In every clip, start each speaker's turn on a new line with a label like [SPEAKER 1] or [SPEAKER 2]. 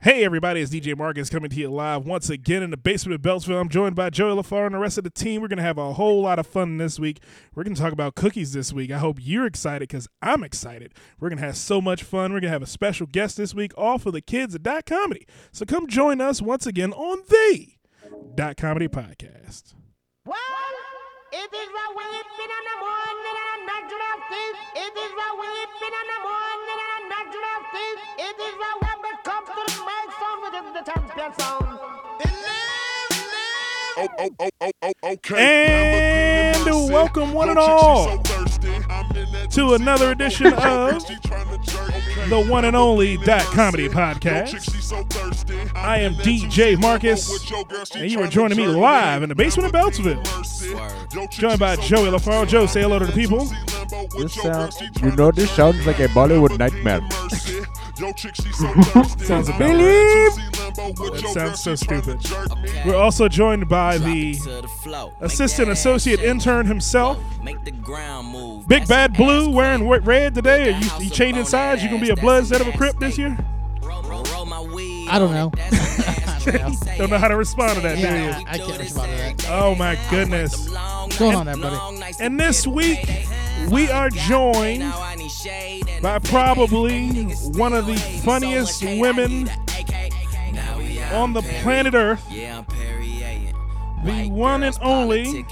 [SPEAKER 1] Hey everybody, it's DJ Marcus coming to you live once again in the basement of Beltsville. I'm joined by Joey LaFar and the rest of the team. We're gonna have a whole lot of fun this week. We're gonna talk about cookies this week. I hope you're excited because I'm excited. We're gonna have so much fun. We're gonna have a special guest this week, all for the kids at Dot Comedy. So come join us once again on the Dot Comedy Podcast.
[SPEAKER 2] Well, it is a weeping and a mourning and a natural thing. It is a weeping and a mourning and a natural thing. It is a when it comes to the milestone within the champion sound. The live, live.
[SPEAKER 3] Oh, oh, oh, oh, oh, okay.
[SPEAKER 1] And
[SPEAKER 3] Mama, couldn't
[SPEAKER 1] welcome
[SPEAKER 3] mercy.
[SPEAKER 1] one and
[SPEAKER 3] Yo, chick, she
[SPEAKER 1] all
[SPEAKER 3] so thirsty. I'm in that
[SPEAKER 1] To
[SPEAKER 3] pussy.
[SPEAKER 1] another
[SPEAKER 3] Yo,
[SPEAKER 1] edition
[SPEAKER 3] chick,
[SPEAKER 1] of
[SPEAKER 3] she tryna jerk. Okay.
[SPEAKER 1] the one and only
[SPEAKER 3] Mama,
[SPEAKER 1] Dot
[SPEAKER 3] couldn't
[SPEAKER 1] Comedy
[SPEAKER 3] mercy.
[SPEAKER 1] Podcast.
[SPEAKER 3] Yo, chick, she so thirsty. I'm
[SPEAKER 1] I am
[SPEAKER 3] in that
[SPEAKER 1] DJ
[SPEAKER 3] juicy
[SPEAKER 1] Marcus,
[SPEAKER 3] mama with your girl. She
[SPEAKER 1] and you are
[SPEAKER 3] tryna
[SPEAKER 1] joining me
[SPEAKER 3] jerk.
[SPEAKER 1] live in the basement of
[SPEAKER 3] Mama,
[SPEAKER 1] Beltsville.
[SPEAKER 3] couldn't mercy. Yo, chick,
[SPEAKER 1] Joined
[SPEAKER 3] she
[SPEAKER 1] by
[SPEAKER 3] so
[SPEAKER 1] Joey LaFaro. Joe, say hello to the
[SPEAKER 3] thirsty.
[SPEAKER 1] people.
[SPEAKER 3] Juicy limbo with
[SPEAKER 4] This
[SPEAKER 3] your girl.
[SPEAKER 4] sound-
[SPEAKER 3] She
[SPEAKER 4] you
[SPEAKER 3] tryna
[SPEAKER 4] know, this
[SPEAKER 3] jerk.
[SPEAKER 4] sounds like a Bollywood
[SPEAKER 3] Mama, couldn't
[SPEAKER 4] nightmare.
[SPEAKER 3] mercy. Yo, chick, she so thirsty.
[SPEAKER 1] Sounds a
[SPEAKER 3] I'm in
[SPEAKER 1] believe.
[SPEAKER 3] that juicy limbo with
[SPEAKER 1] That
[SPEAKER 3] your
[SPEAKER 1] sounds so
[SPEAKER 3] girl. She tryna
[SPEAKER 1] stupid.
[SPEAKER 3] jerk me.
[SPEAKER 1] We're also joined by the assistant associate intern himself.
[SPEAKER 5] Make the ground move.
[SPEAKER 1] Big Bad Blue wearing wa- red today. Are you, you changing sides? You gonna be a blood instead of a crip this year?
[SPEAKER 6] I don't know.
[SPEAKER 1] Don't know how to respond to that, do
[SPEAKER 6] Yeah,
[SPEAKER 1] you?
[SPEAKER 6] I can't respond to that.
[SPEAKER 1] Oh my goodness.
[SPEAKER 5] What's
[SPEAKER 6] going on there, buddy?
[SPEAKER 1] And this week, we are joined by probably one of the funniest women on the planet Earth, the one and only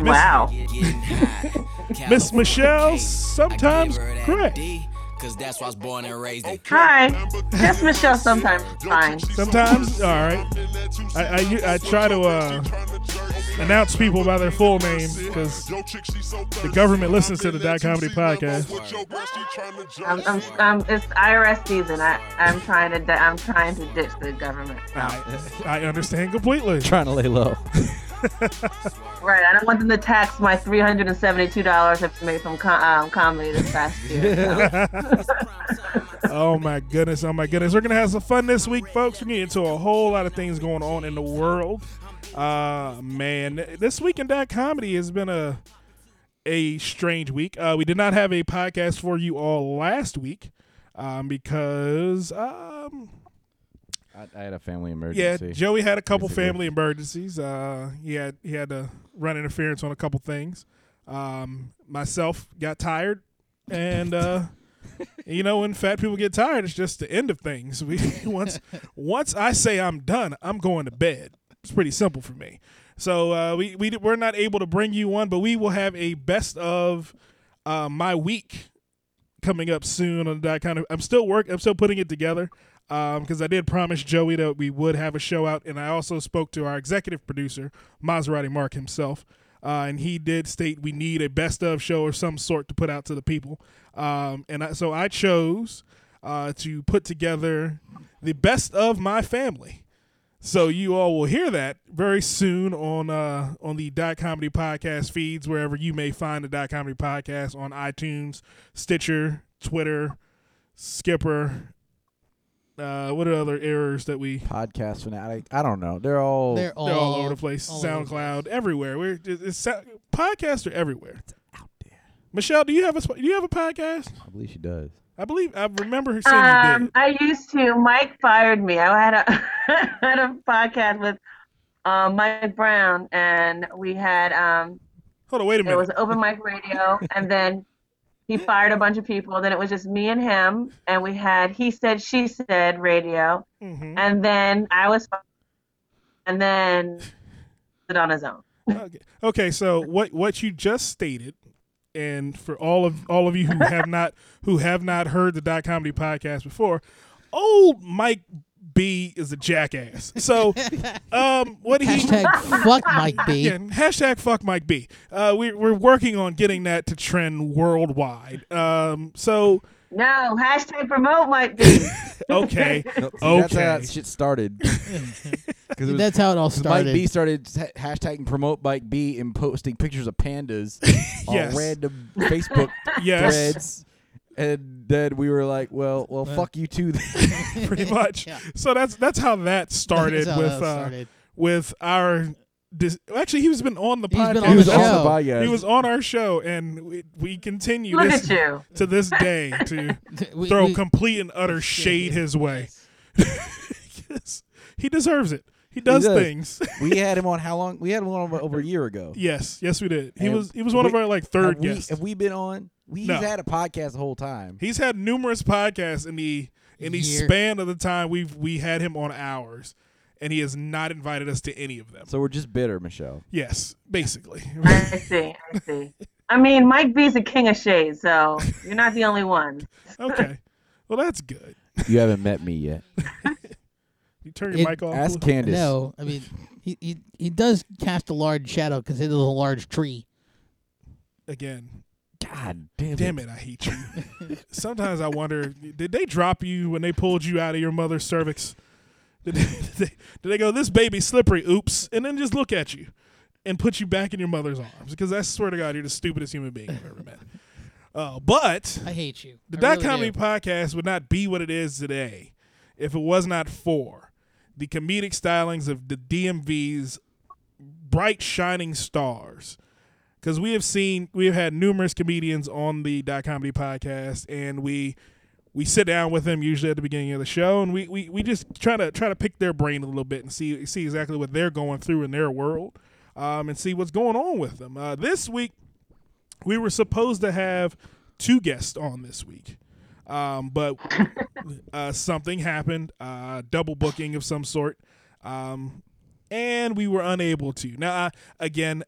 [SPEAKER 2] Wow.
[SPEAKER 1] Miss Michelle Sometimes Craig.
[SPEAKER 5] Cause that's why I was born and raised in
[SPEAKER 7] Hi. That's Michelle sometimes. Fine.
[SPEAKER 1] Sometimes, all right. I, I, u- I try to uh, announce people by their full name because the government listens to the Dot Comedy Podcast.
[SPEAKER 7] I'm, I'm, I'm, it's IRS season. I, I'm trying to, di- I'm trying to ditch the government.
[SPEAKER 1] I, I understand completely.
[SPEAKER 4] Trying to lay low.
[SPEAKER 7] Right. I don't want them to tax my $372 I've made from com- um, comedy this past year. So.
[SPEAKER 1] Oh my goodness, oh my goodness. We're gonna have some fun this week, folks. We're getting into a whole lot of things going on in the world. Uh man, this week in that comedy has been a a strange week. Uh we did not have a podcast for you all last week. Um, because um
[SPEAKER 4] I, I had a family
[SPEAKER 1] yeah,
[SPEAKER 4] emergency.
[SPEAKER 1] Joey had a couple
[SPEAKER 4] Basically.
[SPEAKER 1] family emergencies. Uh he had he had to run interference on a couple things. Um myself got tired and uh you know when fat people get tired it's just the end of things we once once i say i'm done i'm going to bed it's pretty simple for me so uh, we, we we're not able to bring you one but we will have a best of uh, my week coming up soon on that kind of i'm still work i'm still putting it together because i did promise joey that we would have a show out and i also spoke to our executive producer maserati mark himself uh, and he did state we need a best of show of some sort to put out to the people um, and I, so i chose uh, to put together the best of my family so you all will hear that very soon on uh, on the Dot Comedy Podcast feeds, wherever you may find the Dot Comedy Podcast on iTunes, Stitcher, Twitter, Skipper. Uh, what are other errors that we?
[SPEAKER 4] Podcast fanatic. I don't know. They're all.
[SPEAKER 6] They're all,
[SPEAKER 1] They're all over the place.
[SPEAKER 6] all over the
[SPEAKER 1] SoundCloud, everywhere. We're it's, it's, sou- podcasts are everywhere. It's out there. Michelle, do you have a sp- do you have a podcast?
[SPEAKER 4] I believe she does.
[SPEAKER 1] I believe I remember her saying you
[SPEAKER 7] Um,
[SPEAKER 1] did.
[SPEAKER 7] I used to. Mike fired me. I had a I had a podcast with um, Mike Brown, and we had um,
[SPEAKER 1] Hold on, wait a
[SPEAKER 7] it
[SPEAKER 1] minute.
[SPEAKER 7] was open mic radio, and then he fired a bunch of people. Then it was just me and him, and we had he said she said radio,
[SPEAKER 1] Mhm.
[SPEAKER 7] and then I was, fi- and then it on his own.
[SPEAKER 1] okay. okay so what what you just stated and for all of all of you who have not who have not heard the dot comedy podcast before old mike b is a jackass so um what he
[SPEAKER 6] Hashtag fuck Mike B.
[SPEAKER 1] yeah, hashtag fuck Mike B. Uh, we, we're working on getting that to trend worldwide. Um, so,
[SPEAKER 7] No hashtag promote might be.
[SPEAKER 1] okay.
[SPEAKER 4] No, see, That's how
[SPEAKER 1] Okay.
[SPEAKER 4] that shit started. Because
[SPEAKER 6] That's how it all started.
[SPEAKER 4] Mike B started ha- hashtagging promote Mike B and posting pictures of pandas
[SPEAKER 1] Yes.
[SPEAKER 4] on random Facebook
[SPEAKER 1] Yes.
[SPEAKER 4] threads. And then we were like, well, well, fuck you too.
[SPEAKER 1] pretty much.
[SPEAKER 6] Yeah.
[SPEAKER 1] So that's that's how that started
[SPEAKER 6] That's how
[SPEAKER 1] with
[SPEAKER 6] that
[SPEAKER 1] uh,
[SPEAKER 6] started.
[SPEAKER 1] with our dis- actually he's been on the
[SPEAKER 6] He's
[SPEAKER 1] podcast.
[SPEAKER 6] been
[SPEAKER 4] He
[SPEAKER 6] on
[SPEAKER 4] was
[SPEAKER 6] the
[SPEAKER 4] on the
[SPEAKER 6] show.
[SPEAKER 4] podcast.
[SPEAKER 1] He was on our show, and we, we continue
[SPEAKER 7] Look
[SPEAKER 1] this-
[SPEAKER 7] at you.
[SPEAKER 1] to this day to
[SPEAKER 6] We-
[SPEAKER 1] throw
[SPEAKER 6] we-
[SPEAKER 1] complete and utter shade his way. yes. He deserves it. He does,
[SPEAKER 4] does.
[SPEAKER 1] things.
[SPEAKER 4] we had him on how long? We had him on over a year ago.
[SPEAKER 1] yes, yes, we did. He
[SPEAKER 4] And
[SPEAKER 1] was he was one of
[SPEAKER 4] we-
[SPEAKER 1] our like third
[SPEAKER 4] have we,
[SPEAKER 1] guests.
[SPEAKER 4] have we been on? We've
[SPEAKER 1] No.
[SPEAKER 4] had a podcast the whole time.
[SPEAKER 1] He's had numerous podcasts in the in the
[SPEAKER 6] Year.
[SPEAKER 1] span of the time we've we had him on ours, and he has not invited us to any of them.
[SPEAKER 4] So we're just bitter, Michelle.
[SPEAKER 1] Yes, basically.
[SPEAKER 7] I see. I see. I mean, Mike B's the king of shade, so you're not the only one.
[SPEAKER 1] okay. Well, that's good.
[SPEAKER 4] You haven't met me yet.
[SPEAKER 1] You turn your
[SPEAKER 6] It-
[SPEAKER 1] mic off.
[SPEAKER 4] Ask
[SPEAKER 1] Lou?
[SPEAKER 4] Candace.
[SPEAKER 6] No, I mean he, he he does cast a large shadow because it is a large tree.
[SPEAKER 1] again.
[SPEAKER 4] God damn it.
[SPEAKER 1] Damn it, I hate you. Sometimes I wonder, did they drop you when they pulled you out of your mother's cervix? Did they, did they, did they go, this baby's slippery, oops, and then just look at you and put you back in your mother's arms? Because I swear to God, you're the stupidest human being I've ever met. Uh, but
[SPEAKER 6] I hate you.
[SPEAKER 1] the
[SPEAKER 6] I
[SPEAKER 1] Dot
[SPEAKER 6] really
[SPEAKER 1] Comedy
[SPEAKER 6] do.
[SPEAKER 1] Podcast would not be what it is today if it was not for the comedic stylings of the DMV's bright shining stars. Because we have seen, we have had numerous comedians on the Dot Comedy Podcast, and we we sit down with them usually at the beginning of the show, and we, we, we just try to try to pick their brain a little bit and see see exactly what they're going through in their world, um, and see what's going on with them. Uh, this week we were supposed to have two guests on this week, um, but uh, something happened, uh, double booking of some sort, um, and we were unable to. Now, I, again,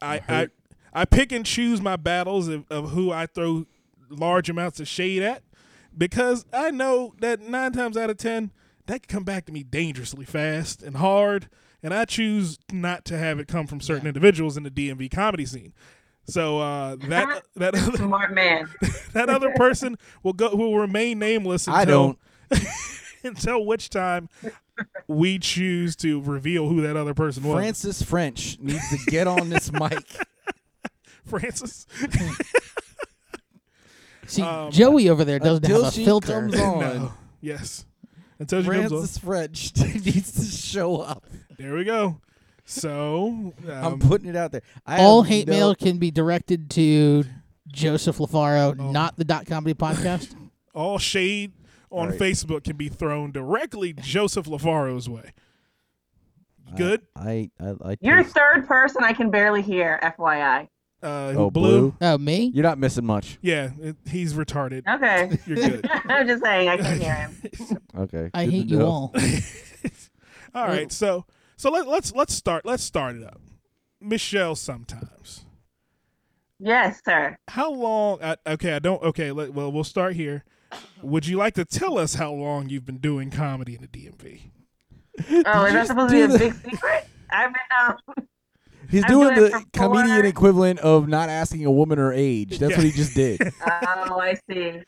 [SPEAKER 1] I, I I pick and choose my battles of, of who I throw large amounts of shade at because I know that nine times out of ten that can come back to me dangerously fast and hard, and I choose not to have it come from certain individuals in the DMV comedy scene. So uh, that that other,
[SPEAKER 7] Smart man.
[SPEAKER 1] that other person will go will remain nameless until
[SPEAKER 4] I don't.
[SPEAKER 1] until which time we choose to reveal who that other person was.
[SPEAKER 4] Francis French needs to get on this mic.
[SPEAKER 1] Francis.
[SPEAKER 6] See,
[SPEAKER 1] um,
[SPEAKER 6] Joey over there doesn't
[SPEAKER 4] until
[SPEAKER 6] have a
[SPEAKER 4] she
[SPEAKER 6] filter.
[SPEAKER 4] comes on.
[SPEAKER 6] All
[SPEAKER 1] No. Yes. Until she comes on.
[SPEAKER 4] Francis French needs to show up.
[SPEAKER 1] There we go. So
[SPEAKER 4] I'm
[SPEAKER 1] um,
[SPEAKER 4] putting it out there. I have
[SPEAKER 6] hate
[SPEAKER 4] no-
[SPEAKER 6] mail can be directed to Joseph LaFaro,
[SPEAKER 1] Oh.
[SPEAKER 6] not the Dot Comedy Podcast.
[SPEAKER 1] all shade on
[SPEAKER 4] Alright.
[SPEAKER 1] Facebook can be thrown directly Joseph LaFaro's way.
[SPEAKER 4] Uh,
[SPEAKER 1] Good.
[SPEAKER 4] I I, I
[SPEAKER 7] You're
[SPEAKER 4] taste-
[SPEAKER 7] third person I can barely hear, FYI.
[SPEAKER 1] Uh,
[SPEAKER 4] oh,
[SPEAKER 1] blue.
[SPEAKER 4] blue.
[SPEAKER 6] oh, me?
[SPEAKER 4] You're not missing much.
[SPEAKER 1] Yeah, it, he's retarded.
[SPEAKER 7] Okay.
[SPEAKER 1] You're good.
[SPEAKER 7] I'm just saying I can hear him.
[SPEAKER 4] Okay.
[SPEAKER 6] I
[SPEAKER 4] good to
[SPEAKER 6] hate you
[SPEAKER 4] know.
[SPEAKER 6] all.
[SPEAKER 1] All right, so so let, let's let's start let's start it up. Michelle, sometimes
[SPEAKER 7] Yes, sir.
[SPEAKER 1] how long? I, okay, I don't. Okay, let, well we'll start here. Would you like to tell us how long you've been doing comedy in the DMV?
[SPEAKER 7] Oh, is that supposed to be
[SPEAKER 4] do the-
[SPEAKER 7] a big secret? I've been um,
[SPEAKER 4] He's
[SPEAKER 7] I'm
[SPEAKER 4] doing
[SPEAKER 7] doing
[SPEAKER 4] the
[SPEAKER 7] it for
[SPEAKER 4] comedian
[SPEAKER 7] four.
[SPEAKER 4] equivalent of not asking a woman her age. That's what he just did.
[SPEAKER 7] Oh, I see.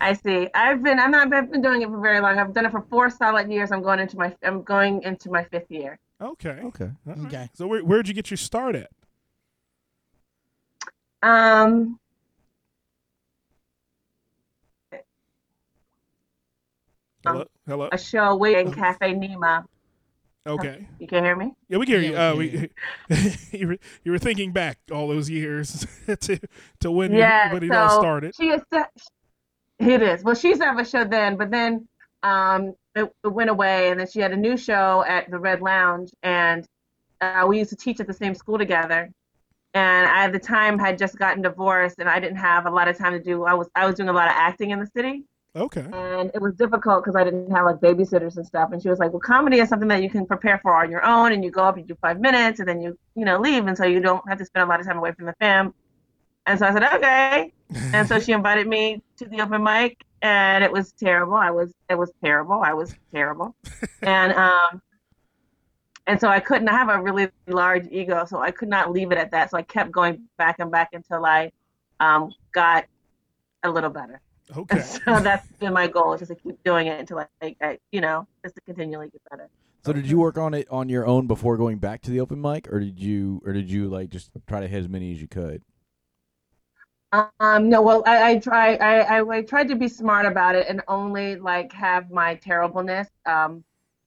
[SPEAKER 7] I see. I've been. I'm not. I've been doing it for very long. I've done it for four solid years. I'm going into my. I'm going into my fifth year.
[SPEAKER 1] Okay.
[SPEAKER 4] Okay.
[SPEAKER 1] All right.
[SPEAKER 6] Okay.
[SPEAKER 1] So where where'd you get your start at?
[SPEAKER 7] Um. Um,
[SPEAKER 1] Hello. Hello.
[SPEAKER 7] A show waiting in Cafe Nima.
[SPEAKER 1] Okay.
[SPEAKER 7] You can hear me.
[SPEAKER 1] Yeah, we can hear
[SPEAKER 6] Yeah,
[SPEAKER 1] you.
[SPEAKER 6] we
[SPEAKER 1] Uh, we, you, were, you were thinking back all those years to to when
[SPEAKER 7] yeah.
[SPEAKER 1] you, when it
[SPEAKER 7] so
[SPEAKER 1] all started.
[SPEAKER 7] she is. It is. Well, she used to have a show then, but then um, it, it went away, and then she had a new show at the Red Lounge, and uh, we used to teach at the same school together. And I, at the time, had just gotten divorced, and I didn't have a lot of time to do. I was I was doing a lot of acting in the city,
[SPEAKER 1] Okay.
[SPEAKER 7] and it was difficult because I didn't have like babysitters and stuff. And she was like, "Well, comedy is something that you can prepare for on your own, and you go up, you do five minutes, and then you you know leave, and so you don't have to spend a lot of time away from the fam." And so I said, "Okay." and so she invited me to the open mic, and it was terrible. I was it was terrible. I was terrible, and um, and so I couldn't. I have a really large ego, so I could not leave it at that. So I kept going back and back until I um, got a little better.
[SPEAKER 1] Okay.
[SPEAKER 7] So that's been my goal, is just to keep doing it until I, I, I you know, just to continually get better.
[SPEAKER 4] So did you work on it on your own before going back to the open mic, or did you, or did you like just try to hit as many as you could?
[SPEAKER 7] Um, no, well, I, I try, I, I, I tried to be smart about it and only like have my terribleness um,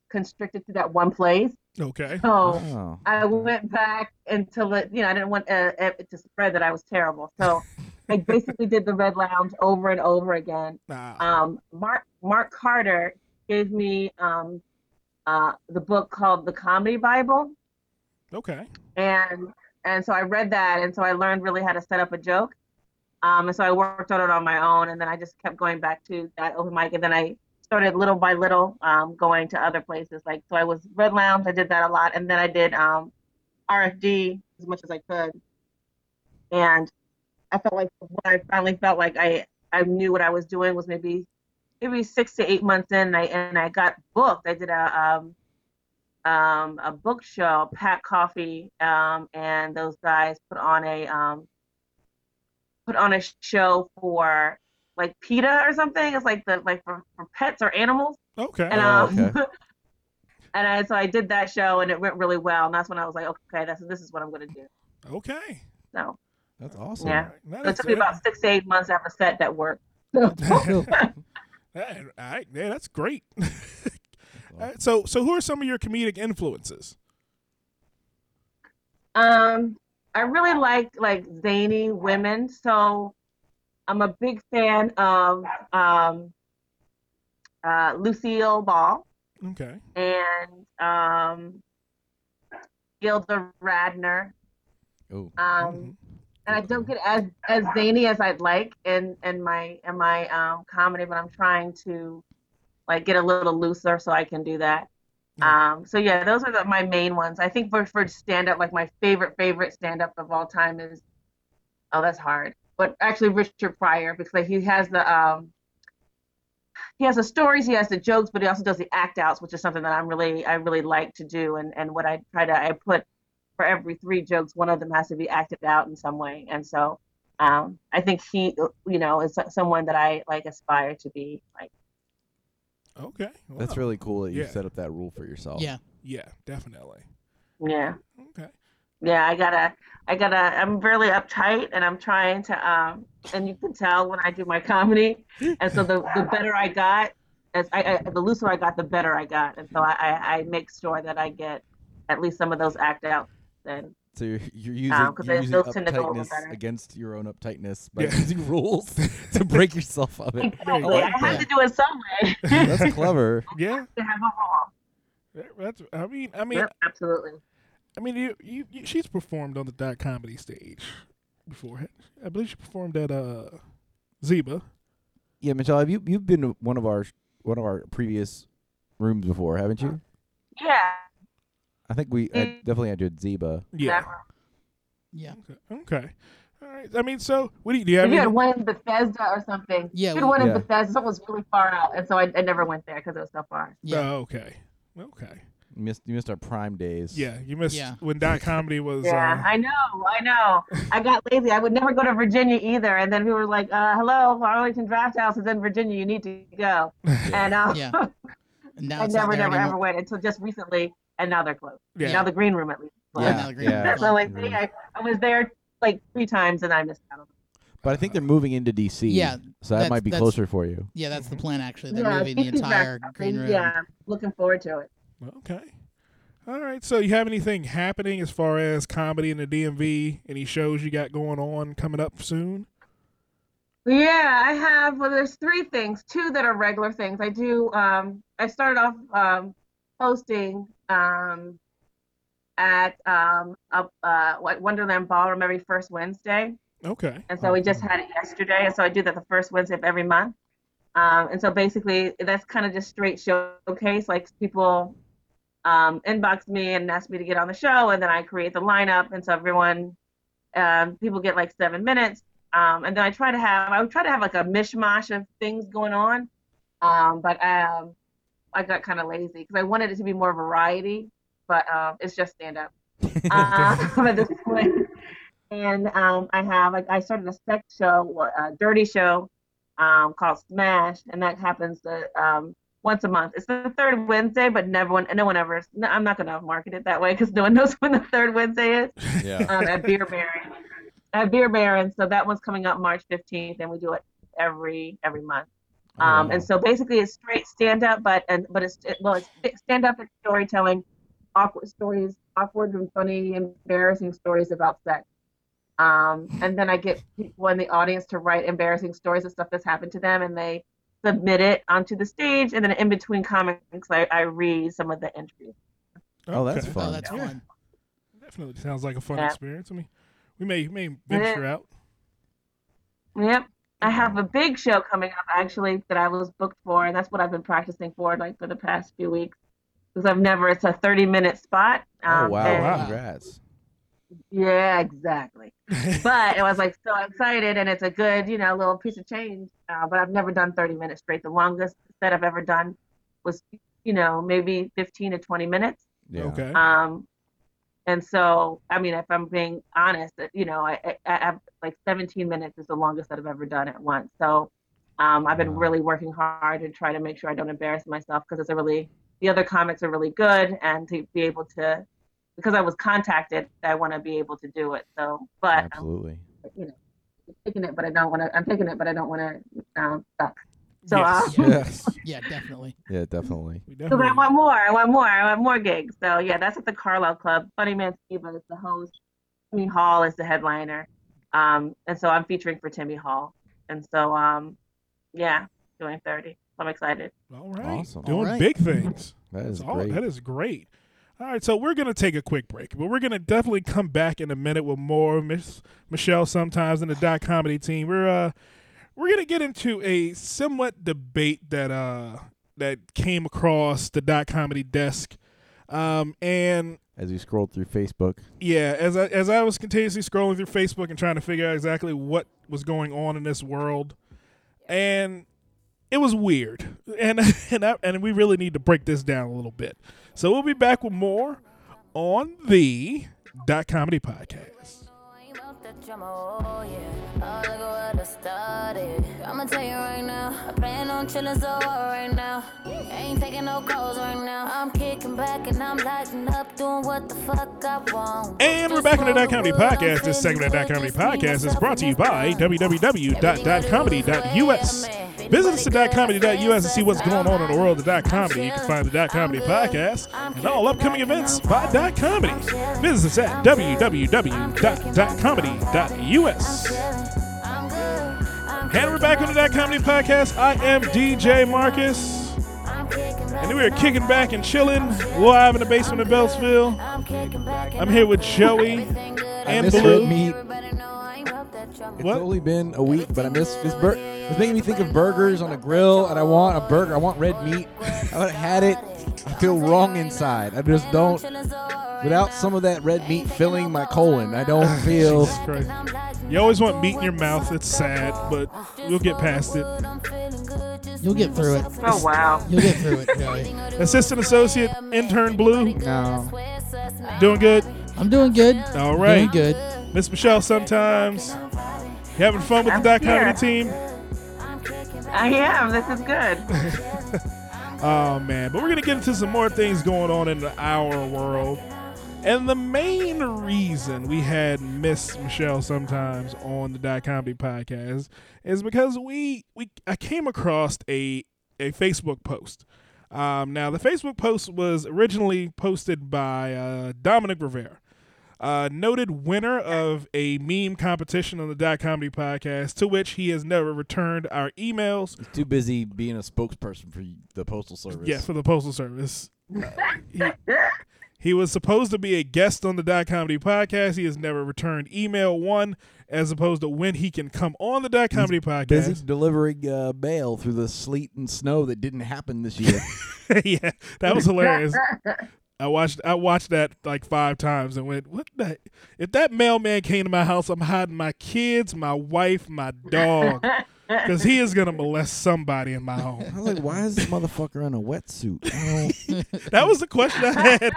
[SPEAKER 7] constricted to that one place.
[SPEAKER 1] Okay.
[SPEAKER 7] So
[SPEAKER 4] Oh.
[SPEAKER 7] I went back until it, you know, I didn't want uh, it to spread that I was terrible. So I basically did the Red Lounge over and over again.
[SPEAKER 1] Nah.
[SPEAKER 7] Um, Mark Mark Carter gave me um, uh, the book called The Comedy Bible,
[SPEAKER 1] Okay.
[SPEAKER 7] and and so I read that, and so I learned really how to set up a joke. Um, and so I worked on it on my own, and then I just kept going back to that open mic, and then I started little by little um, going to other places. Like so, I was Red Lounge, I did that a lot, and then I did um, RFD as much as I could. And I felt like when I finally felt like I I knew what I was doing was maybe maybe six to eight months in, and I and I got booked. I did a um, um, a book show, Pat Coffee, um, and those guys put on a um, put on a show for like PETA or something. It's like the like for, for pets or animals.
[SPEAKER 1] Okay.
[SPEAKER 7] And
[SPEAKER 4] Oh,
[SPEAKER 7] um,
[SPEAKER 4] okay.
[SPEAKER 7] and I, so I did that show, and it went really well. And that's when I was like, okay, that's this is what I'm gonna do.
[SPEAKER 1] okay.
[SPEAKER 7] So
[SPEAKER 4] Oh, That's awesome.
[SPEAKER 7] Yeah.
[SPEAKER 1] That
[SPEAKER 7] it
[SPEAKER 1] is
[SPEAKER 7] took me
[SPEAKER 1] good.
[SPEAKER 7] about six to eight months after set that worked.
[SPEAKER 6] Cool.
[SPEAKER 1] That- all right. Yeah, that's great. All right, so, so who are some of your comedic influences?
[SPEAKER 7] Um, I really like like zany women, so I'm a big fan of um, uh, Lucille Ball
[SPEAKER 1] Okay.
[SPEAKER 7] and um, Gilda Radner.
[SPEAKER 4] Oh.
[SPEAKER 1] Mm-hmm.
[SPEAKER 7] Um, and I don't get as as zany as I'd like in in my in my um, comedy, but I'm trying to like get a little looser so I can do that. Um, so yeah, those are the, my main ones. I think for for stand up, like my favorite favorite stand up of all time is oh that's hard, but actually Richard Pryor because like, he has the um, he has the stories, he has the jokes, but he also does the act outs, which is something that I'm really I really like to do and and what I try to I put for every three jokes, one of them has to be acted out in some way, and so um, I think he you know is someone that I like aspire to be like.
[SPEAKER 1] Mm-hmm. Okay. Wow.
[SPEAKER 4] That's really cool that you
[SPEAKER 1] Yeah.
[SPEAKER 4] set up that rule for yourself.
[SPEAKER 6] yeah.
[SPEAKER 1] Yeah, definitely.
[SPEAKER 7] Yeah.
[SPEAKER 1] Okay.
[SPEAKER 7] yeah i gotta i gotta i'm really uptight and i'm trying to um and you can tell when i do my comedy and so the the better i got as i, I the looser i got the better i got and so i i, I make sure that i get at least some of those act outs and
[SPEAKER 4] So you're, you're using,
[SPEAKER 7] Um, 'cause
[SPEAKER 4] you're
[SPEAKER 7] I
[SPEAKER 4] using
[SPEAKER 7] built in the goal
[SPEAKER 4] uptightness
[SPEAKER 7] better.
[SPEAKER 4] against your own uptightness by
[SPEAKER 1] Yeah.
[SPEAKER 4] using rules to break yourself of it.
[SPEAKER 1] There you
[SPEAKER 7] Exactly. i
[SPEAKER 1] go.
[SPEAKER 7] had to do it some way
[SPEAKER 4] That's clever.
[SPEAKER 1] Yeah.
[SPEAKER 7] to have a role
[SPEAKER 1] that- That's. I mean. I mean.
[SPEAKER 7] Yep, absolutely
[SPEAKER 1] I mean. You, you, you. She's performed on the dot comedy stage before. I believe she performed at uh, Zeba.
[SPEAKER 4] Yeah, Michelle, have you you've been to one of our one of our previous rooms before, haven't you?
[SPEAKER 7] yeah
[SPEAKER 4] I think we
[SPEAKER 7] Mm.
[SPEAKER 4] I definitely entered Zeba.
[SPEAKER 1] Yeah.
[SPEAKER 6] Yeah.
[SPEAKER 1] Okay. All right. I mean, so what do you do? You have
[SPEAKER 7] If you had
[SPEAKER 1] any-
[SPEAKER 7] one in Bethesda or something.
[SPEAKER 6] Yeah,
[SPEAKER 7] You had
[SPEAKER 6] we-
[SPEAKER 7] one in
[SPEAKER 4] Yeah.
[SPEAKER 7] Bethesda. It was really far out. And so I, I never went there because it was so far.
[SPEAKER 6] Yeah.
[SPEAKER 1] Oh, okay. Okay.
[SPEAKER 4] You missed you missed our prime days.
[SPEAKER 1] Yeah. You missed
[SPEAKER 6] Yeah.
[SPEAKER 1] when dot comedy was.
[SPEAKER 7] Yeah,
[SPEAKER 1] Uh,
[SPEAKER 7] I know, I know. I got lazy. I would never go to Virginia either. And then we were like, uh, "Hello, Arlington Draft House is in Virginia. You need to go." And uh,
[SPEAKER 6] Yeah. And now
[SPEAKER 7] I
[SPEAKER 6] it's not
[SPEAKER 7] never,
[SPEAKER 6] there
[SPEAKER 7] never, ever
[SPEAKER 6] anymore.
[SPEAKER 7] went until just recently. And now they're closed.
[SPEAKER 1] Yeah.
[SPEAKER 7] Now the green room at least. is closed.
[SPEAKER 4] Yeah,
[SPEAKER 6] Another green
[SPEAKER 4] yeah.
[SPEAKER 6] room.
[SPEAKER 7] So like, see, I, I was there like three times and I missed out. on
[SPEAKER 4] But I think they're moving into DC.
[SPEAKER 6] Yeah,
[SPEAKER 4] So that
[SPEAKER 6] that's-
[SPEAKER 4] might be
[SPEAKER 6] that's-
[SPEAKER 4] closer for you.
[SPEAKER 6] Yeah, that's the plan actually.
[SPEAKER 7] it.
[SPEAKER 6] They're
[SPEAKER 7] Yeah,
[SPEAKER 6] moving the
[SPEAKER 7] Steve
[SPEAKER 6] entire
[SPEAKER 7] Jackson,
[SPEAKER 6] green room.
[SPEAKER 7] Yeah, looking forward to it.
[SPEAKER 1] uh, okay. All right. So you have anything happening as far as comedy in the DMV? Any shows you got going on coming up soon?
[SPEAKER 7] Yeah, I have. Well, there's three things, two that are regular things. I do. Um, I started off um, hosting um, at um, up, uh, what- Wonderland Ballroom every first Wednesday,
[SPEAKER 1] Okay.
[SPEAKER 7] and so we just had it yesterday. And so I do that the first Wednesday of every month. Um, and so basically, that's kind of just straight showcase. Like people um, inbox me and ask me to get on the show, and then I create the lineup, and so everyone, um, people get like seven minutes, um, and then I try to have I would try to have like a mishmash of things going on, um, but um, I got kind of lazy because I wanted it to be more variety, but um, it's just stand up um, at this point. And um, I have like I started a sex show, a dirty show, um, called Smash, and that happens the um, once a month. It's the third Wednesday, but never one, no one ever. No, I'm not gonna market it that way because no one knows when the third Wednesday is
[SPEAKER 4] Yeah.
[SPEAKER 7] um, at Beer Baron. At Beer Baron, so that one's coming up March 15th, and we do it every every month. Um, And so basically, it's straight stand up, but and but it's it, well, it's stand up and storytelling, awkward stories, awkward and funny, embarrassing stories about sex. Um, and then I get people in the audience to write embarrassing stories of stuff that's happened to them, and they submit it onto the stage. And then in between comics, I, I read some of the entries.
[SPEAKER 4] Oh, that's
[SPEAKER 1] Okay.
[SPEAKER 4] fun.
[SPEAKER 6] Oh, that's
[SPEAKER 1] Yeah.
[SPEAKER 6] fun.
[SPEAKER 1] Definitely sounds like a fun
[SPEAKER 7] Yeah.
[SPEAKER 1] experience. I mean, we may may venture out.
[SPEAKER 7] Yep. I have a big show coming up actually that I was booked for, and that's what I've been practicing for like for the past few weeks because I've never. It's a thirty-minute spot.
[SPEAKER 4] Oh,
[SPEAKER 7] Um,
[SPEAKER 4] wow.
[SPEAKER 7] and-
[SPEAKER 1] wow.
[SPEAKER 4] Congrats.
[SPEAKER 7] Yeah, exactly. but it was like so excited, and it's a good, you know, little piece of change. Uh, but I've never done 30 minutes straight. The longest set I've ever done was, you know, maybe 15 to 20 minutes.
[SPEAKER 4] Yeah.
[SPEAKER 1] Okay.
[SPEAKER 7] Um, and so, I mean, if I'm being honest, uh, you know, I, I, I have like 17 minutes is the longest that I've ever done at once. So um, I've been
[SPEAKER 4] Wow.
[SPEAKER 7] really working hard to try to make sure I don't embarrass myself because it's a really, the other comics are really good. And to be able to, because I was contacted, I want to be able to do it. So, but I'm
[SPEAKER 4] Absolutely.
[SPEAKER 7] you know, I'm taking it, but I don't want to. I'm taking it, but I don't want to um, suck. So, uh,
[SPEAKER 1] yes.
[SPEAKER 6] Yeah.
[SPEAKER 4] Yes.
[SPEAKER 6] Yeah, definitely.
[SPEAKER 4] Yeah, definitely.
[SPEAKER 1] we
[SPEAKER 7] because
[SPEAKER 1] definitely.
[SPEAKER 7] I want more. I want more. I want more gigs. So yeah, that's at the Carlisle Club. Funny Man Steve is the host. Timmy Hall is the headliner. Um, and so I'm featuring for Timmy Hall. And so um, yeah, doing 30. So I'm excited.
[SPEAKER 1] All right.
[SPEAKER 4] Awesome.
[SPEAKER 1] Doing
[SPEAKER 6] All right.
[SPEAKER 1] big things.
[SPEAKER 4] That is
[SPEAKER 1] That's all-
[SPEAKER 4] great.
[SPEAKER 1] That is great. All right, so we're gonna take a quick break, but we're gonna definitely come back in a minute with more Miss Michelle sometimes and the dot comedy team. We're uh we're gonna get into a somewhat debate that uh that came across the dot comedy desk. Um and
[SPEAKER 4] As you scrolled through Facebook.
[SPEAKER 1] yeah, as I as I was continuously scrolling through Facebook and trying to figure out exactly what was going on in this world, and it was weird, and and I, and we really need to break this down a little bit. So we'll be back with more on the dot comedy podcast.
[SPEAKER 8] I'm up the drama, oh yeah. Oh, look at what I started. I'ma tell you right now. I plan on chillin' so hard right now. Ain't taking no calls right now. I'm kicking back and I'm lighting up, doing what the fuck I want.
[SPEAKER 1] And we're back on the Dot Comedy Podcast. This segment of Dot Comedy Podcast is brought to you by www.dotcomedy.us. Visit us at dotcomedy.us to see what's going on in the world of Dot Comedy. You can find the Dot Comedy Podcast and all upcoming events by Dot Comedy. Visit us at www.dotcomedy.us.
[SPEAKER 8] I'm good. I'm
[SPEAKER 1] And we're back on the Dot Comedy Podcast. I am DJ Marcus.
[SPEAKER 8] I'm kicking back.
[SPEAKER 1] And we are kicking back and chilling live in the basement of Beltsville.
[SPEAKER 8] I'm kicking back.
[SPEAKER 1] I'm here with Joey.
[SPEAKER 8] Everything good.
[SPEAKER 1] And
[SPEAKER 4] misheard
[SPEAKER 1] Blue.
[SPEAKER 4] me.
[SPEAKER 8] Everybody know I'm up that drama.
[SPEAKER 1] What?
[SPEAKER 4] It's only been a week, but I miss this bur- It's making me think of burgers on a grill, and I want a burger. I want red meat. I haven't had it. I feel wrong inside. I just don't. Without some of that red meat filling my colon, I don't feel.
[SPEAKER 1] Jesus Christ. You always want meat in your mouth. It's sad, but we'll get past it.
[SPEAKER 6] You'll get through it.
[SPEAKER 7] Oh wow.
[SPEAKER 6] You'll get through it, Joey.
[SPEAKER 1] Assistant Associate Intern Blue,
[SPEAKER 6] No.
[SPEAKER 1] doing good.
[SPEAKER 6] I'm doing good.
[SPEAKER 1] All right.
[SPEAKER 6] Doing good.
[SPEAKER 1] Miss Michelle, sometimes you having fun with the Dot
[SPEAKER 7] I'm here.
[SPEAKER 1] Comedy team.
[SPEAKER 7] I am. This is good.
[SPEAKER 1] Oh man, but we're gonna get into some more things going on in our world. And the main reason we had Miss Michelle sometimes on the Dot Comedy podcast is because we we I came across a a Facebook post. Um, now the Facebook post was originally posted by uh, Dominic Rivera, uh, noted winner of a meme competition on the Dot Comedy podcast, to which he has never returned our emails
[SPEAKER 4] Too busy being a spokesperson for the postal service.
[SPEAKER 1] yeah, for the Postal Service. Uh, he, he was supposed to be a guest on the Dot Comedy podcast. He has never returned email one, as opposed to when he can come on the Dot Comedy
[SPEAKER 4] busy
[SPEAKER 1] podcast.
[SPEAKER 4] delivering uh, mail through the sleet and snow that didn't happen this year.
[SPEAKER 1] yeah, that was hilarious. I watched I watched that like five times and went, what the? If that mailman came to my house, I'm hiding my kids, my wife, my dog, because he is gonna molest somebody in my home.
[SPEAKER 4] I was like, why is this motherfucker in a wetsuit? I don't-
[SPEAKER 1] That was the question I had.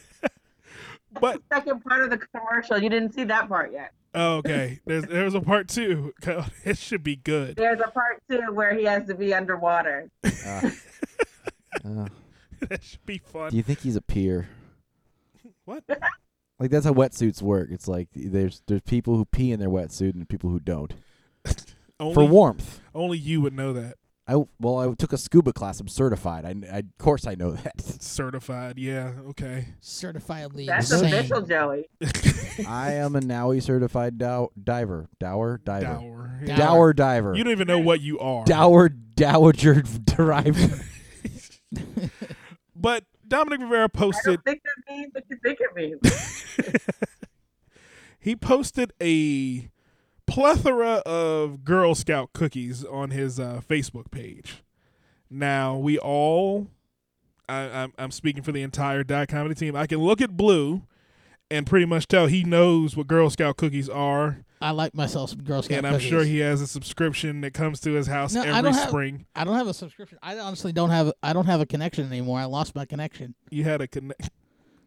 [SPEAKER 1] but
[SPEAKER 7] Second part of the commercial. You didn't see that part yet.
[SPEAKER 1] Oh, okay. There's there was a part two. God, It should be good.
[SPEAKER 7] There's a part two where he has to be underwater.
[SPEAKER 4] Uh,
[SPEAKER 1] That should be
[SPEAKER 4] do
[SPEAKER 1] fun.
[SPEAKER 4] you think he's a peer?
[SPEAKER 1] What?
[SPEAKER 4] Like that's how wetsuits work. It's like there's there's people who pee in their wetsuit and people who don't
[SPEAKER 1] Only,
[SPEAKER 4] for warmth.
[SPEAKER 1] only you would know that.
[SPEAKER 4] I well, I took a scuba class. I'm certified. I, I of course I know that.
[SPEAKER 1] Certified. Yeah. Okay.
[SPEAKER 6] Certifiably
[SPEAKER 7] That's
[SPEAKER 6] insane.
[SPEAKER 7] official, Joey.
[SPEAKER 4] I am a Nowie certified dow- diver, dower, diver,
[SPEAKER 1] Dower.
[SPEAKER 6] Dower.
[SPEAKER 4] dower diver,
[SPEAKER 1] You don't even know what you are.
[SPEAKER 4] dower dowager derived.
[SPEAKER 1] But Dominic Rivera
[SPEAKER 7] I
[SPEAKER 1] posted.
[SPEAKER 7] don't think that means what you think it means.
[SPEAKER 1] He posted a plethora of Girl Scout cookies on his uh, Facebook page. Now we all, I, I'm, I'm speaking for the entire dot comedy team. I can look at Blue, and pretty much tell he knows what Girl Scout cookies are,
[SPEAKER 6] I like myself some Girl Scout
[SPEAKER 1] and I'm
[SPEAKER 6] cookies.
[SPEAKER 1] sure he has a subscription that comes to his house
[SPEAKER 6] No, I
[SPEAKER 1] every
[SPEAKER 6] don't have-
[SPEAKER 1] spring.
[SPEAKER 6] I don't have a subscription. I honestly don't have. I don't have a connection anymore. I lost my connection.
[SPEAKER 1] you had a connect.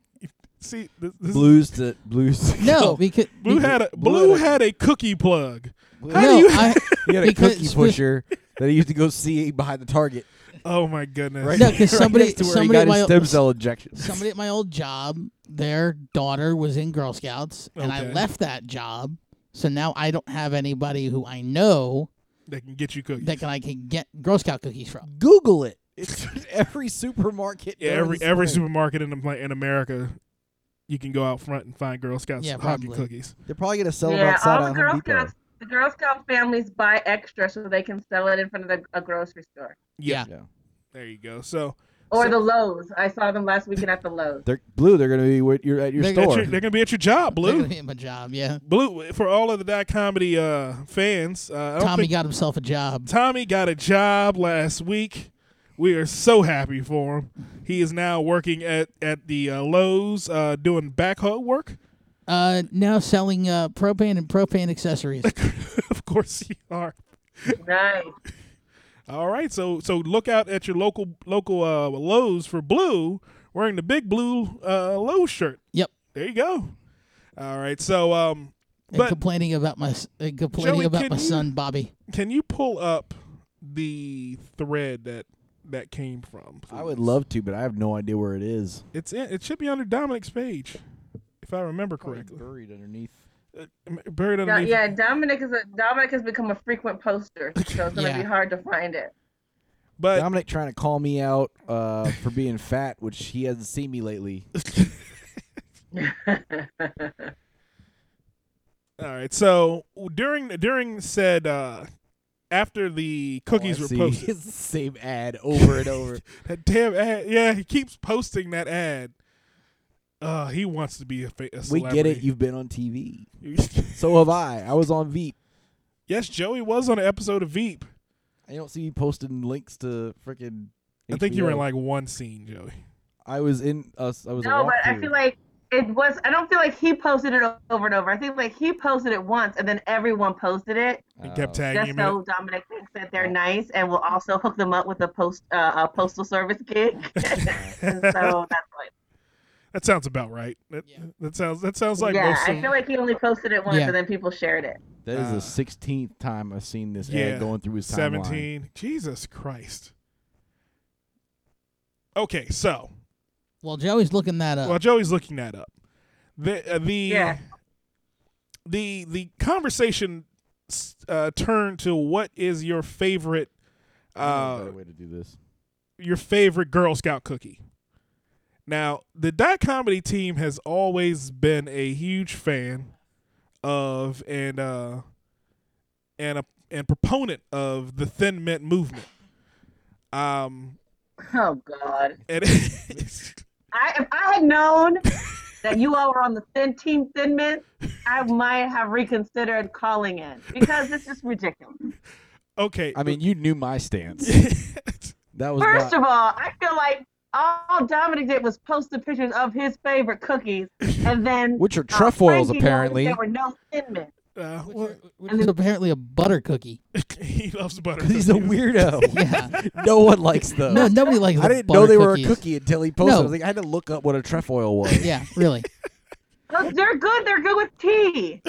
[SPEAKER 1] See, this, this
[SPEAKER 4] blues to blues. to-
[SPEAKER 6] No, because
[SPEAKER 1] Blue had a
[SPEAKER 4] Blue
[SPEAKER 1] Blue had
[SPEAKER 4] had
[SPEAKER 1] a cookie plug.
[SPEAKER 6] no,
[SPEAKER 1] How do you?
[SPEAKER 6] I,
[SPEAKER 4] He had a
[SPEAKER 6] because
[SPEAKER 4] cookie
[SPEAKER 6] with-
[SPEAKER 4] pusher that he used to go see behind the Target.
[SPEAKER 1] oh my goodness!
[SPEAKER 4] Right,
[SPEAKER 6] No, 'cause somebody-
[SPEAKER 4] next to where
[SPEAKER 6] somebody
[SPEAKER 4] he got
[SPEAKER 6] at
[SPEAKER 4] his
[SPEAKER 6] my-
[SPEAKER 4] stem cell injection.
[SPEAKER 6] somebody at my old job, their daughter was in Girl Scouts, and I
[SPEAKER 1] Okay.
[SPEAKER 6] left that job. So now I don't have anybody who I know
[SPEAKER 1] They can get you cookies.
[SPEAKER 6] that can, I can get Girl Scout cookies from.
[SPEAKER 4] Google it. It's every supermarket.
[SPEAKER 1] yeah,
[SPEAKER 4] down
[SPEAKER 1] every
[SPEAKER 4] the
[SPEAKER 1] every
[SPEAKER 4] street.
[SPEAKER 1] supermarket in the, in America, you can go out front and find Girl Scouts
[SPEAKER 6] Yeah,
[SPEAKER 1] hockey
[SPEAKER 6] probably.
[SPEAKER 1] cookies.
[SPEAKER 4] They're probably gonna sell it
[SPEAKER 7] yeah,
[SPEAKER 4] outside
[SPEAKER 7] all the
[SPEAKER 4] of
[SPEAKER 7] Girl
[SPEAKER 4] Home Depot.
[SPEAKER 7] Scouts, the Girl Scout families buy extra so they can sell it in front of the, a grocery store
[SPEAKER 6] Yeah.
[SPEAKER 4] Yeah.
[SPEAKER 1] There you go. So
[SPEAKER 7] or
[SPEAKER 1] So-
[SPEAKER 7] the Lowe's. I saw them last weekend at the Lowe's.
[SPEAKER 4] They're blue. They're gonna be with your, at your
[SPEAKER 6] They're
[SPEAKER 1] at
[SPEAKER 4] store.
[SPEAKER 1] your- they're gonna be at your job,
[SPEAKER 6] They're
[SPEAKER 1] Blue.
[SPEAKER 6] gonna be at my job. Yeah,
[SPEAKER 1] Blue for all of the dot comedy uh, fans. Uh, I don't
[SPEAKER 6] Tommy
[SPEAKER 1] think-
[SPEAKER 6] got himself a job.
[SPEAKER 1] Tommy got a job last week. We are so happy for him. He is now working at at the uh, Lowe's uh, doing backhoe work.
[SPEAKER 6] Uh, now selling uh propane and propane accessories.
[SPEAKER 1] of course you are.
[SPEAKER 7] nice.
[SPEAKER 1] All right, so so look out at your local local uh, Lowe's for blue wearing the big blue uh, Lowe's shirt.
[SPEAKER 6] Yep.
[SPEAKER 1] There you go. All right, so um,
[SPEAKER 6] And
[SPEAKER 1] But-
[SPEAKER 6] complaining about my s- uh, complaining
[SPEAKER 1] Joey,
[SPEAKER 6] about
[SPEAKER 1] can
[SPEAKER 6] my
[SPEAKER 1] you-
[SPEAKER 6] son Bobby.
[SPEAKER 1] can you pull up the thread that that came from?
[SPEAKER 4] I would
[SPEAKER 1] please?
[SPEAKER 4] love to, but I have no idea where it is.
[SPEAKER 1] it's in, it should be under Dominic's page, if I remember correctly.
[SPEAKER 4] Buried underneath.
[SPEAKER 1] Uh, Buried
[SPEAKER 7] Yeah,
[SPEAKER 1] underneath.
[SPEAKER 7] yeah, Dominic is a Dominic has become a frequent poster, so it's gonna
[SPEAKER 6] Yeah.
[SPEAKER 7] be hard to find it.
[SPEAKER 1] But
[SPEAKER 4] Dominic trying to call me out uh, for being fat, which he hasn't seen me lately.
[SPEAKER 1] All right. So during during said uh after the cookies
[SPEAKER 4] All Oh, I
[SPEAKER 1] were
[SPEAKER 4] see
[SPEAKER 1] posted,
[SPEAKER 4] is the same ad over and over.
[SPEAKER 1] that damn ad. Yeah, he keeps posting that ad. Uh, he wants to be a, fa- a
[SPEAKER 4] we
[SPEAKER 1] celebrity.
[SPEAKER 4] get it. You've been on TV.
[SPEAKER 1] You-
[SPEAKER 4] So have I. I was on Veep.
[SPEAKER 1] yes, Joey was on an episode of Veep.
[SPEAKER 4] I don't see you posting links to freaking.
[SPEAKER 1] I think you were in
[SPEAKER 4] HBO.
[SPEAKER 1] like one scene, Joey.
[SPEAKER 4] I was in us. I was. a
[SPEAKER 7] No, but I
[SPEAKER 4] walkthrough.
[SPEAKER 7] feel like it was. I don't feel like he posted it o- over and over. I think like he posted it once, and then everyone posted it.
[SPEAKER 1] He
[SPEAKER 4] Oh.
[SPEAKER 1] kept tagging
[SPEAKER 7] Just
[SPEAKER 1] him. in
[SPEAKER 7] so Dominic thinks that they're nice, and will also hook them up with a post uh, a postal service gig. and so that's like,
[SPEAKER 1] it. That sounds about right. That,
[SPEAKER 6] Yeah.
[SPEAKER 1] that sounds that sounds like
[SPEAKER 7] yeah,
[SPEAKER 1] most
[SPEAKER 7] I
[SPEAKER 1] of
[SPEAKER 7] feel like he only posted it once,
[SPEAKER 6] Yeah.
[SPEAKER 7] and then people shared it.
[SPEAKER 4] That is
[SPEAKER 1] Uh,
[SPEAKER 6] Ah.
[SPEAKER 4] the sixteenth time I've seen this
[SPEAKER 1] yeah,
[SPEAKER 4] ad going through his timeline.
[SPEAKER 1] seventeen. Jesus Christ. Okay, so
[SPEAKER 6] Well, Joey's looking that up.
[SPEAKER 1] Well, Joey's looking that up. The uh, the
[SPEAKER 7] Yeah.
[SPEAKER 1] the the conversation s- uh, turned to what is your favorite
[SPEAKER 4] I don't know a
[SPEAKER 1] uh,
[SPEAKER 4] better way to do this.
[SPEAKER 1] your favorite Girl Scout cookie. Now, the dot comedy team has always been a huge fan of and uh and a and proponent of the thin mint movement. Um
[SPEAKER 7] Oh God!
[SPEAKER 1] and
[SPEAKER 7] I if I had known that you all were on the thin team thin mint, I might have reconsidered calling in because it's just ridiculous.
[SPEAKER 1] okay.
[SPEAKER 4] I mean, you knew my stance. That was
[SPEAKER 7] First
[SPEAKER 4] not,
[SPEAKER 7] of all, I feel like all Dominic did was post the pictures of his favorite cookies, and then
[SPEAKER 4] which are
[SPEAKER 7] uh,
[SPEAKER 4] trefoils
[SPEAKER 7] Frankie noticed
[SPEAKER 4] apparently.
[SPEAKER 7] there were no thin mints.
[SPEAKER 1] uh,
[SPEAKER 6] which,
[SPEAKER 1] well,
[SPEAKER 6] are- which is apparently a butter cookie.
[SPEAKER 1] he loves butter.
[SPEAKER 4] He's a
[SPEAKER 1] cookies.
[SPEAKER 4] weirdo.
[SPEAKER 6] Yeah.
[SPEAKER 4] no one likes those.
[SPEAKER 6] No, nobody likes.
[SPEAKER 4] I
[SPEAKER 6] the
[SPEAKER 4] didn't know
[SPEAKER 6] butter
[SPEAKER 4] they were a
[SPEAKER 6] cookies.
[SPEAKER 4] cookie until he posted. I
[SPEAKER 6] No.
[SPEAKER 4] was like, I had to look up what a trefoil was.
[SPEAKER 6] Yeah, really.
[SPEAKER 7] Look, they're good. They're good with tea.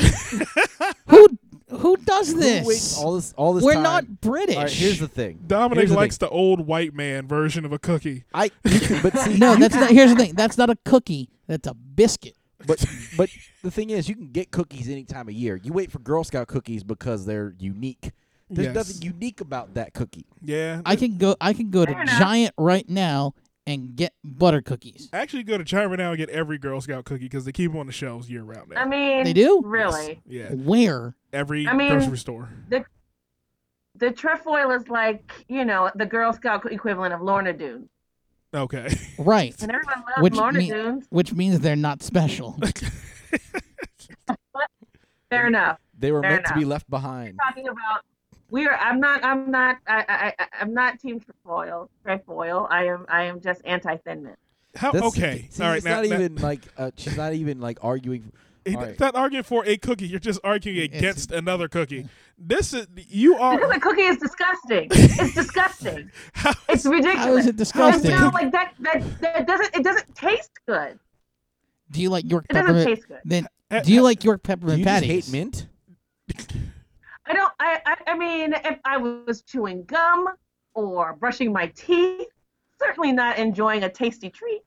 [SPEAKER 6] who who does
[SPEAKER 4] Who
[SPEAKER 6] this?
[SPEAKER 4] waits all this, all this
[SPEAKER 6] we're
[SPEAKER 4] time-
[SPEAKER 6] not British.
[SPEAKER 4] All right, here's the thing.
[SPEAKER 1] Dominic
[SPEAKER 4] Here's the
[SPEAKER 1] likes
[SPEAKER 4] thing.
[SPEAKER 1] the old white man version of a cookie.
[SPEAKER 4] I, you can- but see,
[SPEAKER 6] no,
[SPEAKER 4] you
[SPEAKER 6] that's
[SPEAKER 4] can-
[SPEAKER 6] not. Here's the thing. That's not a cookie. That's a biscuit.
[SPEAKER 4] But but the thing is, you can get cookies any time of year. You wait for Girl Scout cookies because they're unique. There's
[SPEAKER 1] Yes.
[SPEAKER 4] nothing unique about that cookie.
[SPEAKER 1] Yeah,
[SPEAKER 6] I can go. I can go to
[SPEAKER 7] Fair enough.
[SPEAKER 6] Giant right now and get butter cookies.
[SPEAKER 1] actually go to China now and get every Girl Scout cookie because they keep them on the shelves year round. now.
[SPEAKER 7] I mean,
[SPEAKER 6] They do?
[SPEAKER 7] really.
[SPEAKER 1] yeah,
[SPEAKER 6] Where?
[SPEAKER 1] every
[SPEAKER 7] I mean-
[SPEAKER 1] grocery store.
[SPEAKER 7] The trefoil is like you know the Girl Scout equivalent of Lorna Doone,
[SPEAKER 1] Okay,
[SPEAKER 6] Right.
[SPEAKER 7] and everyone loves
[SPEAKER 6] Which
[SPEAKER 7] Lorna
[SPEAKER 6] mean-
[SPEAKER 7] Doones.
[SPEAKER 6] Which means they're not special.
[SPEAKER 7] Fair enough.
[SPEAKER 4] They were
[SPEAKER 7] Fair
[SPEAKER 4] meant to be left behind.
[SPEAKER 7] Talking about we are. I'm not. I'm not. I. I. I- I'm not team trefoil. Trefoil. I am. I am just anti thin mint.
[SPEAKER 1] how,
[SPEAKER 4] That's-
[SPEAKER 1] Oh, okay,
[SPEAKER 4] see,
[SPEAKER 1] all right.
[SPEAKER 4] It's
[SPEAKER 1] Now,
[SPEAKER 4] not
[SPEAKER 1] now-
[SPEAKER 4] even like uh, she's not even like arguing.
[SPEAKER 1] It's
[SPEAKER 4] All right.
[SPEAKER 1] not arguing for a cookie. You're just arguing
[SPEAKER 6] It's-
[SPEAKER 1] against another cookie. This is you
[SPEAKER 7] Because
[SPEAKER 1] are.
[SPEAKER 7] the cookie is disgusting. It's disgusting. It's ridiculous.
[SPEAKER 6] How is it
[SPEAKER 7] And
[SPEAKER 6] disgusting?
[SPEAKER 7] now, like that, that, that doesn't it doesn't taste good.
[SPEAKER 6] Do you like York
[SPEAKER 7] It doesn't
[SPEAKER 6] peppermint?
[SPEAKER 7] taste good.
[SPEAKER 6] Then
[SPEAKER 1] Uh,
[SPEAKER 6] do
[SPEAKER 1] uh,
[SPEAKER 6] you like York
[SPEAKER 4] Do
[SPEAKER 6] peppermint
[SPEAKER 4] you just
[SPEAKER 6] patties?
[SPEAKER 4] hate mint?
[SPEAKER 7] I don't. I, I. I mean, if I was chewing gum or brushing my teeth, certainly not enjoying a tasty treat.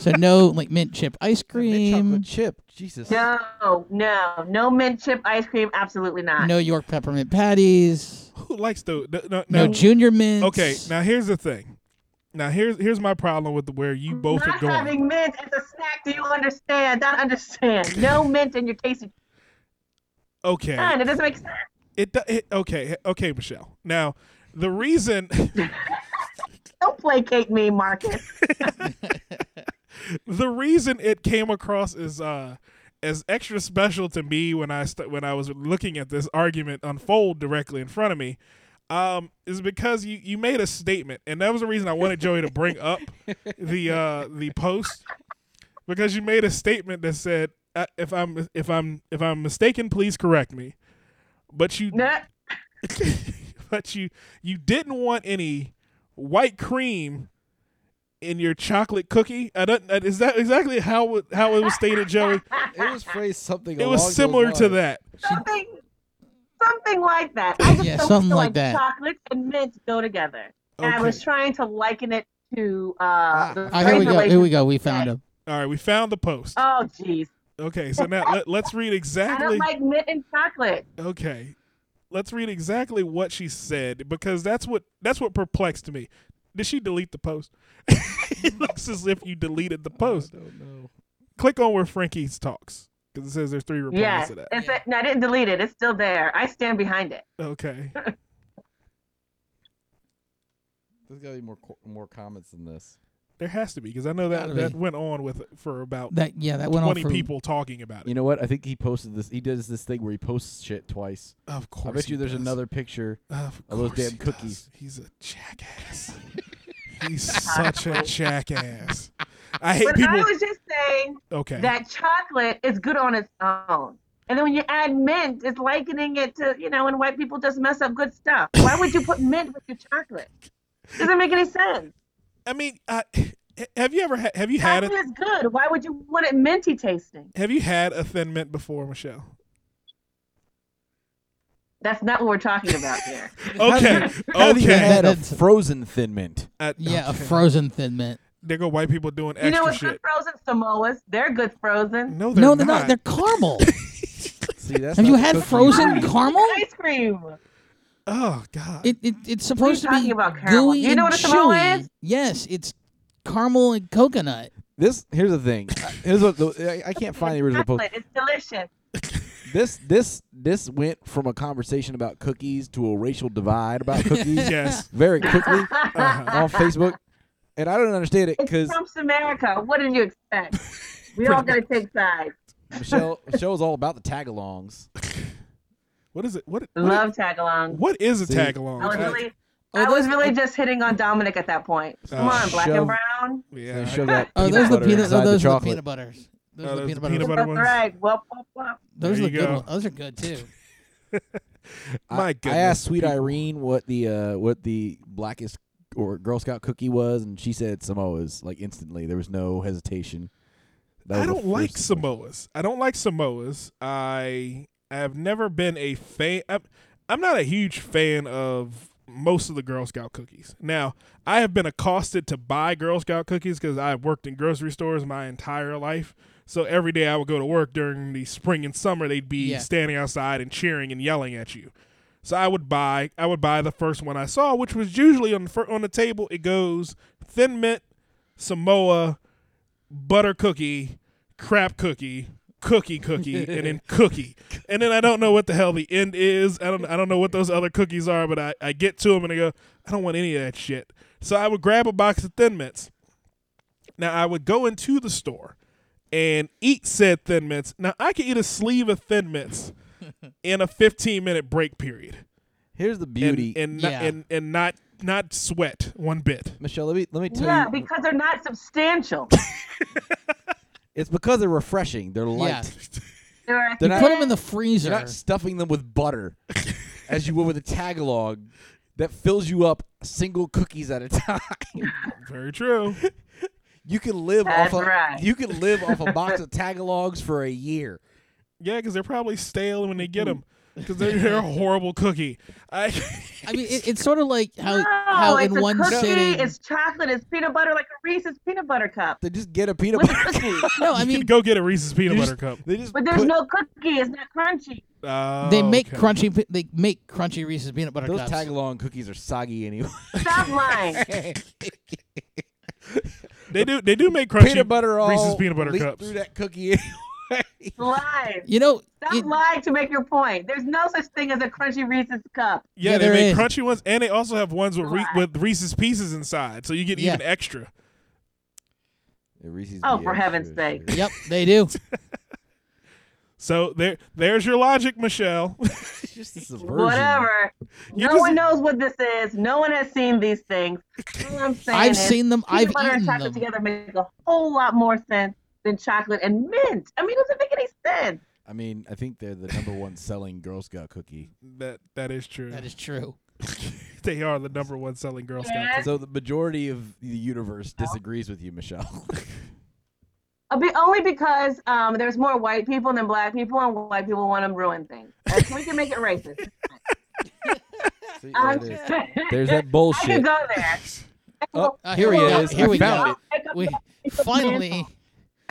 [SPEAKER 6] So no, like mint chip ice
[SPEAKER 4] Mint
[SPEAKER 6] cream.
[SPEAKER 4] chocolate chip. Jesus.
[SPEAKER 7] No, no, no mint chip ice cream. Absolutely not.
[SPEAKER 6] No York peppermint patties.
[SPEAKER 1] who likes the no, no,
[SPEAKER 6] No,
[SPEAKER 1] now-
[SPEAKER 6] junior mints.
[SPEAKER 1] Okay, now here's the thing. Now here's here's my problem with where you both
[SPEAKER 7] not
[SPEAKER 1] are going.
[SPEAKER 7] having mint as a snack. Do you understand? Don't understand. No mint in your tasty.
[SPEAKER 1] okay,
[SPEAKER 7] None. It doesn't make sense.
[SPEAKER 1] it, do- it okay okay Michelle. Now the reason
[SPEAKER 7] Don't placate me, Marcus.
[SPEAKER 1] the reason it came across as uh as extra special to me when I st- when I was looking at this argument unfold directly in front of me um is because you you made a statement and that was the reason I wanted Joey to bring up the uh the post because you made a statement that said uh, if I'm if I'm if I'm mistaken please correct me but you
[SPEAKER 7] No.
[SPEAKER 1] but you you didn't want any white cream in your chocolate cookie. I don't. uh, Is that exactly how it- how it was stated, Joey?
[SPEAKER 4] It was phrased something.
[SPEAKER 1] It
[SPEAKER 4] along
[SPEAKER 1] was
[SPEAKER 4] those
[SPEAKER 1] similar to
[SPEAKER 4] lines.
[SPEAKER 1] that.
[SPEAKER 7] something something like that. I just
[SPEAKER 6] Yeah,
[SPEAKER 7] don't
[SPEAKER 6] something
[SPEAKER 7] feel
[SPEAKER 6] like
[SPEAKER 7] like,
[SPEAKER 6] that.
[SPEAKER 7] chocolate and mint go together. And I
[SPEAKER 1] Okay.
[SPEAKER 7] was trying to liken it to uh the
[SPEAKER 6] Ah, here we go. Here we go. We found him.
[SPEAKER 1] All right, we found the post.
[SPEAKER 7] Oh jeez.
[SPEAKER 1] Okay, so now let, let's read
[SPEAKER 7] I
[SPEAKER 1] exactly.
[SPEAKER 7] don't like mint and chocolate.
[SPEAKER 1] Okay, let's read exactly what she said because that's what that's what perplexed me. Did she delete the post? it looks as if you deleted the post. Click on where Frankie's talks because it says there's three replies
[SPEAKER 7] Yes.
[SPEAKER 1] to that.
[SPEAKER 7] It's a, no, I didn't delete it. It's still there. I stand behind it.
[SPEAKER 1] Okay.
[SPEAKER 4] There's gotta be more co- more comments than this.
[SPEAKER 1] There has to be because I know that
[SPEAKER 6] Gotta
[SPEAKER 1] that
[SPEAKER 6] be.
[SPEAKER 1] went on with for about
[SPEAKER 6] That yeah, that went on
[SPEAKER 1] twenty
[SPEAKER 6] for
[SPEAKER 1] people talking about
[SPEAKER 4] You
[SPEAKER 1] it.
[SPEAKER 4] know what? I think he posted this. He does this thing where he posts shit twice.
[SPEAKER 1] Of course,
[SPEAKER 4] I bet
[SPEAKER 1] he
[SPEAKER 4] you there's
[SPEAKER 1] does.
[SPEAKER 4] another picture.
[SPEAKER 1] Of
[SPEAKER 4] of those
[SPEAKER 1] course
[SPEAKER 4] damn
[SPEAKER 1] he
[SPEAKER 4] cookies.
[SPEAKER 1] does. He's a jackass. He's such a jackass. I hate
[SPEAKER 7] But
[SPEAKER 1] people.
[SPEAKER 7] I was just saying
[SPEAKER 1] okay.
[SPEAKER 7] that chocolate is good on its own. And then when you add mint, it's likening it to, you know, when white people just mess up good stuff. Why would you put mint with your chocolate? Doesn't make any sense.
[SPEAKER 1] I mean, I, have you ever ha- have you had
[SPEAKER 7] Chocolate
[SPEAKER 1] a,
[SPEAKER 7] is good. Why would you want it minty tasting?
[SPEAKER 1] have you had a thin mint before, Michelle?
[SPEAKER 7] That's not what we're talking about here.
[SPEAKER 1] Okay.
[SPEAKER 4] I haven't even
[SPEAKER 1] okay.
[SPEAKER 4] had a
[SPEAKER 6] That's-
[SPEAKER 4] frozen thin mint.
[SPEAKER 1] I-
[SPEAKER 6] Yeah, a
[SPEAKER 1] okay.
[SPEAKER 6] frozen thin mint.
[SPEAKER 1] there go white people doing
[SPEAKER 7] you
[SPEAKER 1] extra
[SPEAKER 7] know what's good
[SPEAKER 1] shit.
[SPEAKER 7] frozen Samoas? They're good frozen.
[SPEAKER 1] No, they're
[SPEAKER 6] No,
[SPEAKER 1] not.
[SPEAKER 6] they're not. They're caramel.
[SPEAKER 4] See, that's
[SPEAKER 6] Have
[SPEAKER 4] not
[SPEAKER 6] you
[SPEAKER 4] the
[SPEAKER 6] had
[SPEAKER 4] cookie.
[SPEAKER 6] frozen caramel?
[SPEAKER 7] Ice cream.
[SPEAKER 1] oh God.
[SPEAKER 6] It, it it's supposed to be
[SPEAKER 7] talking about caramel?
[SPEAKER 6] gooey
[SPEAKER 7] You know
[SPEAKER 6] and
[SPEAKER 7] what a Samoa
[SPEAKER 6] chewy.
[SPEAKER 7] is?
[SPEAKER 6] Yes, it's caramel and coconut.
[SPEAKER 4] This here's the thing. I- Here's what the, I, I can't find the original post.
[SPEAKER 7] Chocolate. It's delicious.
[SPEAKER 4] This this this went from a conversation about cookies to a racial divide about cookies
[SPEAKER 1] yes.
[SPEAKER 4] very quickly
[SPEAKER 1] Uh-huh.
[SPEAKER 4] on Facebook, and I don't understand it
[SPEAKER 7] It's
[SPEAKER 4] because
[SPEAKER 7] Trump's America. What did you expect? We're all going to take sides.
[SPEAKER 4] Michelle Michelle is all about the tagalongs.
[SPEAKER 1] What is it? What? what
[SPEAKER 7] Love tagalongs.
[SPEAKER 1] What is a
[SPEAKER 4] See.
[SPEAKER 1] tag
[SPEAKER 7] I was
[SPEAKER 1] along?
[SPEAKER 7] really,
[SPEAKER 6] Oh,
[SPEAKER 7] I was
[SPEAKER 6] those-
[SPEAKER 7] really just hitting on Dominic at that point. Come
[SPEAKER 1] Oh,
[SPEAKER 7] on, black
[SPEAKER 4] shove-
[SPEAKER 7] and brown.
[SPEAKER 1] Yeah.
[SPEAKER 4] They
[SPEAKER 1] I-
[SPEAKER 4] shove that
[SPEAKER 6] Oh,
[SPEAKER 4] peanut
[SPEAKER 6] those are
[SPEAKER 4] butter
[SPEAKER 6] the peanut.
[SPEAKER 4] inside
[SPEAKER 6] Oh,
[SPEAKER 4] the
[SPEAKER 6] those are the
[SPEAKER 4] chocolate.
[SPEAKER 6] peanut butters. Those
[SPEAKER 1] Oh,
[SPEAKER 6] are the
[SPEAKER 1] those
[SPEAKER 6] peanut
[SPEAKER 1] are the
[SPEAKER 6] butters.
[SPEAKER 1] peanut butter
[SPEAKER 7] That's
[SPEAKER 1] ones.
[SPEAKER 7] right. Well, well, well.
[SPEAKER 6] Those are
[SPEAKER 1] There
[SPEAKER 6] the
[SPEAKER 1] you
[SPEAKER 6] good
[SPEAKER 1] go.
[SPEAKER 6] ones. Those are good too.
[SPEAKER 1] My
[SPEAKER 4] I,
[SPEAKER 1] goodness.
[SPEAKER 4] I asked Sweet Irene what the uh, what the blackest or Girl Scout cookie was, and she said Samoa's like instantly. There was no hesitation. That
[SPEAKER 1] I
[SPEAKER 4] was the
[SPEAKER 1] don't like
[SPEAKER 4] first one.
[SPEAKER 1] Samoas. I don't like Samoas. I have never been a fan. I'm, I'm not a huge fan of most of the Girl Scout cookies. Now, I have been accosted to buy Girl Scout cookies because I've worked in grocery stores my entire life. So every day I would go to work during the spring and summer, they'd be
[SPEAKER 6] Yeah.
[SPEAKER 1] standing outside and cheering and yelling at you. So I would buy I would buy the first one I saw, which was usually on the fir- on the table. It goes thin mint, Samoa, butter cookie, crap cookie, cookie cookie, and then cookie. And then I don't know what the hell the end is. I don't I don't know what those other cookies are, but I, I get to them and I go, I don't want any of that shit. So I would grab a box of thin mints. Now I would go into the store and eat said thin mints. Now I could eat a sleeve of thin mints in a 15 minute break period
[SPEAKER 4] Here's the
[SPEAKER 1] and
[SPEAKER 4] beauty,
[SPEAKER 1] and,
[SPEAKER 6] Yeah.
[SPEAKER 1] not, and and not not sweat one bit.
[SPEAKER 4] Michelle. Let me let me tell
[SPEAKER 7] Yeah,
[SPEAKER 4] you,
[SPEAKER 7] because they're not substantial.
[SPEAKER 4] it's because they're refreshing. They're light.
[SPEAKER 7] They're,
[SPEAKER 4] They're not-
[SPEAKER 6] Put them in the freezer.
[SPEAKER 4] You're not stuffing them with butter as you would with a Tagalog that fills you up single cookies at a time.
[SPEAKER 1] Very true.
[SPEAKER 4] You can live
[SPEAKER 7] That's
[SPEAKER 4] off a,
[SPEAKER 7] right.
[SPEAKER 4] you can live off a box of Tagalogs for a year.
[SPEAKER 1] Yeah, because they're probably stale when they get them. Because they're, they're a horrible cookie. I
[SPEAKER 6] I mean, it, it's sort of like how
[SPEAKER 7] no,
[SPEAKER 6] how
[SPEAKER 7] it's
[SPEAKER 6] in
[SPEAKER 7] a
[SPEAKER 6] one
[SPEAKER 7] cookie,
[SPEAKER 6] sitting.
[SPEAKER 7] it's chocolate, it's peanut butter, like a Reese's peanut butter cup.
[SPEAKER 4] They just get a peanut
[SPEAKER 7] With
[SPEAKER 4] butter.
[SPEAKER 7] cookie.
[SPEAKER 6] no, I
[SPEAKER 1] you
[SPEAKER 6] mean
[SPEAKER 1] can go get a Reese's
[SPEAKER 4] you
[SPEAKER 1] peanut
[SPEAKER 4] just-
[SPEAKER 1] butter cup.
[SPEAKER 4] They just
[SPEAKER 7] But there's
[SPEAKER 4] put-
[SPEAKER 7] no cookie. It's not crunchy.
[SPEAKER 1] Oh,
[SPEAKER 6] they make
[SPEAKER 1] okay.
[SPEAKER 6] crunchy. pe- They make crunchy Reese's peanut butter
[SPEAKER 4] those
[SPEAKER 6] cups.
[SPEAKER 4] Tagalog cookies are soggy anyway.
[SPEAKER 7] Stop lying.
[SPEAKER 1] They do. They do make crunchy
[SPEAKER 4] peanut butter all
[SPEAKER 1] Reese's peanut butter
[SPEAKER 4] leaked
[SPEAKER 1] cups.
[SPEAKER 4] through that cookie. anyway.
[SPEAKER 7] Lies.
[SPEAKER 6] you know,
[SPEAKER 7] Stop
[SPEAKER 6] it-
[SPEAKER 7] lying to make your point. There's no such thing as a crunchy Reese's cup.
[SPEAKER 1] Yeah,
[SPEAKER 6] Yeah,
[SPEAKER 1] they
[SPEAKER 6] there
[SPEAKER 1] make
[SPEAKER 6] is.
[SPEAKER 1] crunchy ones, and they also have ones with Re- with Reese's pieces inside, so you get
[SPEAKER 6] Yeah.
[SPEAKER 1] even extra.
[SPEAKER 4] The Reese's
[SPEAKER 7] Oh,
[SPEAKER 4] be
[SPEAKER 7] for
[SPEAKER 4] extra
[SPEAKER 7] heaven's
[SPEAKER 4] shit.
[SPEAKER 7] sake.
[SPEAKER 6] yep, they do.
[SPEAKER 1] So there, there's your logic, Michelle.
[SPEAKER 4] It's just a subversion.
[SPEAKER 7] Whatever.
[SPEAKER 1] You
[SPEAKER 7] no
[SPEAKER 1] just-
[SPEAKER 7] one knows what this is. No one has seen these things. All I'm saying
[SPEAKER 6] I've
[SPEAKER 7] is
[SPEAKER 6] seen them.
[SPEAKER 7] peanut
[SPEAKER 6] I've
[SPEAKER 7] butter
[SPEAKER 6] eaten
[SPEAKER 7] and chocolate
[SPEAKER 6] them.
[SPEAKER 7] together make a whole lot more sense than chocolate and mint. I mean, it doesn't make any sense.
[SPEAKER 4] I mean, I think they're the number one selling Girl Scout cookie.
[SPEAKER 1] that that is true.
[SPEAKER 6] That is true.
[SPEAKER 1] they are the number one selling Girl Scout.
[SPEAKER 7] Yeah.
[SPEAKER 1] cookie.
[SPEAKER 4] So the majority of the universe disagrees with you, Michelle.
[SPEAKER 7] Uh, be- Only because um, there's more white people than black people, and white people want to ruin things. And we can make it racist.
[SPEAKER 4] See, there
[SPEAKER 7] I'm
[SPEAKER 4] it is.
[SPEAKER 7] just saying.
[SPEAKER 4] There's that
[SPEAKER 7] I could
[SPEAKER 4] bullshit.
[SPEAKER 7] go there.
[SPEAKER 4] Oh,
[SPEAKER 6] Uh, here we
[SPEAKER 4] Well,
[SPEAKER 6] go.
[SPEAKER 4] it's-
[SPEAKER 6] Here
[SPEAKER 4] I
[SPEAKER 6] we
[SPEAKER 4] found
[SPEAKER 6] go.
[SPEAKER 4] it.
[SPEAKER 6] We finally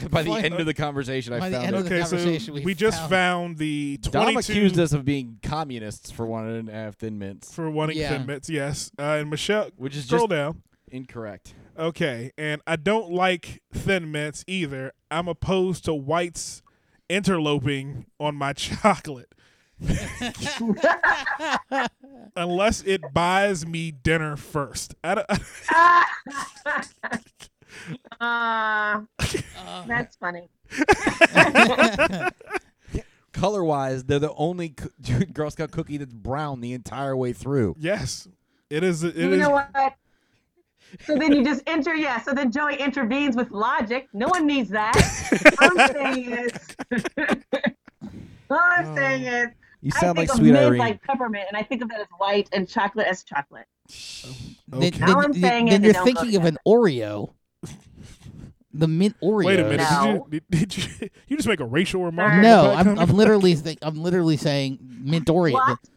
[SPEAKER 4] By the
[SPEAKER 6] Fine.
[SPEAKER 4] end of the conversation, I
[SPEAKER 6] By the
[SPEAKER 4] found
[SPEAKER 6] end
[SPEAKER 4] it.
[SPEAKER 6] of the
[SPEAKER 1] Okay, so
[SPEAKER 6] conversation
[SPEAKER 1] we,
[SPEAKER 6] we
[SPEAKER 1] just
[SPEAKER 6] found-
[SPEAKER 1] found the
[SPEAKER 4] Dom
[SPEAKER 1] 22
[SPEAKER 4] accused us of being communists for wanting to have thin mints,
[SPEAKER 1] for wanting
[SPEAKER 6] Yeah.
[SPEAKER 1] thin mints. Yes, uh, and Michelle,
[SPEAKER 4] which is
[SPEAKER 1] scroll
[SPEAKER 4] just
[SPEAKER 1] down.
[SPEAKER 4] incorrect.
[SPEAKER 1] Okay, and I don't like thin mints either. I'm opposed to whites interloping on my chocolate. Unless it buys me dinner first. I don't,
[SPEAKER 7] Ah, that's funny.
[SPEAKER 4] Color wise, they're the only co- Girl Scout cookie that's brown the entire way through.
[SPEAKER 1] yes, it is. It
[SPEAKER 7] you
[SPEAKER 1] is-
[SPEAKER 7] know what? So then you just enter, yeah. So then Joey intervenes with logic. No one needs that. All I'm saying is, all I'm saying is,
[SPEAKER 4] You
[SPEAKER 7] I
[SPEAKER 4] sound
[SPEAKER 7] think
[SPEAKER 4] like
[SPEAKER 7] of
[SPEAKER 4] Sweet
[SPEAKER 7] mint
[SPEAKER 4] Irene.
[SPEAKER 7] like peppermint, and I think of that as white, and chocolate as chocolate.
[SPEAKER 6] Then,
[SPEAKER 1] Okay.
[SPEAKER 6] then-
[SPEAKER 7] All I'm
[SPEAKER 6] then-
[SPEAKER 7] saying is
[SPEAKER 6] then
[SPEAKER 7] they
[SPEAKER 6] you're
[SPEAKER 7] don't go
[SPEAKER 6] thinking of an Oreo, the mint Oreo.
[SPEAKER 1] Wait a minute.
[SPEAKER 7] No.
[SPEAKER 1] Did, you, did you, you just make a racial remark? on
[SPEAKER 6] No,
[SPEAKER 1] the back
[SPEAKER 6] I'm,
[SPEAKER 1] comment?
[SPEAKER 6] I'm literally think I'm literally saying mint Oreo.
[SPEAKER 7] What?
[SPEAKER 6] The-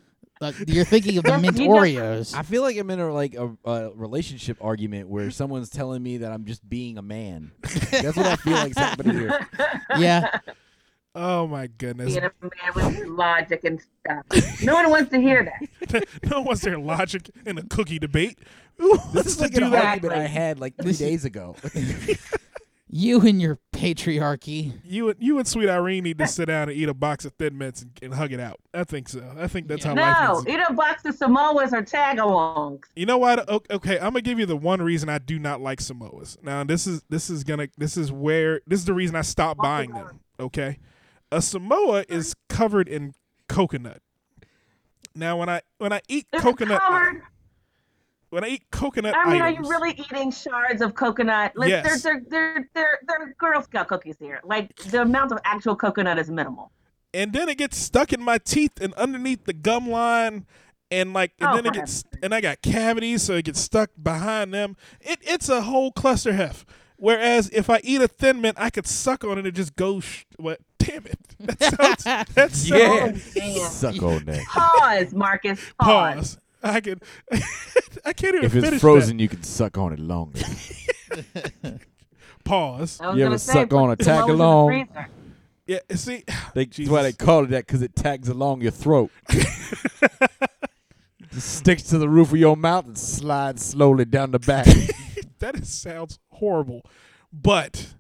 [SPEAKER 6] uh, you're thinking of the
[SPEAKER 7] Yes,
[SPEAKER 6] mint
[SPEAKER 7] you
[SPEAKER 6] Oreos.
[SPEAKER 4] I feel like I'm in a like a, a relationship argument where someone's telling me that I'm just being a man. That's what I feel like happening here.
[SPEAKER 6] yeah,
[SPEAKER 1] Oh my goodness.
[SPEAKER 7] Being a man with logic and stuff. No one wants to hear that.
[SPEAKER 1] no one's their logic in a cookie debate. Who
[SPEAKER 4] This
[SPEAKER 1] wants
[SPEAKER 4] is
[SPEAKER 1] to
[SPEAKER 4] like
[SPEAKER 1] do
[SPEAKER 4] an
[SPEAKER 1] that?
[SPEAKER 4] argument I had like three
[SPEAKER 6] This is-
[SPEAKER 4] days ago.
[SPEAKER 6] you and your patriarchy.
[SPEAKER 1] You and you and Sweet Irene need to sit down and eat a box of Thin Mints and, and hug it out. I think so. I think that's how life
[SPEAKER 7] No,
[SPEAKER 1] is.
[SPEAKER 7] eat a box of Samoas or Tagalongs.
[SPEAKER 1] You know what? O- Okay, I'm gonna give you the one reason I do not like Samoas. Now this is this is gonna this is where this is the reason I stopped buying them. Okay, a Samoa is covered in coconut. Now when I when I eat
[SPEAKER 7] It's
[SPEAKER 1] coconut
[SPEAKER 7] covered.
[SPEAKER 1] when I eat coconut
[SPEAKER 7] I mean, are
[SPEAKER 1] items,
[SPEAKER 7] you really eating shards of coconut? Like,
[SPEAKER 1] Yes.
[SPEAKER 7] They're, they're, they're, they're, they're Girl Scout cookies here. Like, the amount of actual coconut is minimal.
[SPEAKER 1] and then it gets stuck in my teeth and underneath the gum line and like and
[SPEAKER 7] Oh,
[SPEAKER 1] then it
[SPEAKER 7] for
[SPEAKER 1] gets
[SPEAKER 7] heaven's sake.
[SPEAKER 1] and I got cavities so it gets stuck behind them. It it's a whole cluster hef. Whereas if I eat a thin mint, I could suck on it and just go. Sh- what? Damn it! That sounds. That sounds
[SPEAKER 7] Oh,
[SPEAKER 4] yeah,
[SPEAKER 7] Damn.
[SPEAKER 4] suck on that.
[SPEAKER 7] Pause, Marcus. Pause.
[SPEAKER 1] Pause. I can. I can't even
[SPEAKER 4] If
[SPEAKER 1] finish
[SPEAKER 4] it's frozen, you can suck on it longer.
[SPEAKER 1] That. Pause.
[SPEAKER 7] I was
[SPEAKER 4] You ever
[SPEAKER 7] gonna say,
[SPEAKER 4] suck
[SPEAKER 7] put
[SPEAKER 4] on a
[SPEAKER 7] the Samoas in the
[SPEAKER 4] tag-along?
[SPEAKER 7] freezer.
[SPEAKER 1] Yeah. See.
[SPEAKER 4] They, that's why they
[SPEAKER 1] Jesus.
[SPEAKER 4] call it that because it tags along your throat. sticks to the roof of your mouth and slides slowly down the back.
[SPEAKER 1] That is, sounds horrible. But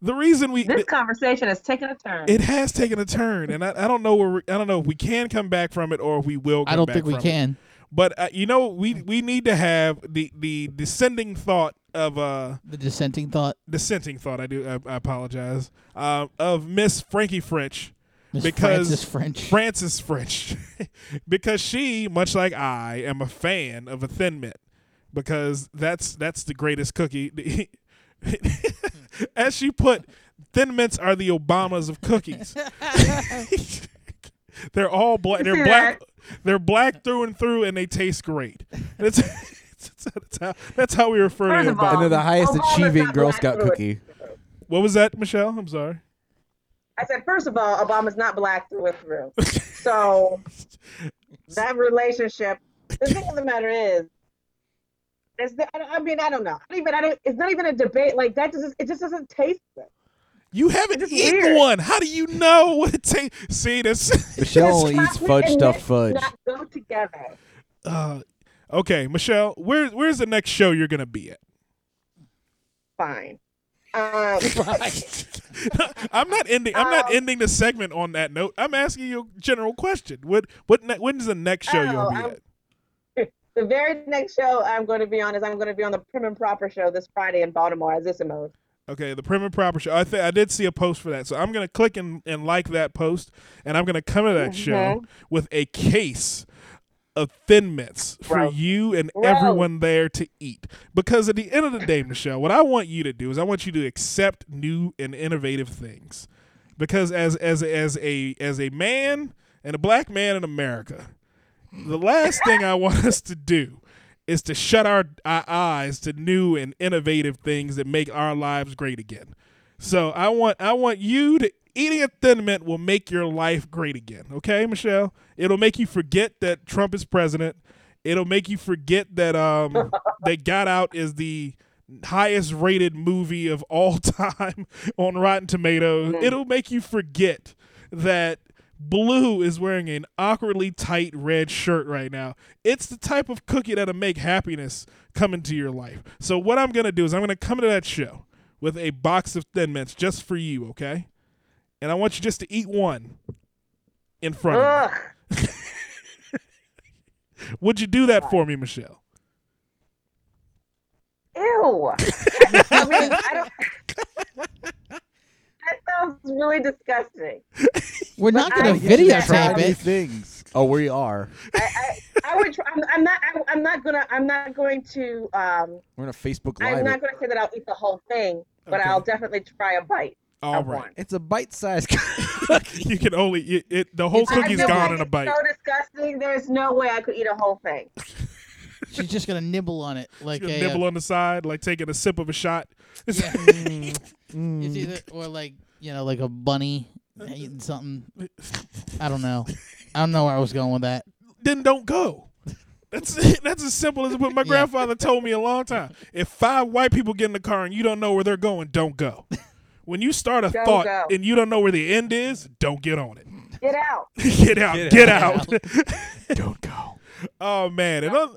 [SPEAKER 1] the reason we
[SPEAKER 7] This conversation is taking a turn.
[SPEAKER 1] it has taken a turn, and I, I don't know where we, I don't know if we can come back from it or if we will. Come
[SPEAKER 6] I don't
[SPEAKER 1] back
[SPEAKER 6] think we
[SPEAKER 1] from it.
[SPEAKER 6] can.
[SPEAKER 1] But uh, you know, we we need to have the the descending thought of uh
[SPEAKER 6] The dissenting thought.
[SPEAKER 1] dissenting thought. I do. I, I apologize. Uh, of Miss Frankie French.
[SPEAKER 6] Miss
[SPEAKER 1] Because
[SPEAKER 6] Frances French.
[SPEAKER 1] Frances French, because she, much like I, am a fan of a Thin Mint, because that's that's the greatest cookie. As she put, Thin Mints are the Obamas of cookies. they're all black. They're black. They're black through and through, and they taste great. That's, that's, how, that's how we refer
[SPEAKER 7] First
[SPEAKER 1] to
[SPEAKER 7] of
[SPEAKER 1] Obama.
[SPEAKER 4] and
[SPEAKER 7] all-
[SPEAKER 4] they're the highest
[SPEAKER 7] Obama's
[SPEAKER 4] achieving
[SPEAKER 7] not
[SPEAKER 4] Girl
[SPEAKER 7] black
[SPEAKER 4] Scout
[SPEAKER 7] through it.
[SPEAKER 4] cookie.
[SPEAKER 1] What was that, Michelle? I'm sorry.
[SPEAKER 7] I said, first of all, Obama's not black through and through. so that relationship. The thing of the matter is, is that I I mean I don't know. I don't even I don't. It's not even a debate like that. Just it just doesn't taste good.
[SPEAKER 1] You haven't
[SPEAKER 7] It's
[SPEAKER 1] eaten
[SPEAKER 7] weird.
[SPEAKER 1] one. How do you know what it tastes? See this.
[SPEAKER 4] Michelle only eats
[SPEAKER 7] Chocolate
[SPEAKER 4] fudge
[SPEAKER 7] and
[SPEAKER 4] stuffed fudge.
[SPEAKER 7] milk Not go together.
[SPEAKER 1] Uh, okay, Michelle, where where's the next show you're gonna be at?
[SPEAKER 7] Fine. Um,
[SPEAKER 1] I'm not ending. I'm not
[SPEAKER 7] Um,
[SPEAKER 1] ending the segment on that note. I'm asking you a general question. What what ne- when's the next show you'll
[SPEAKER 7] Oh,
[SPEAKER 1] be
[SPEAKER 7] I'm-
[SPEAKER 1] at?
[SPEAKER 7] the very next show I'm going to be on is I'm going to be on the Prim and Proper show this Friday in Baltimore as this mode.
[SPEAKER 1] Okay, the prim and proper show. I think I did see a post for that, so I'm gonna click and, and like that post, and I'm gonna come to that show with a case of thin mints for
[SPEAKER 7] Gross.
[SPEAKER 1] you and
[SPEAKER 7] Gross.
[SPEAKER 1] everyone there to eat. Because at the end of the day, Michelle, what I want you to do is I want you to accept new and innovative things. Because as as as a as a man and a black man in America, the last thing I want us to do is to shut our, our eyes to new and innovative things that make our lives great again. So I want I want you to eating a thin mint will make your life great again. Okay, Michelle? It'll make you forget that Trump is president. It'll make you forget that um that Got Out is the highest rated movie of all time on Rotten Tomatoes.
[SPEAKER 7] Mm-hmm.
[SPEAKER 1] It'll make you forget that Blue is wearing an awkwardly tight red shirt right now. It's the type of cookie that'll make happiness come into your life. So what I'm gonna do is I'm gonna come to that show with a box of Thin Mints just for you, okay? And I want you just to eat one in front of
[SPEAKER 7] Ugh.
[SPEAKER 1] me. Would you do that for me, Michelle?
[SPEAKER 7] Ew. I mean, I don't. That sounds really disgusting.
[SPEAKER 6] We're not
[SPEAKER 7] I-
[SPEAKER 6] going to
[SPEAKER 7] Yeah, you gotta
[SPEAKER 6] videotape
[SPEAKER 7] try
[SPEAKER 6] it.
[SPEAKER 4] things. Oh, we are.
[SPEAKER 7] I, I, I would. Try, I'm, I'm not. I, I'm not gonna. I'm not going to. Um,
[SPEAKER 4] We're on a Facebook
[SPEAKER 7] I'm
[SPEAKER 4] live.
[SPEAKER 7] not
[SPEAKER 4] it.
[SPEAKER 7] gonna say that I'll eat the whole thing, but
[SPEAKER 1] Okay.
[SPEAKER 7] I'll definitely try a bite.
[SPEAKER 1] All
[SPEAKER 7] of
[SPEAKER 1] right.
[SPEAKER 7] one.
[SPEAKER 4] It's a bite-sized.
[SPEAKER 1] You can only it, it the whole
[SPEAKER 7] I
[SPEAKER 1] cookie's
[SPEAKER 7] feel
[SPEAKER 1] gone
[SPEAKER 7] like
[SPEAKER 1] in a
[SPEAKER 7] it's
[SPEAKER 1] bite.
[SPEAKER 7] So disgusting. There's no way I could eat a whole thing.
[SPEAKER 6] She's just going to nibble on it. Like
[SPEAKER 1] You
[SPEAKER 6] a,
[SPEAKER 1] nibble
[SPEAKER 6] uh,
[SPEAKER 1] on the side, like taking a sip of a shot.
[SPEAKER 6] mm, it's either, or like, you know, like a bunny eating something. I don't know. I don't know where I was going with that.
[SPEAKER 1] then don't go. That's that's as simple as what my grandfather told me a long time. If five white people get in the car and you don't know where they're going, don't go. When you start a
[SPEAKER 7] Don't
[SPEAKER 1] thought
[SPEAKER 7] go.
[SPEAKER 1] and you don't know where the end is, don't get on it.
[SPEAKER 7] Get out.
[SPEAKER 1] get out. Get, out. don't go. Oh man. And on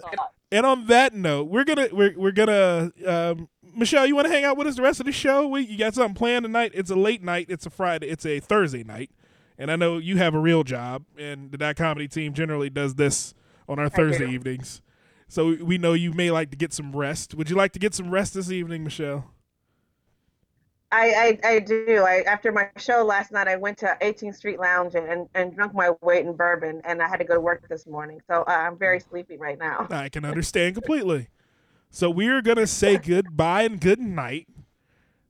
[SPEAKER 1] and on that note, we're gonna we're we're gonna um, Michelle, you wanna hang out with us the rest of the show? We you got something planned tonight? It's a late night, it's a Friday, it's a Thursday night. And I know you have a real job and the Dot Comedy team generally does this on our Thursday evenings. So we know you may like to get some rest. Would you like to get some rest this evening, Michelle?
[SPEAKER 7] I, I, I do. I after my show last night, I went to 18th Street Lounge and, and drunk my weight in bourbon, and I had to go to work this morning, so uh, I'm very sleepy right now.
[SPEAKER 1] I can understand completely. So we are gonna say goodbye and good night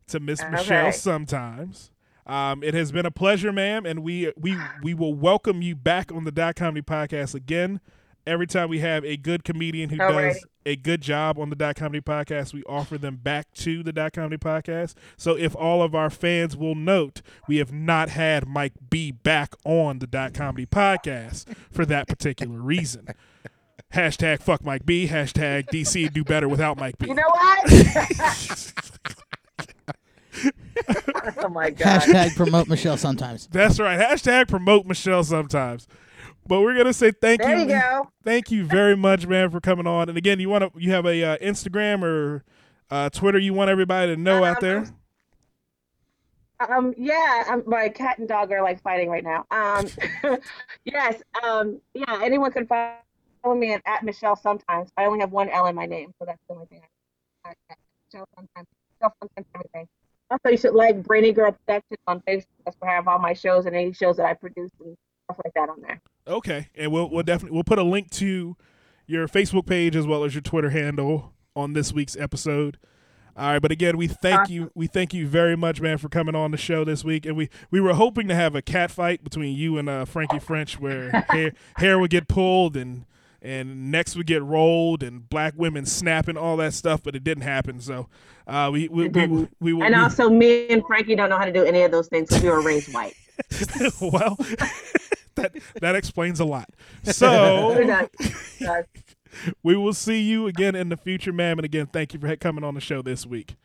[SPEAKER 1] to Miss Michelle.
[SPEAKER 7] Okay.
[SPEAKER 1] Sometimes um, it has been a pleasure, ma'am, and we we we will welcome you back on the Dot Comedy Podcast again. Every time we have a good comedian who
[SPEAKER 7] Alrighty.
[SPEAKER 1] does a good job on the Dot Comedy Podcast, we offer them back to the Dot Comedy Podcast. So if all of our fans will note, we have not had Mike B back on the Dot Comedy Podcast for that particular reason. Hashtag fuck Mike B. Hashtag DC do better without Mike B.
[SPEAKER 7] You know what? oh my god. Oh
[SPEAKER 6] Hashtag promote Michelle sometimes.
[SPEAKER 1] That's right. Hashtag promote Michelle sometimes. But we're gonna say thank
[SPEAKER 7] There
[SPEAKER 1] you.
[SPEAKER 7] you go.
[SPEAKER 1] Thank you very much, man, for coming on. And again, you want to you have a uh, Instagram or uh, Twitter you want everybody to know out there.
[SPEAKER 7] Um, yeah, um, my cat and dog are like fighting right now. Um, yes, um, yeah, anyone can follow me at, at Michelle sometimes. I only have one L in my name, so that's the only thing I I- Michelle sometimes. Michelle sometimes everything. Also, you should like Brainy Girl Productions on Facebook. That's where I have all my shows and any shows that I produce and stuff like that on there.
[SPEAKER 1] Okay, and we'll we'll definitely we'll put a link to your Facebook page as well as your Twitter handle on this week's episode. All right, but again, we thank you we thank you very much, man, for coming on the show this week. And we we were hoping to have a cat fight between you and uh, Frankie French, where hair hair would get pulled and and necks would get rolled and black women snapping all that stuff, but it didn't happen. So uh, we we we, we, we,
[SPEAKER 7] And
[SPEAKER 1] we-
[SPEAKER 7] also, me and Frankie don't know how to do any of those things because we were raised white.
[SPEAKER 1] well that that explains a lot.
[SPEAKER 7] We're
[SPEAKER 1] So.
[SPEAKER 7] not- uh,
[SPEAKER 1] we will see you again in the future, ma'am. And again, thank you for he- coming on the show this week.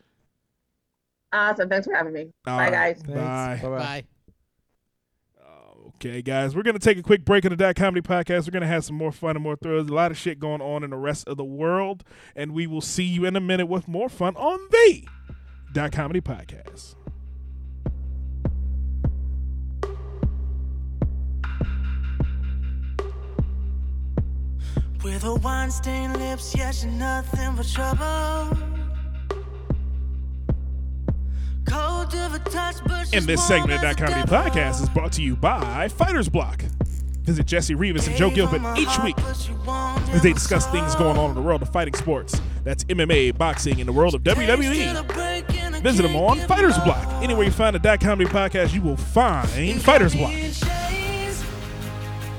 [SPEAKER 7] Awesome. Thanks for having me.
[SPEAKER 1] All
[SPEAKER 7] Bye,
[SPEAKER 1] right.
[SPEAKER 7] guys.
[SPEAKER 1] Bye.
[SPEAKER 4] Bye bye.
[SPEAKER 6] Bye.
[SPEAKER 1] Okay, guys, we're going to take a quick break of the Dot Comedy Podcast. We're going to have some more fun and more thrills. A lot of shit going on in the rest of the world. And we will see you in a minute with more fun on the Dot Comedy Podcast.
[SPEAKER 9] With her wine stained lips, yeah, she nothing but trouble. Cold to the touch, but she's
[SPEAKER 1] And this
[SPEAKER 9] warm
[SPEAKER 1] segment of
[SPEAKER 9] as
[SPEAKER 1] Dot
[SPEAKER 9] a
[SPEAKER 1] Comedy
[SPEAKER 9] devil.
[SPEAKER 1] Podcast is brought to you by Fighters Block. Visit Jesse Rivas and Joe
[SPEAKER 9] Gave
[SPEAKER 1] Gilbert
[SPEAKER 9] him a
[SPEAKER 1] each
[SPEAKER 9] heart,
[SPEAKER 1] week
[SPEAKER 9] but she won't
[SPEAKER 1] as they
[SPEAKER 9] ever
[SPEAKER 1] discuss things going on in the world of fighting sports. That's MMA, boxing, and the world of E.
[SPEAKER 9] stop.
[SPEAKER 1] WWE.
[SPEAKER 9] Still a break and I
[SPEAKER 1] E. Visit them
[SPEAKER 9] can't
[SPEAKER 1] on
[SPEAKER 9] give
[SPEAKER 1] Fighters
[SPEAKER 9] up.
[SPEAKER 1] Block. Anywhere you find the Dot Comedy Podcast, you will find Fighters Block.
[SPEAKER 9] In chains,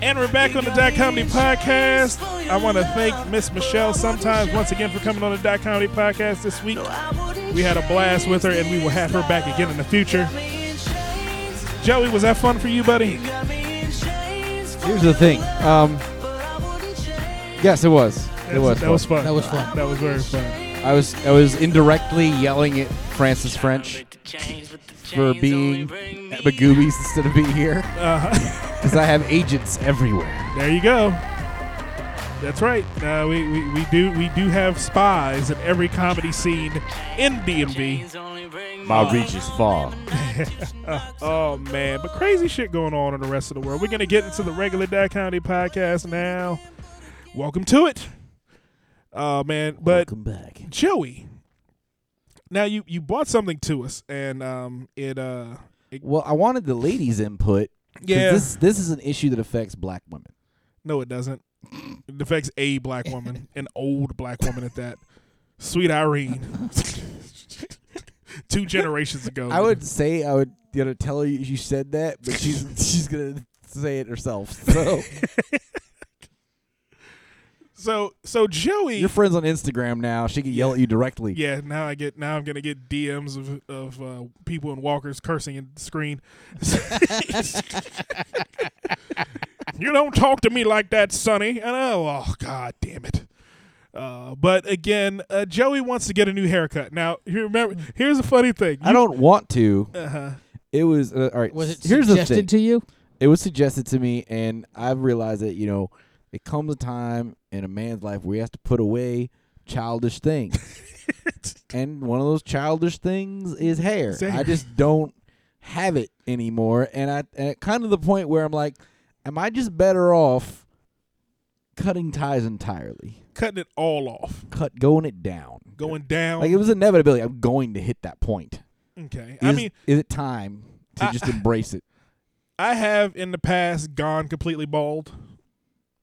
[SPEAKER 1] And we're back on the Dot Comedy Podcast. I want to thank Miss Michelle sometimes once again for coming on the Dot Comedy Podcast this week.
[SPEAKER 9] I wouldn't
[SPEAKER 1] We had a blast with her, and we will have her back again in the future. Joey, was that fun for you, buddy?
[SPEAKER 4] Here's the thing. Um, yes, it was. It was.
[SPEAKER 1] that was
[SPEAKER 4] fun.
[SPEAKER 1] fun.
[SPEAKER 6] That was fun.
[SPEAKER 1] That was very fun.
[SPEAKER 4] I was I was indirectly yelling at Francis French for being at the Goobies instead of being here
[SPEAKER 1] Uh-huh.
[SPEAKER 4] because I have agents everywhere.
[SPEAKER 1] There you go. That's right. Uh, we, we, we do we do have spies in every comedy scene in DMV.
[SPEAKER 4] My reach is far.
[SPEAKER 1] Oh man, but crazy shit going on in the rest of the world. We're gonna get into the regular Dad County podcast now. Welcome to it. Oh man, but
[SPEAKER 4] Welcome back.
[SPEAKER 1] Joey, now you you bought something to us, and um it uh it,
[SPEAKER 4] Well, I wanted the ladies' input. 'cause
[SPEAKER 1] Yeah.
[SPEAKER 4] This this is an issue that affects black women.
[SPEAKER 1] no it doesn't. It affects a black woman, an old black woman at that. Sweet Irene, two generations ago.
[SPEAKER 4] I would say I would you know tell you you said that, but she's she's gonna say it herself. So
[SPEAKER 1] so so Joey.
[SPEAKER 4] your friends on Instagram now, she can yell at you directly.
[SPEAKER 1] Yeah, now I get now I'm gonna get DMs of of uh, people in walkers cursing at the screen. you don't talk to me like that, Sonny. And oh, oh god damn it. Uh, but again, uh, Joey wants to get a new haircut. Now, here- remember, here's a funny thing.
[SPEAKER 4] I don't want to.
[SPEAKER 1] Uh-huh.
[SPEAKER 4] It was uh, all right.
[SPEAKER 6] Was it
[SPEAKER 4] here's the thing.
[SPEAKER 6] suggested to you?
[SPEAKER 4] it was suggested to me, and I've realized that you know it comes a time in a man's life where he has to put away childish things, and one of those childish things is hair.
[SPEAKER 1] It's hair.
[SPEAKER 4] I just don't have it anymore, and I and kind of the point where I'm like, am I just better off cutting ties entirely,
[SPEAKER 1] Cutting it all off,
[SPEAKER 4] cut going it down?
[SPEAKER 1] going down.
[SPEAKER 4] Like it was inevitability. I'm going to hit that point.
[SPEAKER 1] okay,
[SPEAKER 4] Is,
[SPEAKER 1] I mean,
[SPEAKER 4] is it time to just embrace it?
[SPEAKER 1] I have in the past gone completely bald.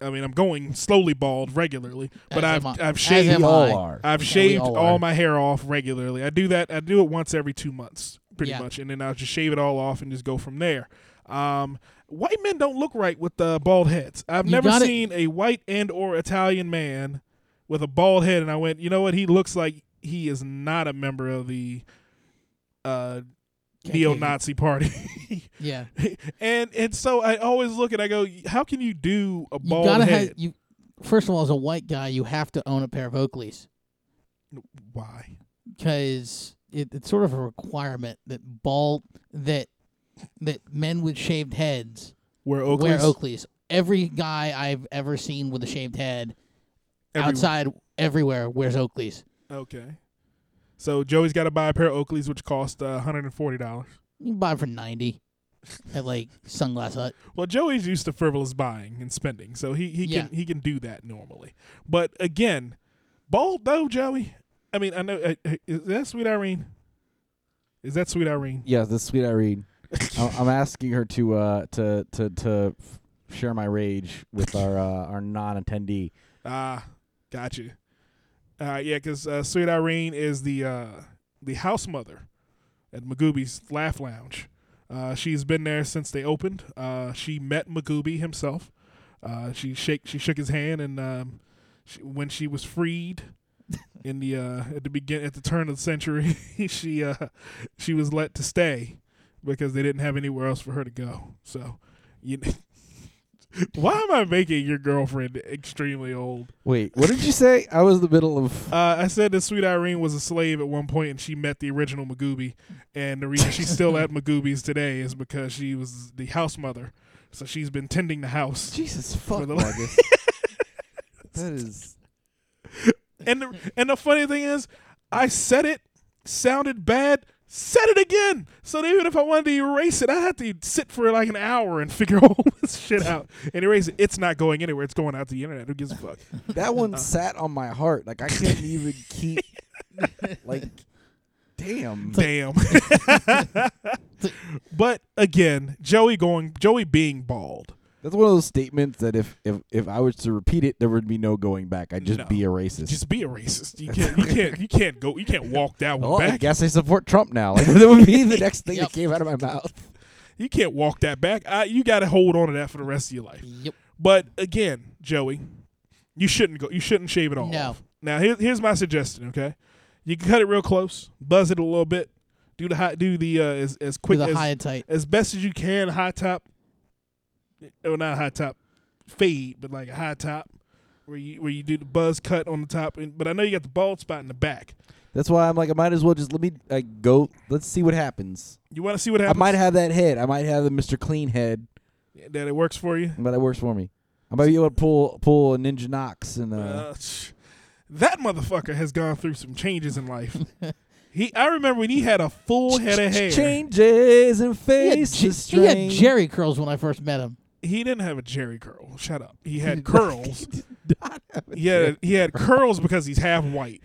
[SPEAKER 1] I mean, I'm going slowly bald regularly, but
[SPEAKER 6] As
[SPEAKER 1] I've
[SPEAKER 6] am I.
[SPEAKER 1] I've
[SPEAKER 6] As
[SPEAKER 1] shaved
[SPEAKER 6] am
[SPEAKER 4] We all
[SPEAKER 6] I.
[SPEAKER 4] are.
[SPEAKER 1] I've
[SPEAKER 6] Yeah, we
[SPEAKER 1] shaved all,
[SPEAKER 6] all are.
[SPEAKER 1] my hair off regularly. I do that. I do it once every two months, pretty
[SPEAKER 6] Yeah.
[SPEAKER 1] much, and then I'll just shave it all off and just go from there. Um, white men don't look right with uh, bald heads. I've
[SPEAKER 6] You
[SPEAKER 1] never
[SPEAKER 6] gotta-
[SPEAKER 1] seen a white and or Italian man with a bald head, and I went, you know what? He looks like he is not a member of the uh,
[SPEAKER 6] Can't take it.
[SPEAKER 1] neo-Nazi party.
[SPEAKER 6] Yeah.
[SPEAKER 1] and and so I always look and I go, how can you do a
[SPEAKER 6] You
[SPEAKER 1] bald
[SPEAKER 6] gotta
[SPEAKER 1] head?
[SPEAKER 6] have you. First of all, as a white guy, you have to own a pair of Oakleys
[SPEAKER 1] Why?
[SPEAKER 6] because it, it's sort of a requirement that bald that that men with shaved heads
[SPEAKER 1] Wear Oakleys.
[SPEAKER 6] wear Oakleys every guy I've ever seen with a shaved head
[SPEAKER 1] Every-
[SPEAKER 6] outside everywhere wears Oakleys.
[SPEAKER 1] Okay. So Joey's got to buy a pair of Oakleys, which cost uh, $140.
[SPEAKER 6] You can buy 'em for ninety at like Sunglass Hut.
[SPEAKER 1] Well, Joey's used to frivolous buying and spending, so he, he
[SPEAKER 6] Yeah.
[SPEAKER 1] can he can do that normally. But again, bold though, Joey. I mean, I know uh, uh, is that Sweet Irene? Is that Sweet Irene?
[SPEAKER 4] Yeah, the sweet Irene. I- I'm asking her to uh to to to f- share my rage with our uh, our non-attendee.
[SPEAKER 1] Ah, got you. Uh, yeah, because uh, Sweet Irene is the uh, the house mother at Magooby's Laugh Lounge. Uh, she's been there since they opened. Uh, she met Magooby himself. Uh, she shake she shook his hand, and um, she, when she was freed in the uh, at the begin at the turn of the century, she uh, she was let to stay because they didn't have anywhere else for her to go. So, you. Why am I making your girlfriend extremely old?
[SPEAKER 4] Wait, what did you say? I was in the middle of.
[SPEAKER 1] Uh, I said that Sweet Irene was a slave at one point, and she met the original Magooby. And the reason she's still at Magooby's today is because she was the house mother, so she's been tending the house.
[SPEAKER 4] Jesus fuck,
[SPEAKER 1] the-
[SPEAKER 4] Marcus. that is.
[SPEAKER 1] And the and the funny thing is, I said it, sounded bad, said it again. So that even if I wanted to erase it, I had to sit for like an hour and figure all this shit out and erase it. It's not going anywhere. It's going out to the internet. Who gives a fuck?
[SPEAKER 4] That one sat on my heart. Like I couldn't even keep. Like, damn.
[SPEAKER 1] Damn. but again, Joey going, Joey being bald.
[SPEAKER 4] That's one of those statements that if if if I was to repeat it, there would be no going back. I'd just
[SPEAKER 1] No.
[SPEAKER 4] be a racist.
[SPEAKER 1] just be a racist. You can't you can't you can't go you can't walk that one
[SPEAKER 4] oh, I
[SPEAKER 1] back.
[SPEAKER 4] guess I support Trump now. Like, that would be the next thing
[SPEAKER 6] Yep.
[SPEAKER 4] that came out of my mouth.
[SPEAKER 1] You can't walk that back. I, you got to hold on to that for the rest of your life.
[SPEAKER 6] Yep.
[SPEAKER 1] But again, Joey, you shouldn't go. You shouldn't shave it all.
[SPEAKER 6] No.
[SPEAKER 1] off. Now here, here's my suggestion. Okay, you can cut it real close, buzz it a little bit, do the high, do the uh, as as quick
[SPEAKER 6] With a
[SPEAKER 1] as
[SPEAKER 6] high and tight.
[SPEAKER 1] as best as you can. High top, oh not high top, fade, but like a high top. Where you, where you do the buzz cut on the top, and, but I know you got the bald spot in the back.
[SPEAKER 4] That's why I'm like, I might as well just let me like go. Let's see what happens.
[SPEAKER 1] You want to see what
[SPEAKER 4] I
[SPEAKER 1] happens?
[SPEAKER 4] might have that head. I might have the Mr. Clean head,
[SPEAKER 1] that it works for you.
[SPEAKER 4] but it works for me. I might be able to pull pull a Ninja Knox and uh,
[SPEAKER 1] Uh, tch, that motherfucker has gone through some changes in life. he, I remember when he had a full head of hair.
[SPEAKER 4] changes and
[SPEAKER 6] He had,
[SPEAKER 4] face
[SPEAKER 6] J-
[SPEAKER 4] the
[SPEAKER 6] he had
[SPEAKER 4] strain.
[SPEAKER 6] Jerry curls when I first met him.
[SPEAKER 1] He didn't have a Jerry curl. Shut up. He had curls. He had, he had curls because he's half white.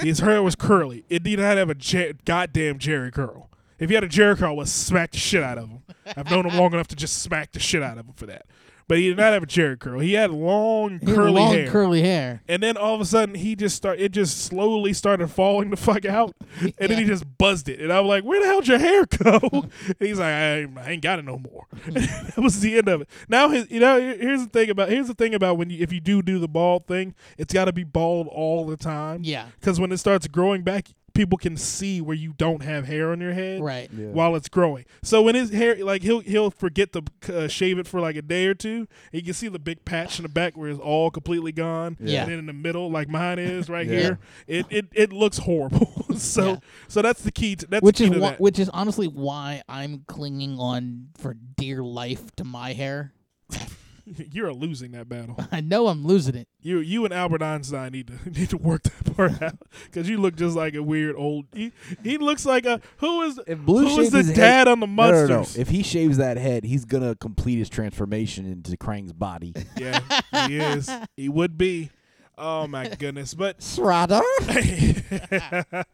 [SPEAKER 1] His hair was curly. It did not have a Jer- goddamn Jerry curl. If he had a Jerry curl, I would smack the shit out of him. I've known him long enough to just smack the shit out of him for that. But he did not have a Jerry curl. He had long
[SPEAKER 6] He had
[SPEAKER 1] curly
[SPEAKER 6] long
[SPEAKER 1] hair.
[SPEAKER 6] curly hair.
[SPEAKER 1] And then all of a sudden, he just start. It just slowly started falling the fuck out, and then he
[SPEAKER 6] Yeah.
[SPEAKER 1] just buzzed it. And I'm like, "Where the hell'd your hair go?" and he's like, I, ain't- "I ain't got it no more." that was the end of it. Now, his, you know, here- here's the thing about here's the thing about when you if you do do the bald thing, it's got to be bald all the time.
[SPEAKER 6] Yeah.
[SPEAKER 1] Because when it starts growing back, people can see where you don't have hair on your head
[SPEAKER 6] Right.
[SPEAKER 1] while it's growing. So when his hair, like he'll he'll forget to uh, shave it for like a day or two. And you can see the big patch in the back where it's all completely gone.
[SPEAKER 6] Yeah.
[SPEAKER 1] And then in the middle, like mine is right
[SPEAKER 4] Yeah.
[SPEAKER 1] here, it, it it looks horrible. so
[SPEAKER 6] Yeah.
[SPEAKER 1] so that's the key. To, that's
[SPEAKER 6] Which
[SPEAKER 1] the
[SPEAKER 6] is
[SPEAKER 1] key to
[SPEAKER 6] why,
[SPEAKER 1] that.
[SPEAKER 6] which is honestly why I'm clinging on for dear life to my hair.
[SPEAKER 1] You're losing that battle.
[SPEAKER 6] I know I'm losing it.
[SPEAKER 1] You you and Albert Einstein need to need to work that part out because you look just like a weird old. He, he looks like a who is
[SPEAKER 4] If Blue
[SPEAKER 1] who is
[SPEAKER 4] shaves
[SPEAKER 1] the
[SPEAKER 4] his head-
[SPEAKER 1] dad on the
[SPEAKER 4] No, no,
[SPEAKER 1] monsters?
[SPEAKER 4] no, If he shaves that head, he's gonna complete his transformation into Krang's body.
[SPEAKER 1] yeah, he is. He would be. Oh my goodness! But
[SPEAKER 4] Strada.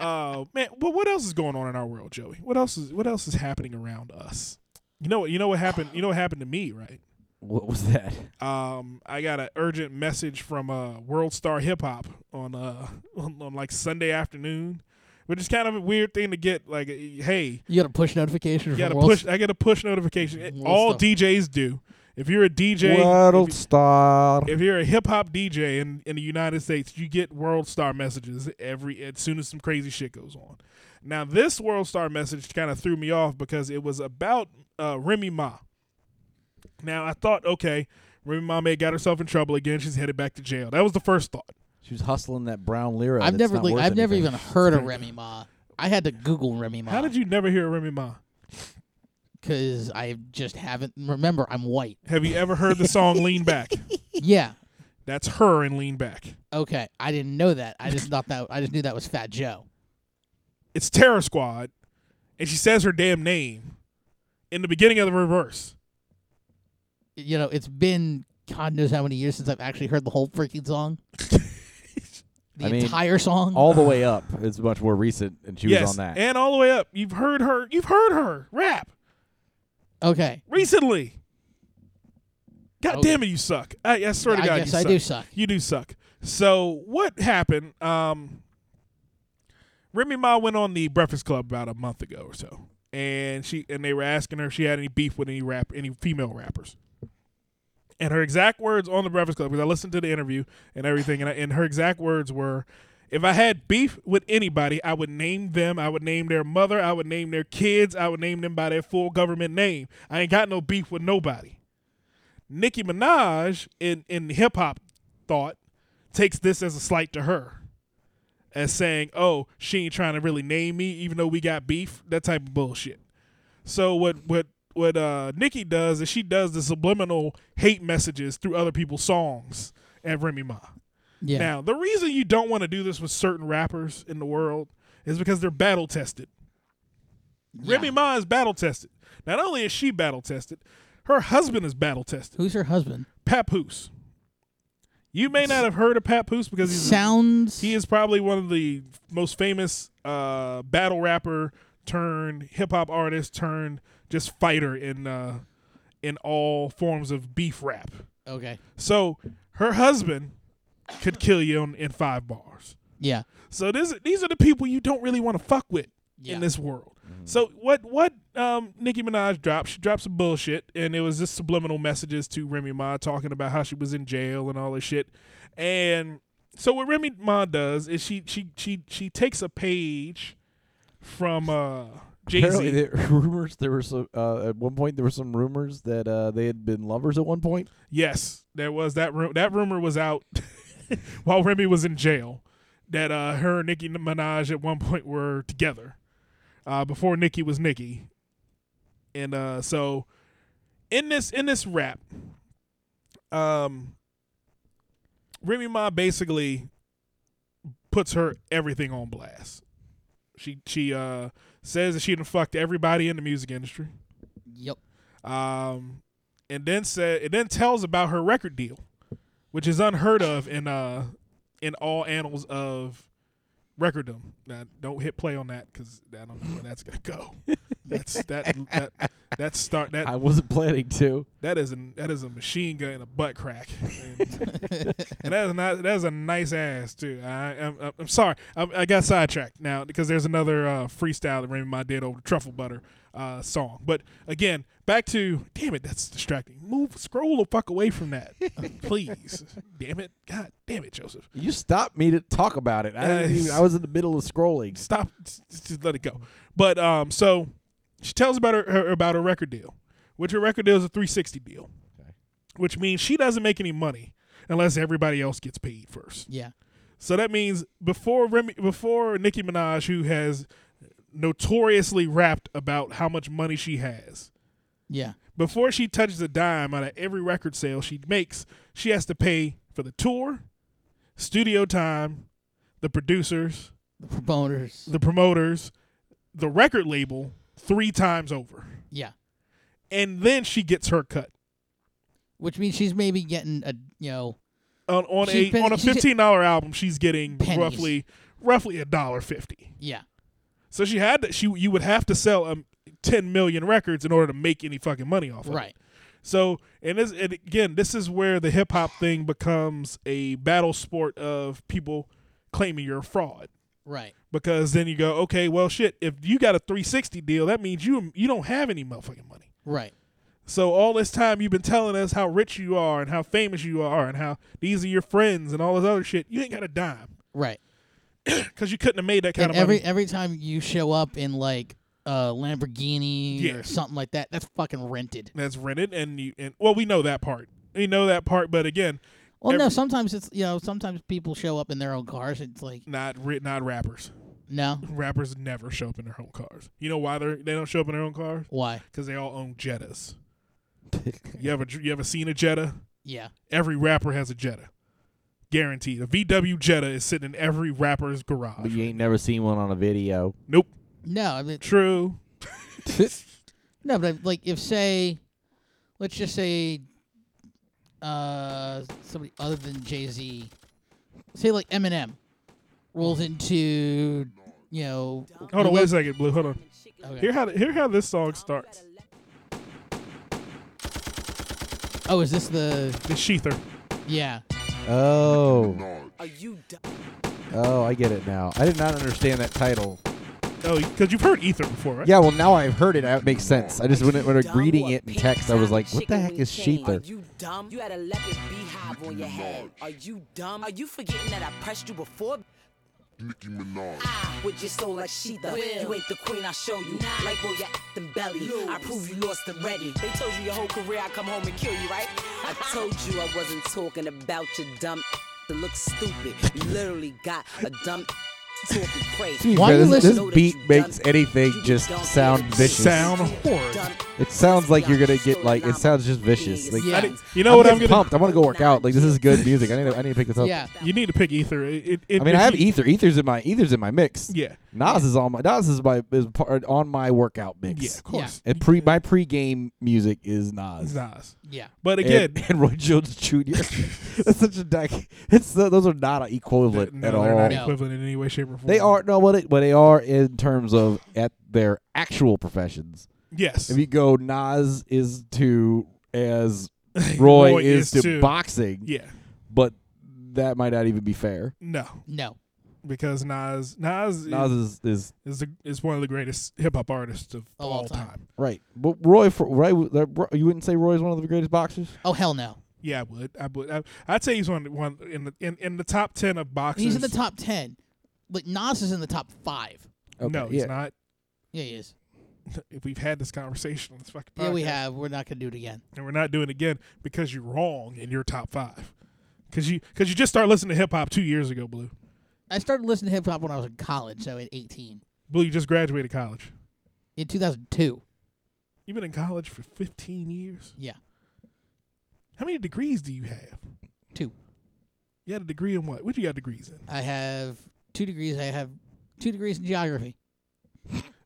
[SPEAKER 1] Oh man, but what else is going on in our world, Joey? What else is what else is happening around us? You know what you know what happened you know what happened to me, right?
[SPEAKER 4] What was that?
[SPEAKER 1] Um, I got an urgent message from uh World Star Hip Hop on uh on, on like Sunday afternoon, which is kind of a weird thing to get. Like, hey,
[SPEAKER 6] You got a push notification.
[SPEAKER 1] you
[SPEAKER 6] from
[SPEAKER 1] got a
[SPEAKER 6] World
[SPEAKER 1] push. I get a push notification. It-
[SPEAKER 6] World
[SPEAKER 1] All
[SPEAKER 6] Star.
[SPEAKER 1] DJs do. If you're a DJ,
[SPEAKER 4] World
[SPEAKER 1] if you-
[SPEAKER 4] star.
[SPEAKER 1] if you're a hip hop DJ in, in the United States, you get world star messages every as soon as some crazy shit goes on. Now this world star message kind of threw me off because it was about uh, Remy Ma. Now I thought, okay, Remy Ma may have got herself in trouble again. She's headed back to jail. That was the first thought.
[SPEAKER 4] She was hustling that brown lira.
[SPEAKER 6] I've
[SPEAKER 4] that's
[SPEAKER 6] never,
[SPEAKER 4] not
[SPEAKER 6] like, I've
[SPEAKER 4] worth
[SPEAKER 6] never
[SPEAKER 4] anything.
[SPEAKER 6] even heard of Remy Ma. I had to Google Remy Ma
[SPEAKER 1] How did you never hear Remy Ma?
[SPEAKER 6] because I just haven't. Remember, I'm white.
[SPEAKER 1] Have you ever heard the song Lean Back?
[SPEAKER 6] yeah.
[SPEAKER 1] That's her in Lean Back.
[SPEAKER 6] Okay. I didn't know that. I just thought that. I just knew that was Fat Joe.
[SPEAKER 1] It's Terror Squad, and she says her damn name in the beginning of the reverse.
[SPEAKER 6] You know, it's been God knows how many years since I've actually heard the whole freaking song. the
[SPEAKER 4] I mean,
[SPEAKER 6] entire song.
[SPEAKER 4] All the way up is much more recent, and she
[SPEAKER 1] yes,
[SPEAKER 4] was on that.
[SPEAKER 1] and all the way up. You've heard her. You've heard her rap
[SPEAKER 6] okay.
[SPEAKER 1] recently. God
[SPEAKER 6] Oh.
[SPEAKER 1] damn it, you suck! I, I swear to
[SPEAKER 6] I
[SPEAKER 1] God,
[SPEAKER 6] guess
[SPEAKER 1] you
[SPEAKER 6] I
[SPEAKER 1] suck.
[SPEAKER 6] do suck.
[SPEAKER 1] You do suck. So what happened? Um, Remy Ma went on the Breakfast Club about a month ago or so, and she and they were asking her if she had any beef with any rap, any female rappers. And her exact words on the Breakfast Club, because I listened to the interview and everything, and, I, and her exact words were, "If I had beef with anybody, I would name them. I would name their mother. I would name their kids. I would name them by their full government name. I ain't got no beef with nobody." Nicki Minaj in in hip hop thought takes this as a slight to her, as saying, "Oh, she ain't trying to really name me, even though we got beef." That type of bullshit. So what what what uh, Nicki does is she does the subliminal hate messages through other people's songs at Remy Ma.
[SPEAKER 6] Yeah.
[SPEAKER 1] Now the reason you don't want to do this with certain rappers in the world is because they're battle tested.
[SPEAKER 6] Yeah.
[SPEAKER 1] Remy Ma is battle tested. Not only is she battle tested, her husband is battle tested.
[SPEAKER 6] Who's her husband?
[SPEAKER 1] Papoose. You may not have heard of Papoose because he's
[SPEAKER 6] Sounds.
[SPEAKER 1] he is probably one of the most famous uh, battle rapper turned hip hop artist turned just fighter in uh, in all forms of beef rap.
[SPEAKER 6] okay.
[SPEAKER 1] So her husband could kill you in, in five bars.
[SPEAKER 6] Yeah.
[SPEAKER 1] So this these are the people you don't really want to fuck with
[SPEAKER 6] Yeah.
[SPEAKER 1] in this world. So what what um, Nicki Minaj dropped? She dropped some bullshit, and it was just subliminal messages to Remy Ma talking about how she was in jail and all this shit. And so what Remy Ma does is she she she she takes a page from uh, Jay
[SPEAKER 4] Apparently,
[SPEAKER 1] Z.
[SPEAKER 4] there, rumors there were some. Uh, at one point, there were some rumors that uh, they had been lovers at one point.
[SPEAKER 1] Yes, there was that ru- that rumor was out while Remy was in jail that uh, her and Nicki Minaj at one point were together uh, before Nicki was Nicki, and uh, so in this in this rap, um, Remy Ma basically puts her everything on blast. She she uh, says that she done fucked everybody in the music industry
[SPEAKER 6] Yep.
[SPEAKER 1] um, and then said it then tells about her record deal, which is unheard of in uh in all annals of recorddom. Now, don't hit play on that because I don't know where that's gonna go. That's that that that start
[SPEAKER 4] I
[SPEAKER 1] that
[SPEAKER 4] wasn't planning to.
[SPEAKER 1] that is an that is a machine gun and a butt crack, and, and that is not that is a nice ass too. I am I'm, I'm sorry I, I got sidetracked now because there's another uh, freestyle that Remy Ma did over the truffle butter uh, song. But again, back to damn it, that's distracting. Move scroll the fuck away from that, please. damn it, God damn it, Joseph.
[SPEAKER 4] You stopped me to talk about it. I, didn't
[SPEAKER 1] Uh,
[SPEAKER 4] even, I was in the middle of scrolling.
[SPEAKER 1] stop just- just let it go but um so she tells about her, her about her record deal which her record deal is a 360 deal which means she doesn't make any money unless everybody else gets paid first
[SPEAKER 6] Yeah.
[SPEAKER 1] so that means before Remy, before Nicki Minaj who has notoriously rapped about how much money she has
[SPEAKER 6] Yeah.
[SPEAKER 1] before she touches a dime out of every record sale she makes, she has to pay for the tour, studio time, the producers,
[SPEAKER 6] The promoters.
[SPEAKER 1] the promoters, the record label three times over.
[SPEAKER 6] Yeah.
[SPEAKER 1] And then she gets her cut
[SPEAKER 6] Which means she's maybe getting a you know
[SPEAKER 1] on on
[SPEAKER 6] She's
[SPEAKER 1] a
[SPEAKER 6] been-
[SPEAKER 1] on a
[SPEAKER 6] she's hit-
[SPEAKER 1] fifteen dollar album. She's getting
[SPEAKER 6] Pennies.
[SPEAKER 1] roughly roughly a dollar fifty.
[SPEAKER 6] yeah
[SPEAKER 1] So she had to, she you would have to sell um, ten million records in order to make any fucking money off of it.
[SPEAKER 6] right
[SPEAKER 1] So and this and again, this is where the hip hop thing becomes a battle sport of people claiming you're a fraud.
[SPEAKER 6] right
[SPEAKER 1] Because then you go, okay, well, shit. If you got a 360 deal, that means you you don't have any motherfucking money.
[SPEAKER 6] right
[SPEAKER 1] So all this time you've been telling us how rich you are and how famous you are and how these are your friends and all this other shit. You ain't got a dime
[SPEAKER 6] right.
[SPEAKER 1] because you couldn't have made that kind
[SPEAKER 6] and
[SPEAKER 1] of
[SPEAKER 6] every
[SPEAKER 1] money.
[SPEAKER 6] every time you show up in like a Lamborghini
[SPEAKER 1] Yeah.
[SPEAKER 6] or something like that, that's fucking rented.
[SPEAKER 1] That's rented and you and well, we know that part. We know that part, but again,
[SPEAKER 6] Well, no,
[SPEAKER 1] Every-
[SPEAKER 6] sometimes it's you know sometimes people show up in their own cars. It's like
[SPEAKER 1] not ri- not rappers.
[SPEAKER 6] No.
[SPEAKER 1] Rappers never show up in their own cars. You know why they are they don't show up in their own cars?
[SPEAKER 6] Why?
[SPEAKER 1] Because they all own Jettas. You ever you ever seen a Jetta?
[SPEAKER 6] Yeah.
[SPEAKER 1] Every rapper has a Jetta, guaranteed. A VW Jetta is sitting in every rapper's
[SPEAKER 4] But
[SPEAKER 1] garage.
[SPEAKER 4] you ain't never seen one on a video.
[SPEAKER 1] Nope.
[SPEAKER 6] No. I mean,
[SPEAKER 1] True.
[SPEAKER 6] no. But like, if say, let's just say, uh, somebody other than Jay Z, say like Eminem, rolls into, you know.
[SPEAKER 1] Hold on, wait a
[SPEAKER 6] Lil-
[SPEAKER 1] second, Blue. Hold on.
[SPEAKER 6] Okay.
[SPEAKER 1] Hear how hear how this song starts.
[SPEAKER 6] Oh, is this the?
[SPEAKER 1] The Sheether.
[SPEAKER 6] Yeah.
[SPEAKER 4] oh,
[SPEAKER 3] No.
[SPEAKER 4] oh, I get it now. I did not understand that title.
[SPEAKER 1] Oh, because you've heard Ether before, right?
[SPEAKER 4] Yeah, well, now I've heard it. It makes sense. I just when, it, when I- reading it in text, I was like, "What the heck is Sheether?"
[SPEAKER 9] You dumb? You had a leopard's beehive on your head. Are you dumb? Are you forgetting that I pressed you before?
[SPEAKER 3] Nicki Minaj.
[SPEAKER 9] Ah, with your soul like Sheetha. You ain't the queen, I show you. Like where your them belly. I prove you lost and ready. They told you your whole career I come home and kill you, right? I told you I wasn't talking about your dumb to look stupid. You literally got a dumb talking crazy.
[SPEAKER 6] Why
[SPEAKER 4] Why
[SPEAKER 6] you
[SPEAKER 4] this,
[SPEAKER 6] listen-
[SPEAKER 4] this beat makes anything just sound vicious.
[SPEAKER 1] Sound horrid.
[SPEAKER 4] It sounds like you're gonna get like it sounds just vicious. Like
[SPEAKER 6] Yeah.
[SPEAKER 1] I didn't- you know
[SPEAKER 4] I'm
[SPEAKER 1] what I'm
[SPEAKER 4] getting
[SPEAKER 1] gonna?
[SPEAKER 4] pumped. I want to go work out. Like this is good music. I need to, I need to pick this up.
[SPEAKER 6] Yeah.
[SPEAKER 1] You need to pick Ether. It, it, it-
[SPEAKER 4] I mean, I
[SPEAKER 1] if
[SPEAKER 4] have
[SPEAKER 1] you-
[SPEAKER 4] ether. Ether's in my ether's in my mix.
[SPEAKER 1] Yeah.
[SPEAKER 4] Nas is on my Nas is my is part on my workout mix.
[SPEAKER 1] Yeah, of course.
[SPEAKER 4] And pre my pregame music is Nas.
[SPEAKER 1] Nas.
[SPEAKER 6] Yeah.
[SPEAKER 1] But
[SPEAKER 4] And-
[SPEAKER 1] again,
[SPEAKER 4] and, Roy Jones Jr. That's such a deck. It's uh, those are not equivalent
[SPEAKER 1] no,
[SPEAKER 4] at
[SPEAKER 1] they're
[SPEAKER 4] all.
[SPEAKER 1] not
[SPEAKER 6] No.
[SPEAKER 1] equivalent in any way, shape, or form.
[SPEAKER 4] They are no, but it, but they are in terms of at their actual professions.
[SPEAKER 1] Yes.
[SPEAKER 4] If you go, Nas is to as Roy,
[SPEAKER 1] Roy
[SPEAKER 4] is,
[SPEAKER 1] is
[SPEAKER 4] to,
[SPEAKER 1] to-
[SPEAKER 4] boxing,
[SPEAKER 1] yeah.
[SPEAKER 4] but that might not even be fair.
[SPEAKER 1] No,
[SPEAKER 6] No.
[SPEAKER 1] because Nas Nas,
[SPEAKER 4] Nas is, is
[SPEAKER 1] is the, is one of the greatest hip hop artists of
[SPEAKER 6] Of all
[SPEAKER 1] all
[SPEAKER 6] time.
[SPEAKER 1] time.
[SPEAKER 4] right, but Roy for Roy, you wouldn't say Roy is one of the greatest boxers.
[SPEAKER 6] Oh hell no.
[SPEAKER 1] Yeah, I would. I would. I, I'd say he's one one in the in, in the top ten of boxers.
[SPEAKER 6] He's in the top ten, but Nas is in the top five.
[SPEAKER 1] No, he's
[SPEAKER 4] yeah.
[SPEAKER 1] not.
[SPEAKER 6] Yeah, he is.
[SPEAKER 1] If we've had this conversation on this fucking podcast,
[SPEAKER 6] Yeah, we have. We're not gonna do it again.
[SPEAKER 1] and we're not doing it again because you're wrong in your top five. Because you because you just started listening to hip hop two years ago, Blue.
[SPEAKER 6] I started listening to hip hop when I was in college, so at 18,
[SPEAKER 1] Blue, you just graduated college.
[SPEAKER 6] in 2002.
[SPEAKER 1] You've been in college for 15 years.
[SPEAKER 6] Yeah,
[SPEAKER 1] How many degrees do you have?
[SPEAKER 6] two.
[SPEAKER 1] You had a degree in what? What you got degrees in?
[SPEAKER 6] I have two degrees. I have two degrees in geography.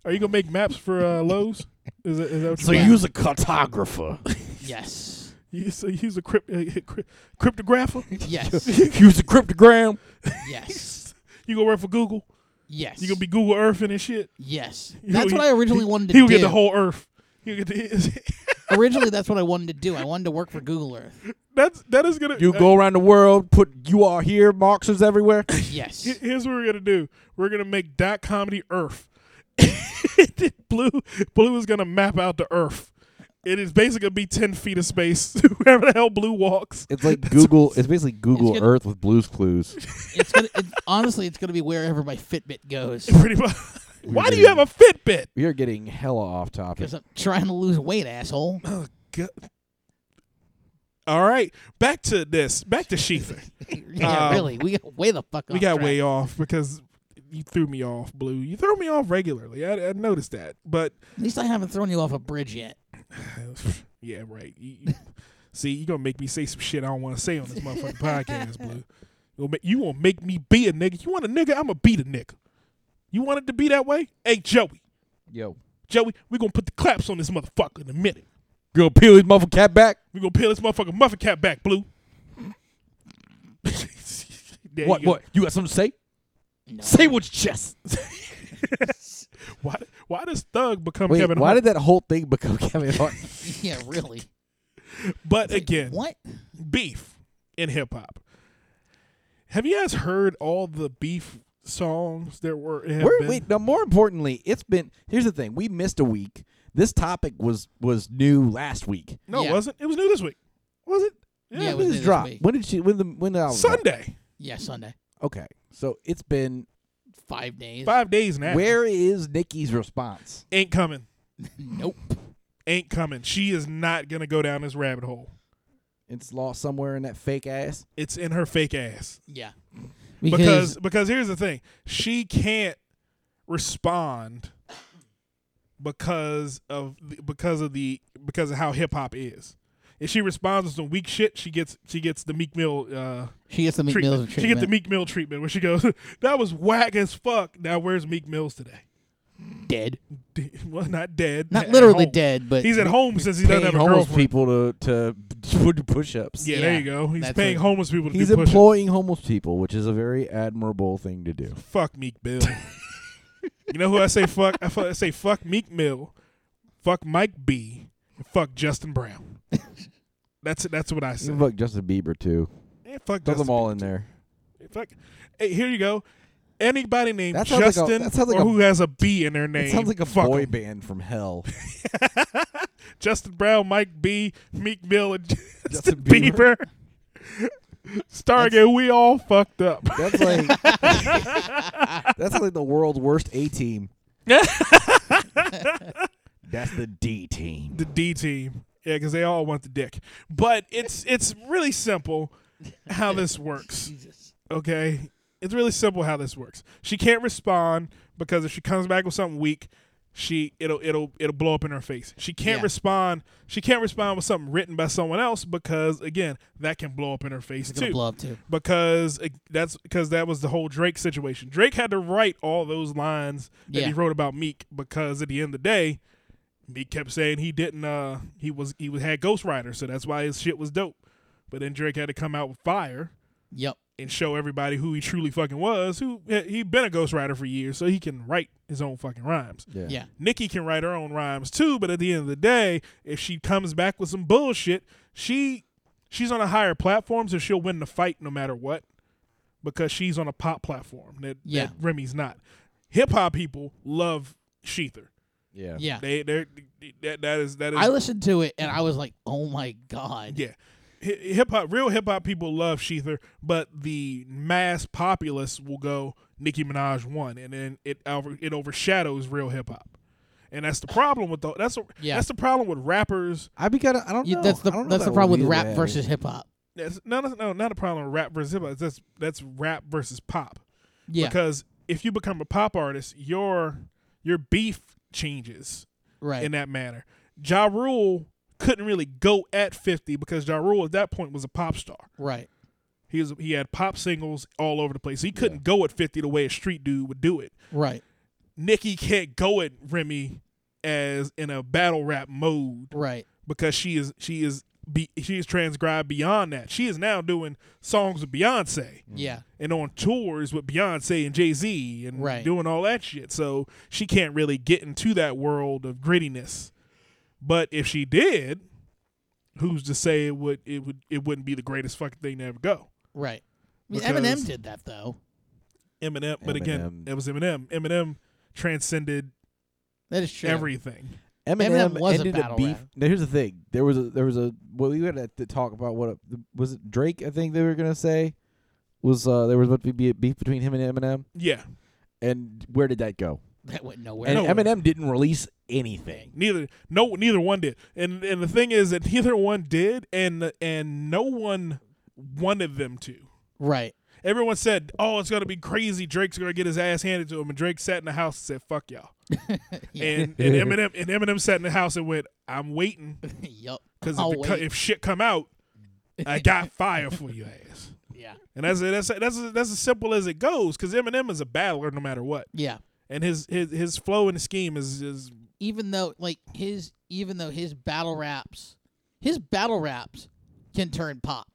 [SPEAKER 1] Are you gonna make maps for uh, Lowe's? Is that, is that what
[SPEAKER 4] So
[SPEAKER 1] you
[SPEAKER 6] Yeah.
[SPEAKER 4] use a cartographer.
[SPEAKER 6] Yes.
[SPEAKER 1] you so you use a crypt, uh, crypt, cryptographer?
[SPEAKER 6] Yes.
[SPEAKER 4] use a cryptogram.
[SPEAKER 6] yes.
[SPEAKER 1] You gonna work for Google?
[SPEAKER 6] Yes.
[SPEAKER 1] You gonna be Google Earthing and shit?
[SPEAKER 6] Yes.
[SPEAKER 1] You
[SPEAKER 6] That's
[SPEAKER 1] know,
[SPEAKER 6] what I originally
[SPEAKER 1] he,
[SPEAKER 6] wanted to
[SPEAKER 1] He would
[SPEAKER 6] do.
[SPEAKER 1] get the whole Earth. He would get the,
[SPEAKER 6] originally, that's what I wanted to do. I wanted to work for Google Earth.
[SPEAKER 1] that's that is gonna.
[SPEAKER 4] You
[SPEAKER 1] uh,
[SPEAKER 4] go around the world, put you are here markers everywhere.
[SPEAKER 6] Yes.
[SPEAKER 1] he- here's what we're gonna do. We're gonna make dot comedy Earth. Blue Blue is gonna map out the Earth. It is basically gonna be ten feet of space wherever the hell Blue walks.
[SPEAKER 4] It's like Google. It's basically Google
[SPEAKER 6] good.
[SPEAKER 4] Earth with Blue's Clues.
[SPEAKER 6] It's gonna. It, honestly, it's gonna be wherever my Fitbit goes
[SPEAKER 1] Pretty much. Why do you have a Fitbit?
[SPEAKER 4] We are getting hella off topic.
[SPEAKER 6] because I'm trying to lose weight, asshole.
[SPEAKER 1] Go- Oh, All right, back to this. Back to Sheether.
[SPEAKER 6] yeah,
[SPEAKER 1] Um,
[SPEAKER 6] really. We got way the fuck.
[SPEAKER 1] we
[SPEAKER 6] off
[SPEAKER 1] got
[SPEAKER 6] track.
[SPEAKER 1] way off because you threw me off, Blue. You throw me off regularly. I, I noticed that, but
[SPEAKER 6] At least I haven't thrown you off a bridge yet.
[SPEAKER 1] yeah, right. You, you- see, you're gonna make me say some shit I don't want to say on this motherfucking podcast, Blue. You'll ma- You gonna make me be a nigga? You want a nigga? I'm a beat a nigga. You want it to be that way? Hey, Joey,
[SPEAKER 4] Yo,
[SPEAKER 1] Joey, we gonna put the claps on this motherfucker in a minute.
[SPEAKER 4] go peel his muffled cap back.
[SPEAKER 1] We gonna peel this motherfucking muffin cap back, Blue. There
[SPEAKER 4] what?
[SPEAKER 1] you go.
[SPEAKER 4] What? You got something to say?
[SPEAKER 6] No.
[SPEAKER 4] Say what's chest.
[SPEAKER 1] Why? Why does Thug become
[SPEAKER 4] Wait,
[SPEAKER 1] Kevin
[SPEAKER 4] why
[SPEAKER 1] Hart?
[SPEAKER 4] did that whole thing become Kevin Hart?
[SPEAKER 6] Yeah, really.
[SPEAKER 1] but again,
[SPEAKER 6] What?
[SPEAKER 1] beef in hip hop. Have you guys heard all the beef songs there were? have
[SPEAKER 4] We're,
[SPEAKER 1] been?
[SPEAKER 4] wait, now more importantly, it's been. Here's the thing: we missed a week. This topic was was new last week.
[SPEAKER 1] no,
[SPEAKER 6] yeah.
[SPEAKER 1] it wasn't. It was new this week. Was it?
[SPEAKER 6] Yeah,
[SPEAKER 4] when
[SPEAKER 6] it was
[SPEAKER 4] did
[SPEAKER 6] new
[SPEAKER 4] it
[SPEAKER 6] this
[SPEAKER 4] drop?
[SPEAKER 6] week.
[SPEAKER 4] When did she? When the when the album drop?
[SPEAKER 1] Sunday.
[SPEAKER 6] Yeah, Sunday.
[SPEAKER 4] Okay, so it's been.
[SPEAKER 6] Five days.
[SPEAKER 1] Five days now.
[SPEAKER 4] Where is Nikki's response?
[SPEAKER 1] Ain't coming.
[SPEAKER 6] Nope.
[SPEAKER 1] Ain't coming. She is not gonna go down this rabbit hole.
[SPEAKER 4] It's lost somewhere in that fake ass.
[SPEAKER 1] It's in her fake ass.
[SPEAKER 6] Yeah.
[SPEAKER 1] because because here's the thing she can't respond because of the, because of the because of how hip hop is. If she responds to some weak shit, she gets she gets the Meek Mill uh,
[SPEAKER 6] She gets the Meek Mills
[SPEAKER 1] treatment.
[SPEAKER 6] of
[SPEAKER 1] She get the
[SPEAKER 6] treatment.
[SPEAKER 1] Meek Mill treatment where she goes, "That was whack as fuck." Now where's Meek Mills today?
[SPEAKER 6] dead.
[SPEAKER 1] Dead- Well, not dead.
[SPEAKER 6] Not
[SPEAKER 1] at
[SPEAKER 6] literally
[SPEAKER 1] home.
[SPEAKER 6] dead, but
[SPEAKER 1] He's at home since he doesn't have a
[SPEAKER 4] homeless
[SPEAKER 1] girlfriend.
[SPEAKER 4] people to to p- do push-ups.
[SPEAKER 1] Yeah, there
[SPEAKER 6] Yeah,
[SPEAKER 1] you go. He's
[SPEAKER 6] that's
[SPEAKER 1] paying
[SPEAKER 6] what-
[SPEAKER 1] homeless people to
[SPEAKER 4] He's
[SPEAKER 1] do push-ups.
[SPEAKER 4] employing homeless people, which is a very admirable thing to do.
[SPEAKER 1] fuck Meek Mill. you know who I say fuck? I, fu- I say fuck Meek Mill, fuck Mike B, and fuck Justin Brown. That's that's what I say.
[SPEAKER 4] Even fuck Justin Bieber too.
[SPEAKER 1] Yeah, fuck
[SPEAKER 4] Throw them
[SPEAKER 1] Justin
[SPEAKER 4] all
[SPEAKER 1] Bieber,
[SPEAKER 4] in there.
[SPEAKER 1] too. Fuck. Hey, here you go. Anybody named
[SPEAKER 4] That sounds like a-
[SPEAKER 1] Justin
[SPEAKER 4] that sounds like
[SPEAKER 1] or
[SPEAKER 4] a-
[SPEAKER 1] who has a B in their name?
[SPEAKER 4] It sounds like a
[SPEAKER 1] fuck
[SPEAKER 4] boy
[SPEAKER 1] 'em.
[SPEAKER 4] band from hell.
[SPEAKER 1] Justin Brown, Mike B, Meek Mill, and Justin,
[SPEAKER 4] Justin
[SPEAKER 1] Bieber.
[SPEAKER 4] Bieber.
[SPEAKER 1] Stargate, we all fucked up.
[SPEAKER 4] That's like that's like the world's worst A team. that's the D team.
[SPEAKER 1] the D team. Yeah, because they all want the dick. But it's it's really simple how this works.
[SPEAKER 6] Jesus.
[SPEAKER 1] Okay, it's really simple how this works. She can't respond because if she comes back with something weak, she it'll it'll it'll blow up in her face. She can't
[SPEAKER 6] Yeah.
[SPEAKER 1] respond. She can't respond with something written by someone else because again that can blow up in her face
[SPEAKER 6] Gonna
[SPEAKER 1] too.
[SPEAKER 6] blow up too.
[SPEAKER 1] Because it- that's because that was the whole Drake situation. Drake had to write all those lines that he
[SPEAKER 6] Yeah.
[SPEAKER 1] wrote about Meek because at the end of the day, he kept saying he didn't uh he was he was had Ghost Rider, so that's why his shit was dope. But then Drake had to come out with fire
[SPEAKER 6] Yep.
[SPEAKER 1] and show everybody who he truly fucking was, who he been a Ghost Rider for years, so he can write his own fucking rhymes.
[SPEAKER 6] Yeah.
[SPEAKER 1] Nikki can write her own rhymes too, but at the end of the day, if she comes back with some bullshit, she she's on a higher platform, so she'll win the fight no matter what. Because she's on a pop platform that,
[SPEAKER 6] Yeah.
[SPEAKER 1] that Remy's not. Hip hop people love Sheether.
[SPEAKER 4] Yeah.
[SPEAKER 6] Yeah.
[SPEAKER 1] They they that that is that is
[SPEAKER 6] I listened to it and I was like, oh my god.
[SPEAKER 1] yeah. Hip hop, real hip hop people love Sheether, but the mass populace will go Nicki Minaj one, and then it over, it overshadows real hip hop, and that's the problem with the that's a,
[SPEAKER 6] Yeah.
[SPEAKER 1] that's the problem with rappers.
[SPEAKER 4] I be kinda I don't
[SPEAKER 6] You-
[SPEAKER 4] know.
[SPEAKER 6] that's the
[SPEAKER 4] I don't know
[SPEAKER 6] that's
[SPEAKER 4] that
[SPEAKER 6] the problem
[SPEAKER 4] would
[SPEAKER 6] with
[SPEAKER 4] be
[SPEAKER 6] rap
[SPEAKER 4] bad.
[SPEAKER 6] versus hip hop.
[SPEAKER 1] That's no, no, no, not a problem with rap versus hip hop. That's that's rap versus pop.
[SPEAKER 6] Yeah.
[SPEAKER 1] Because if you become a pop artist, your your beef changes.
[SPEAKER 6] right.
[SPEAKER 1] in that manner. Ja Rule couldn't really go at 50 because Ja Rule at that point was a pop star.
[SPEAKER 6] right.
[SPEAKER 1] He was he had pop singles all over the place. He couldn't go at 50 the way a street dude would do it.
[SPEAKER 6] Right.
[SPEAKER 1] Nikki can't go at Remy as in a battle rap mode
[SPEAKER 6] Right.
[SPEAKER 1] because she is she is be, she is transcribed beyond that. She is now doing songs with Beyonce
[SPEAKER 6] Yeah.
[SPEAKER 1] and on tours with Beyonce and Jay Z and
[SPEAKER 6] Right.
[SPEAKER 1] doing all that shit. So she can't really get into that world of grittiness. But if she did, who's to say it would it would it wouldn't be the greatest fucking thing to ever go?
[SPEAKER 6] Right. I mean,
[SPEAKER 1] Because-
[SPEAKER 6] Eminem did that though.
[SPEAKER 1] Eminem, but again,
[SPEAKER 4] Eminem.
[SPEAKER 1] it was Eminem. Eminem transcended
[SPEAKER 6] That is true.
[SPEAKER 1] everything.
[SPEAKER 4] Eminem,
[SPEAKER 6] Eminem was a
[SPEAKER 4] ended
[SPEAKER 6] battle
[SPEAKER 4] beef.
[SPEAKER 6] rap.
[SPEAKER 4] Now, here's the thing: there was a there was a well, we had to talk about what was it Drake? I think they were gonna say was uh, there was about to be a beef between him and Eminem,
[SPEAKER 1] Yeah,
[SPEAKER 4] and where did that go?
[SPEAKER 6] that went nowhere.
[SPEAKER 4] And
[SPEAKER 1] No.
[SPEAKER 4] Eminem didn't release anything.
[SPEAKER 1] neither no neither one did. And and the thing is that neither one did, and and no one wanted them to.
[SPEAKER 6] Right.
[SPEAKER 1] Everyone said, "Oh, it's gonna be crazy. Drake's gonna get his ass handed to him." And Drake sat in the house and said, "Fuck y'all." and, and Eminem and Eminem sat in the house and went, "I'm waiting
[SPEAKER 6] yup.
[SPEAKER 1] because
[SPEAKER 6] Oh,
[SPEAKER 1] if, the co-
[SPEAKER 6] wait.
[SPEAKER 1] if shit come out, I got fire for your ass."
[SPEAKER 6] yeah.
[SPEAKER 1] And that's it. That's that's that's as simple as it goes. Because Eminem is a battler no matter what,
[SPEAKER 6] Yeah.
[SPEAKER 1] and his his his flow and his scheme is is
[SPEAKER 6] Even though like his even though his battle raps his battle raps can turn pop.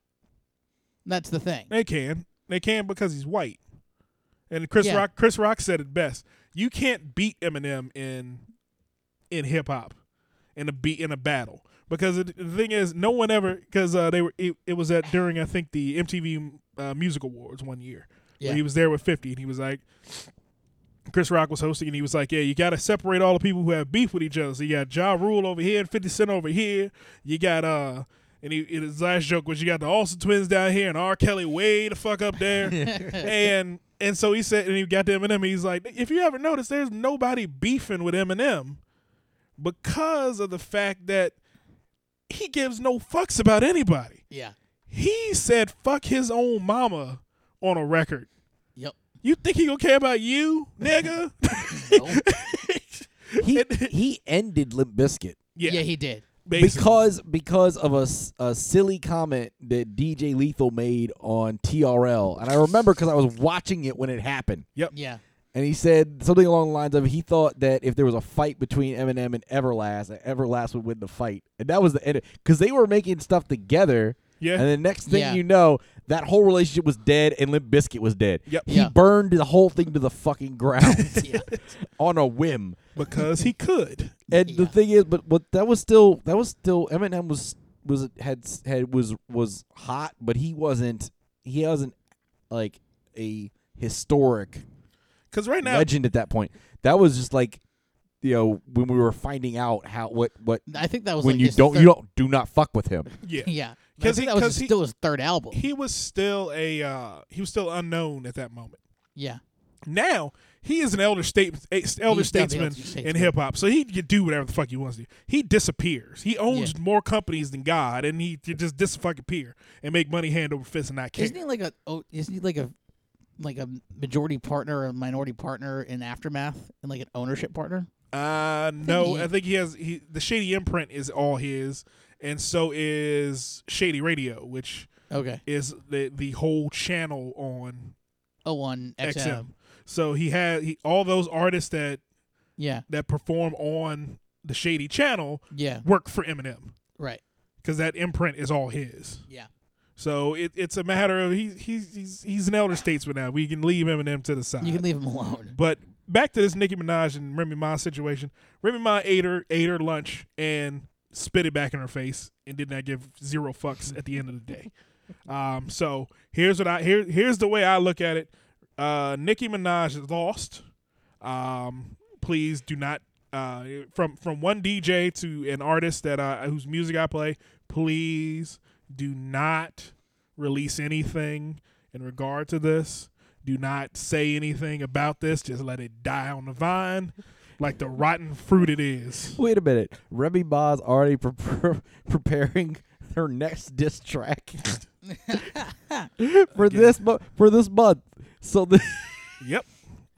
[SPEAKER 6] That's the thing.
[SPEAKER 1] they can they can because he's white. And Chris
[SPEAKER 6] Yeah.
[SPEAKER 1] Rock Chris Rock said it best. You can't beat Eminem in in hip hop in a beat in a battle because it, the thing is no one ever because uh, they were it, it was at during I think the MTV uh, Music Awards one year
[SPEAKER 6] Yeah.
[SPEAKER 1] where he was there with Fifty and he was like Chris Rock was hosting and he was like yeah you got to separate all the people who have beef with each other so you got Ja Rule over here and Fifty Cent over here you got uh and, he, and his last joke was you got the Austin Twins down here and R Kelly way the fuck up there and and so he said and he got to Eminem he's like if you ever notice there's nobody beefing with Eminem because of the fact that he gives no fucks about anybody.
[SPEAKER 6] Yeah.
[SPEAKER 1] He said fuck his own mama on a record.
[SPEAKER 6] Yep.
[SPEAKER 1] You think he gonna care about you, nigga?
[SPEAKER 4] He he ended Limp Biscuit
[SPEAKER 1] yeah,
[SPEAKER 6] yeah, he did.
[SPEAKER 1] basically.
[SPEAKER 4] because because of a, s- a silly comment that DJ Lethal made on TRL, and I remember because I was watching it when it happened,
[SPEAKER 6] Yeah.
[SPEAKER 4] and he said something along the lines of he thought that if there was a fight between Eminem and Everlast, that Everlast would win the fight, and that was the end because they were making stuff together.
[SPEAKER 1] Yeah.
[SPEAKER 4] And the next thing
[SPEAKER 6] Yeah.
[SPEAKER 4] you know, that whole relationship was dead, and Limp Biscuit was dead.
[SPEAKER 1] Yep.
[SPEAKER 4] He
[SPEAKER 6] Yeah.
[SPEAKER 4] burned the whole thing to the fucking ground
[SPEAKER 6] Yeah.
[SPEAKER 4] on a whim.
[SPEAKER 1] because he could.
[SPEAKER 4] And the
[SPEAKER 6] Yeah.
[SPEAKER 4] thing is, but but that was still that was still Eminem was was had had was was hot, but he wasn't he wasn't like a historic
[SPEAKER 1] Because right now,
[SPEAKER 4] legend at that point. That was just like you know when we were finding out how what what
[SPEAKER 6] I think that was
[SPEAKER 4] when
[SPEAKER 6] like
[SPEAKER 4] you
[SPEAKER 6] his
[SPEAKER 4] don't
[SPEAKER 6] third,
[SPEAKER 4] you don't do not fuck with him.
[SPEAKER 1] yeah,
[SPEAKER 6] Yeah. I
[SPEAKER 1] 'Cause
[SPEAKER 6] think
[SPEAKER 1] he-
[SPEAKER 6] that was
[SPEAKER 1] 'cause
[SPEAKER 6] his-
[SPEAKER 1] he-
[SPEAKER 6] still his third album.
[SPEAKER 1] he was still a uh, he was still unknown at that moment.
[SPEAKER 6] yeah.
[SPEAKER 1] Now he is an elder state eh, elder
[SPEAKER 6] He's definitely
[SPEAKER 1] statesman
[SPEAKER 6] elder statesman.
[SPEAKER 1] in hip hop, so he can do whatever the fuck he wants to. do. He disappears. He owns
[SPEAKER 6] Yeah.
[SPEAKER 1] more companies than God, and he can just disappear and make money hand over fist and not care.
[SPEAKER 6] Isn't he like a oh, isn't he like a like a majority partner or a minority partner in aftermath and like an ownership partner?
[SPEAKER 1] Uh, no,
[SPEAKER 6] he-
[SPEAKER 1] I think he has he the Shady imprint is all his, and so is Shady Radio, which
[SPEAKER 6] Okay.
[SPEAKER 1] is the the whole channel on
[SPEAKER 6] Oh one XM.
[SPEAKER 1] XM. So he had he, all those artists that
[SPEAKER 6] Yeah.
[SPEAKER 1] that perform on the Shady channel
[SPEAKER 6] Yeah.
[SPEAKER 1] work for Eminem
[SPEAKER 6] Right.
[SPEAKER 1] because that imprint is all his.
[SPEAKER 6] Yeah.
[SPEAKER 1] So it, it's a matter of he, he's he's he's an elder statesman now. We can leave Eminem to the side.
[SPEAKER 6] You can leave him alone.
[SPEAKER 1] But back to this Nicki Minaj and Remy Ma situation. Remy Ma ate her ate her lunch and spit it back in her face and did not give zero fucks at the end of the day. Um, so here's what I here here's the way I look at it. Uh, Nicki Minaj is lost. Um, please do not uh, from from one DJ to an artist that I, whose music I play. Please do not release anything in regard to this. Do not say anything about this. Just let it die on the vine, like the rotten fruit it is.
[SPEAKER 4] Wait a minute, Remy Ma's already pre- pre- preparing her next diss track for this mo- for this month. So the,
[SPEAKER 1] Yep.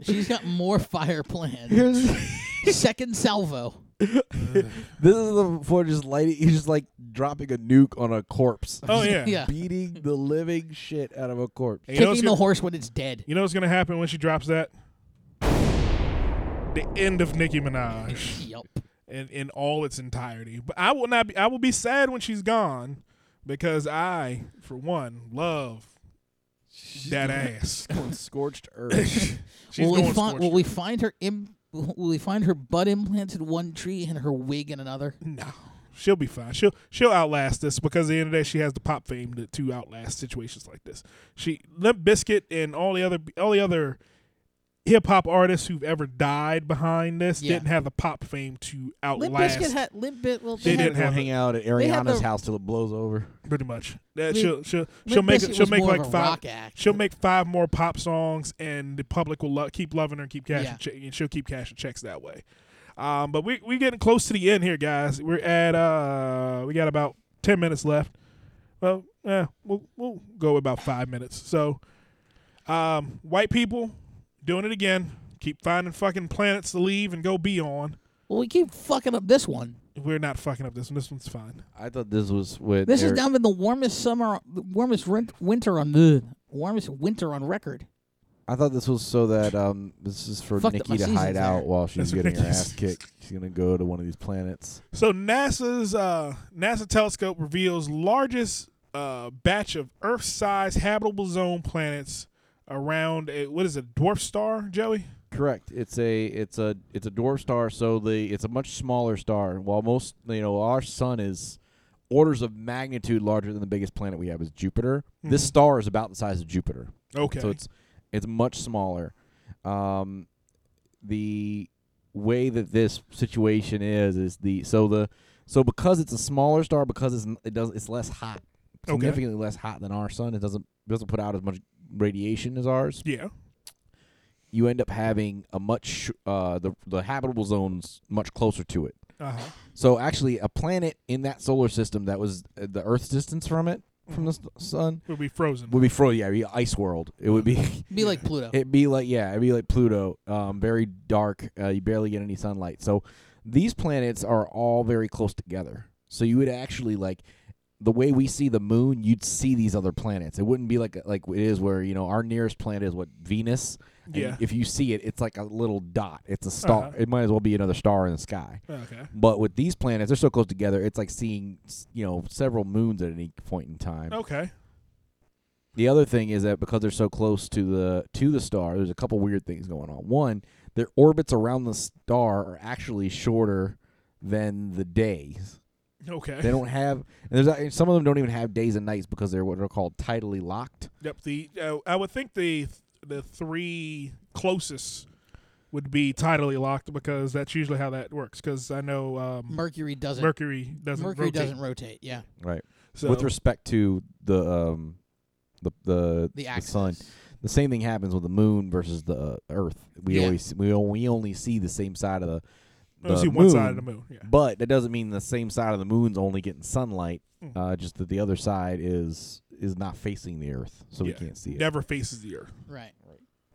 [SPEAKER 6] She's got more fire planned.
[SPEAKER 4] here's
[SPEAKER 6] Second salvo.
[SPEAKER 4] This is the for just lighting. He's just like dropping a nuke on a corpse,
[SPEAKER 1] Oh yeah.
[SPEAKER 6] Yeah.
[SPEAKER 4] beating the living shit out of a corpse.
[SPEAKER 1] And you know what's
[SPEAKER 6] Kicking the
[SPEAKER 1] gonna-
[SPEAKER 6] horse when it's dead.
[SPEAKER 1] You know what's gonna happen when she drops that? The end of Nicki Minaj
[SPEAKER 6] Yup.
[SPEAKER 1] in, in all its entirety. But I will not be I will be sad when she's gone because I, for one, love that ass.
[SPEAKER 4] On scorched earth.
[SPEAKER 1] She's
[SPEAKER 6] will we
[SPEAKER 1] going
[SPEAKER 6] find will
[SPEAKER 1] scorched.
[SPEAKER 6] we find her Im- will we find her butt implants in one tree and her wig in another?
[SPEAKER 1] No. She'll be fine. She'll she'll outlast this because at the end of the day she has the pop fame to, to outlast situations like this. She Limp Biscuit and all the other all the other hip hop artists who've ever died behind this
[SPEAKER 6] Yeah.
[SPEAKER 1] didn't have the pop fame to outlast
[SPEAKER 6] Limp Bizkit had Limp Bit. Well,
[SPEAKER 1] They
[SPEAKER 6] had-
[SPEAKER 1] didn't
[SPEAKER 4] Gonna
[SPEAKER 1] have
[SPEAKER 4] hang out at
[SPEAKER 6] They had
[SPEAKER 4] Ariana's
[SPEAKER 6] the-
[SPEAKER 4] house till it blows over.
[SPEAKER 1] pretty much. That
[SPEAKER 6] Lim-
[SPEAKER 1] she'll she'll
[SPEAKER 6] Limp
[SPEAKER 1] she'll make
[SPEAKER 6] Bizkit
[SPEAKER 1] she'll
[SPEAKER 6] was
[SPEAKER 1] make
[SPEAKER 6] more of
[SPEAKER 1] like
[SPEAKER 6] a
[SPEAKER 1] five
[SPEAKER 6] rock act.
[SPEAKER 1] she'll make five more pop songs and the public will lo- keep loving her and keep cashing
[SPEAKER 6] Yeah.
[SPEAKER 1] che- and she'll keep cashing checks that way. Um, but we we getting close to the end here, guys. We're at uh we got about ten minutes left. Well, yeah, we'll we'll go about five minutes. So, um, white people doing it again. Keep finding fucking planets to leave and go be on.
[SPEAKER 6] Well, we keep fucking up this one.
[SPEAKER 1] We're not fucking up this one. This one's fine.
[SPEAKER 4] I thought this was with.
[SPEAKER 6] This
[SPEAKER 4] Eric-
[SPEAKER 6] has now been the warmest summer, the warmest rent, winter on the warmest winter on record.
[SPEAKER 4] I thought this was so that um, this is for
[SPEAKER 6] Fucked up
[SPEAKER 4] Nikki
[SPEAKER 6] my
[SPEAKER 4] to
[SPEAKER 6] seasons
[SPEAKER 4] hide
[SPEAKER 6] there.
[SPEAKER 4] out while she's
[SPEAKER 1] That's what
[SPEAKER 4] getting her
[SPEAKER 1] Nikki's-
[SPEAKER 4] ass kicked. She's gonna go to one of these planets.
[SPEAKER 1] So NASA's uh, NASA telescope reveals largest uh, batch of Earth-sized habitable zone planets around a, what is it, dwarf star, Joey?
[SPEAKER 4] Correct. It's a it's a it's a dwarf star, so the it's a much smaller star. While most you know our sun is orders of magnitude larger than the biggest planet we have is Jupiter. This
[SPEAKER 1] Mhm.
[SPEAKER 4] star is about the size of Jupiter,
[SPEAKER 1] Okay.
[SPEAKER 4] so it's it's much smaller. Um, the way that this situation is is the so the so because it's a smaller star because it's n- it does it's less hot
[SPEAKER 1] Okay.
[SPEAKER 4] significantly less hot than our sun. It doesn't doesn't put out as much radiation as ours
[SPEAKER 1] yeah.
[SPEAKER 4] you end up having a much uh, the the habitable zones much closer to it.
[SPEAKER 1] Uh-huh.
[SPEAKER 4] So actually, a planet in that solar system that was uh, the Earth's distance from it from the s- sun
[SPEAKER 1] We'll be frozen.
[SPEAKER 4] would be frozen. Yeah, it'd be ice world. It would be
[SPEAKER 6] Be like Pluto.
[SPEAKER 4] It'd be like yeah, it'd be like Pluto, um, very dark. Uh, you barely get any sunlight. So these planets are all very close together. So you would actually like the way we see the moon, you'd see these other planets. It wouldn't be like like it is where you know our nearest planet is what Venus. And
[SPEAKER 1] Yeah.
[SPEAKER 4] If you see it, it's like a little dot. It's a star.
[SPEAKER 1] Uh-huh.
[SPEAKER 4] It might as well be another star in the sky.
[SPEAKER 1] okay.
[SPEAKER 4] But with these planets, they're so close together. It's like seeing s- you know several moons at any point in time.
[SPEAKER 1] Okay.
[SPEAKER 4] The other thing is that because they're so close to the to the star, there's a couple weird things going on. One, their orbits around the star are actually shorter than the days.
[SPEAKER 1] Okay.
[SPEAKER 4] They don't have and there's uh, some of them don't even have days and nights because they're what are called tidally locked.
[SPEAKER 1] Yep. The uh, I would think the the three closest would be tidally locked because that's usually how that works. Because I know um,
[SPEAKER 6] Mercury doesn't.
[SPEAKER 1] Mercury doesn't
[SPEAKER 6] Mercury
[SPEAKER 1] rotate.
[SPEAKER 6] doesn't rotate. Yeah,
[SPEAKER 4] Right.
[SPEAKER 1] so
[SPEAKER 4] With respect to the um the the,
[SPEAKER 6] the
[SPEAKER 4] the
[SPEAKER 6] axis.
[SPEAKER 4] sun, the same thing happens with the moon versus the uh, Earth. We
[SPEAKER 6] Yeah.
[SPEAKER 4] always we, on- we only see the same side of the.
[SPEAKER 1] I
[SPEAKER 4] the
[SPEAKER 1] see one oh, side of the moon. Yeah.
[SPEAKER 4] But that doesn't mean the same side of the moon's only getting sunlight.
[SPEAKER 1] Mm.
[SPEAKER 4] Uh, just that the other side is is not facing the Earth, so
[SPEAKER 1] Yeah.
[SPEAKER 4] we can't see it.
[SPEAKER 1] Never faces the Earth,
[SPEAKER 6] Right.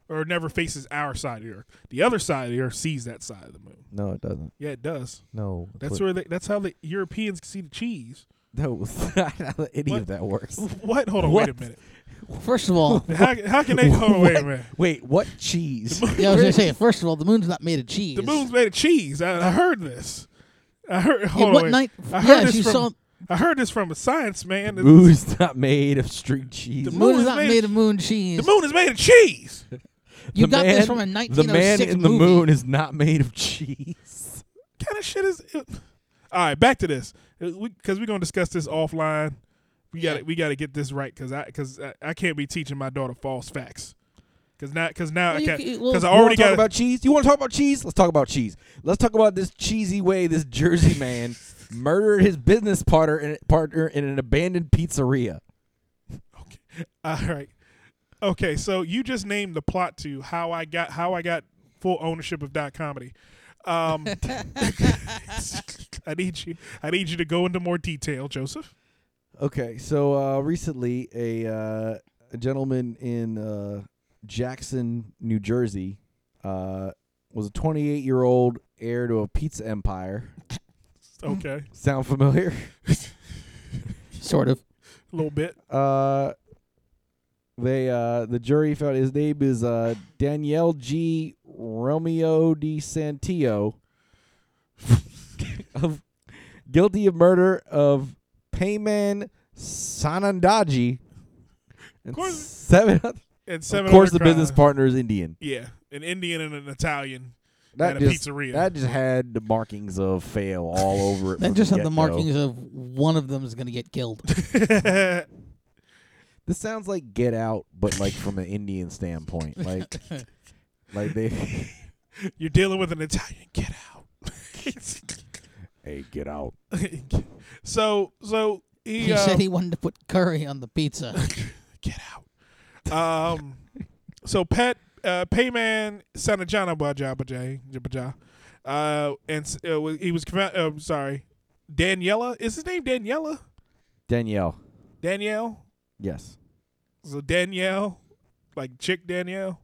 [SPEAKER 1] or never faces our side of the Earth. The other side of the Earth sees that side of the moon.
[SPEAKER 4] No, it doesn't.
[SPEAKER 1] Yeah, it does.
[SPEAKER 4] No,
[SPEAKER 1] That's
[SPEAKER 4] what,
[SPEAKER 1] where they, that's how the Europeans can see the cheese.
[SPEAKER 4] that was not how any
[SPEAKER 1] What?
[SPEAKER 4] of that works.
[SPEAKER 1] What? Hold on. Wait
[SPEAKER 4] What?
[SPEAKER 1] a minute.
[SPEAKER 6] First of all,
[SPEAKER 1] How, how can they? Hold on. Wait a
[SPEAKER 4] What?
[SPEAKER 1] minute.
[SPEAKER 4] Wait, what cheese?
[SPEAKER 6] yeah, I was gonna say. First of all, the moon's not made of cheese.
[SPEAKER 1] The moon's made of cheese. I, I heard this. I heard.
[SPEAKER 6] Yeah,
[SPEAKER 1] Hold on,
[SPEAKER 6] what
[SPEAKER 1] wait.
[SPEAKER 6] night?
[SPEAKER 1] I
[SPEAKER 6] yeah,
[SPEAKER 1] heard
[SPEAKER 6] she
[SPEAKER 1] this from.
[SPEAKER 6] saw.
[SPEAKER 1] I heard this from a science man.
[SPEAKER 4] The
[SPEAKER 1] that-
[SPEAKER 4] moon's not made of string cheese.
[SPEAKER 1] The
[SPEAKER 6] The
[SPEAKER 1] moon
[SPEAKER 6] moon is
[SPEAKER 1] is
[SPEAKER 6] not
[SPEAKER 1] made-
[SPEAKER 6] made of moon cheese.
[SPEAKER 1] The moon is made of cheese.
[SPEAKER 6] you
[SPEAKER 4] The
[SPEAKER 6] got
[SPEAKER 4] man-
[SPEAKER 6] this from a
[SPEAKER 4] The
[SPEAKER 6] 1906
[SPEAKER 4] man in the
[SPEAKER 6] movie.
[SPEAKER 4] moon is not made of cheese.
[SPEAKER 1] kind of shit is? All right, back to this because we, 'cause we're gonna discuss this offline. We got to
[SPEAKER 6] Yeah.
[SPEAKER 1] we got to get this right because I because I, I can't be teaching my daughter false facts because now because now
[SPEAKER 6] Well, you
[SPEAKER 1] I can't
[SPEAKER 6] can- well,
[SPEAKER 1] because
[SPEAKER 4] You
[SPEAKER 1] I already
[SPEAKER 4] want to
[SPEAKER 1] got
[SPEAKER 4] talk about cheese? You want to talk about cheese? Let's talk about cheese. Let's talk about this cheesy way this Jersey man murdered his business partner in, partner in an abandoned pizzeria.
[SPEAKER 1] all right. Okay, so you just named the plot to how I got how I got full ownership of dot comedy. Um, I need you I need you to go into more detail, Joseph.
[SPEAKER 4] Okay, so uh, recently a, uh, a gentleman in uh, Jackson, New Jersey, uh, was a 28 year old heir to a pizza empire.
[SPEAKER 1] Okay,
[SPEAKER 4] Sound familiar?
[SPEAKER 6] Sort of.
[SPEAKER 1] a little bit.
[SPEAKER 4] Uh, they uh, the jury found his name is uh, Danielle G. Romeo Di Santillo of guilty of murder of Payman Sanandaji. And
[SPEAKER 1] course-
[SPEAKER 4] seven oth-
[SPEAKER 1] And
[SPEAKER 4] of
[SPEAKER 1] seven
[SPEAKER 4] course,
[SPEAKER 1] other
[SPEAKER 4] the business
[SPEAKER 1] crimes.
[SPEAKER 4] partner is Indian.
[SPEAKER 1] Yeah, an Indian and an Italian
[SPEAKER 4] That
[SPEAKER 1] at a
[SPEAKER 4] just
[SPEAKER 1] pizzeria.
[SPEAKER 4] that just had the markings of fail all over it.
[SPEAKER 6] That
[SPEAKER 4] from
[SPEAKER 6] just had the
[SPEAKER 4] get-go.
[SPEAKER 6] markings of one of them is gonna get killed.
[SPEAKER 4] This sounds like Get Out, but like from an Indian standpoint. Like, like they
[SPEAKER 1] You're dealing with an Italian. Get out.
[SPEAKER 4] Hey, get out.
[SPEAKER 1] so so he,
[SPEAKER 6] He
[SPEAKER 1] uh,
[SPEAKER 6] said he wanted to put curry on the pizza.
[SPEAKER 1] get out. Um, so Pat uh, Payman Sanajana Baja Baja Baja, uh, and s- uh, wa- he was confa- uh, sorry, Daniela is his name Daniela
[SPEAKER 4] Danielle.
[SPEAKER 1] Danielle.
[SPEAKER 4] Yes.
[SPEAKER 1] So Danielle, like chick Danielle.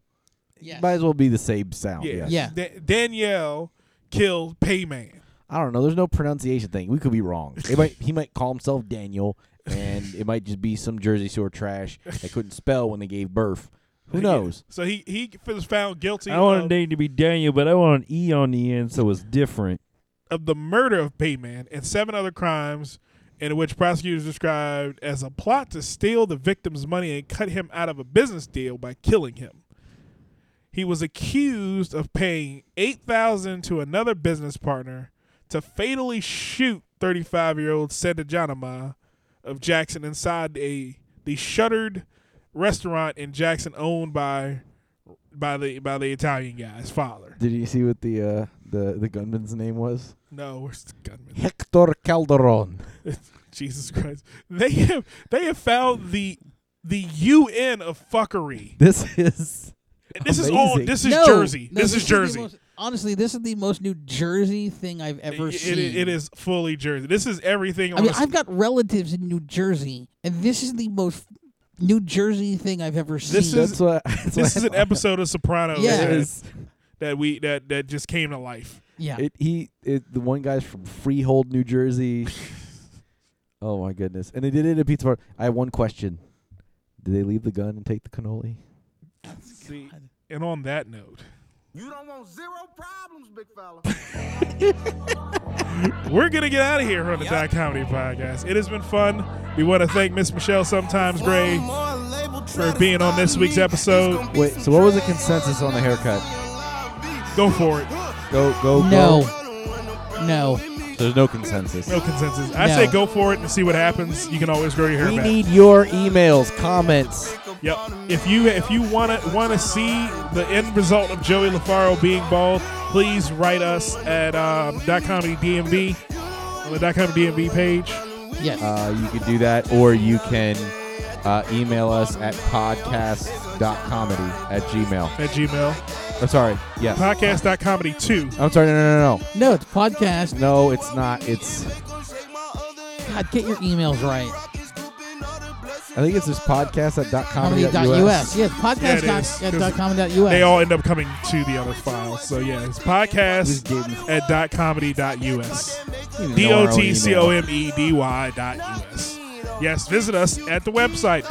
[SPEAKER 6] yes.
[SPEAKER 4] Might as well be the same sound.
[SPEAKER 1] Yeah,
[SPEAKER 4] Oh, yes.
[SPEAKER 6] Yeah.
[SPEAKER 1] Da- Danielle killed Payman.
[SPEAKER 4] I don't know. There's no pronunciation thing. We could be wrong. It might he might call himself Daniel and it might just be some Jersey Shore trash they couldn't spell when they gave birth. Who knows?
[SPEAKER 1] So he he was found guilty
[SPEAKER 4] I want a
[SPEAKER 1] of-
[SPEAKER 4] name to be Daniel, but I want an E on the end so it's different.
[SPEAKER 1] of the murder of Payman and seven other crimes in which prosecutors described as a plot to steal the victim's money and cut him out of a business deal by killing him. He was accused of paying 8000 to another business partner to fatally shoot 35-year-old Santa Janama of Jackson inside a the shuttered restaurant in Jackson owned by by the by the Italian guy's father.
[SPEAKER 4] Did you see what the uh the, the gunman's name was?
[SPEAKER 1] No, where's the gunman?
[SPEAKER 4] Hector Calderon.
[SPEAKER 1] Jesus Christ. They have they have found the the UN of fuckery.
[SPEAKER 4] This is
[SPEAKER 1] And this is all
[SPEAKER 4] Amazing.
[SPEAKER 1] this is
[SPEAKER 6] No,
[SPEAKER 1] Jersey.
[SPEAKER 6] no,
[SPEAKER 1] this, is
[SPEAKER 6] the
[SPEAKER 1] Jersey.
[SPEAKER 6] most- honestly, this is the most New Jersey thing I've ever
[SPEAKER 1] It-
[SPEAKER 6] seen.
[SPEAKER 1] it- it is fully Jersey. This is everything.
[SPEAKER 6] I
[SPEAKER 1] On
[SPEAKER 6] mean,
[SPEAKER 1] a-
[SPEAKER 6] I've got relatives in New Jersey, and this is the most New Jersey thing I've ever seen.
[SPEAKER 1] This is-
[SPEAKER 4] That's what. That's
[SPEAKER 1] this
[SPEAKER 4] what
[SPEAKER 1] is an episode of Sopranos
[SPEAKER 6] Yeah.
[SPEAKER 1] that,
[SPEAKER 4] Yes.
[SPEAKER 1] that we that that just came to life.
[SPEAKER 6] yeah.
[SPEAKER 4] It, he it, the one guy's from Freehold, New Jersey. oh my goodness! And they did it at Pizza Party. I have one question: Did they leave the gun and take the cannoli?
[SPEAKER 1] See, and on that note,
[SPEAKER 3] You don't want zero problems, big fella.
[SPEAKER 1] we're gonna get out of here on the Dot Comedy Podcast. It has been fun. We want to thank Miss Michelle Sometimes Gray for being on this week's episode.
[SPEAKER 4] Wait. So what was the consensus on the haircut?
[SPEAKER 1] Go for it.
[SPEAKER 4] Go go
[SPEAKER 6] no,
[SPEAKER 4] go.
[SPEAKER 6] no.
[SPEAKER 4] There's no consensus.
[SPEAKER 1] No consensus. I
[SPEAKER 6] No.
[SPEAKER 1] say go for it and see what happens. You can always grow your hair
[SPEAKER 4] We
[SPEAKER 1] back.
[SPEAKER 4] need your emails, comments.
[SPEAKER 1] Yep. If you if you wanna wanna see the end result of Joey LaFaro being bald, please write us at um, dot comedy DMV on the dot comedy DMV page.
[SPEAKER 6] Yes.
[SPEAKER 4] Uh, you can do that, or you can uh, email us at podcast.comedy at gmail.
[SPEAKER 1] at gmail.
[SPEAKER 4] I'm sorry. Yes.
[SPEAKER 1] Podcast.comedy 2.
[SPEAKER 4] I'm sorry. No, no, no, no.
[SPEAKER 6] no, it's podcast.
[SPEAKER 4] No, it's not. It's
[SPEAKER 6] God, get your emails right.
[SPEAKER 4] I think it's just podcast at dot comedy
[SPEAKER 6] Comedy.us.
[SPEAKER 4] dot US.
[SPEAKER 6] Yes, podcast
[SPEAKER 1] Yeah, it is,
[SPEAKER 6] dot,
[SPEAKER 1] 'cause
[SPEAKER 6] dot com dot
[SPEAKER 1] They
[SPEAKER 6] US.
[SPEAKER 1] all end up coming to the other file. So, yeah, it's podcast at dot comedy dot us. D O T C O M E D Y dot US. Yes, visit us at the website E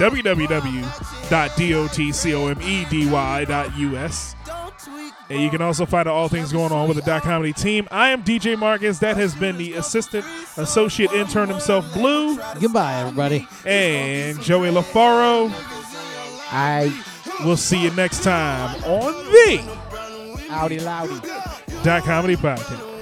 [SPEAKER 1] www.dotcomedy.us. And you can also find out all things going on with the Dot Comedy team. I am DJ Marcus. That has been the assistant associate intern himself, Blue,
[SPEAKER 6] Goodbye, everybody.
[SPEAKER 1] and Joey LaFaro.
[SPEAKER 4] I
[SPEAKER 1] We'll see you next time on the
[SPEAKER 4] outy loudy.
[SPEAKER 1] Dot Comedy Podcast.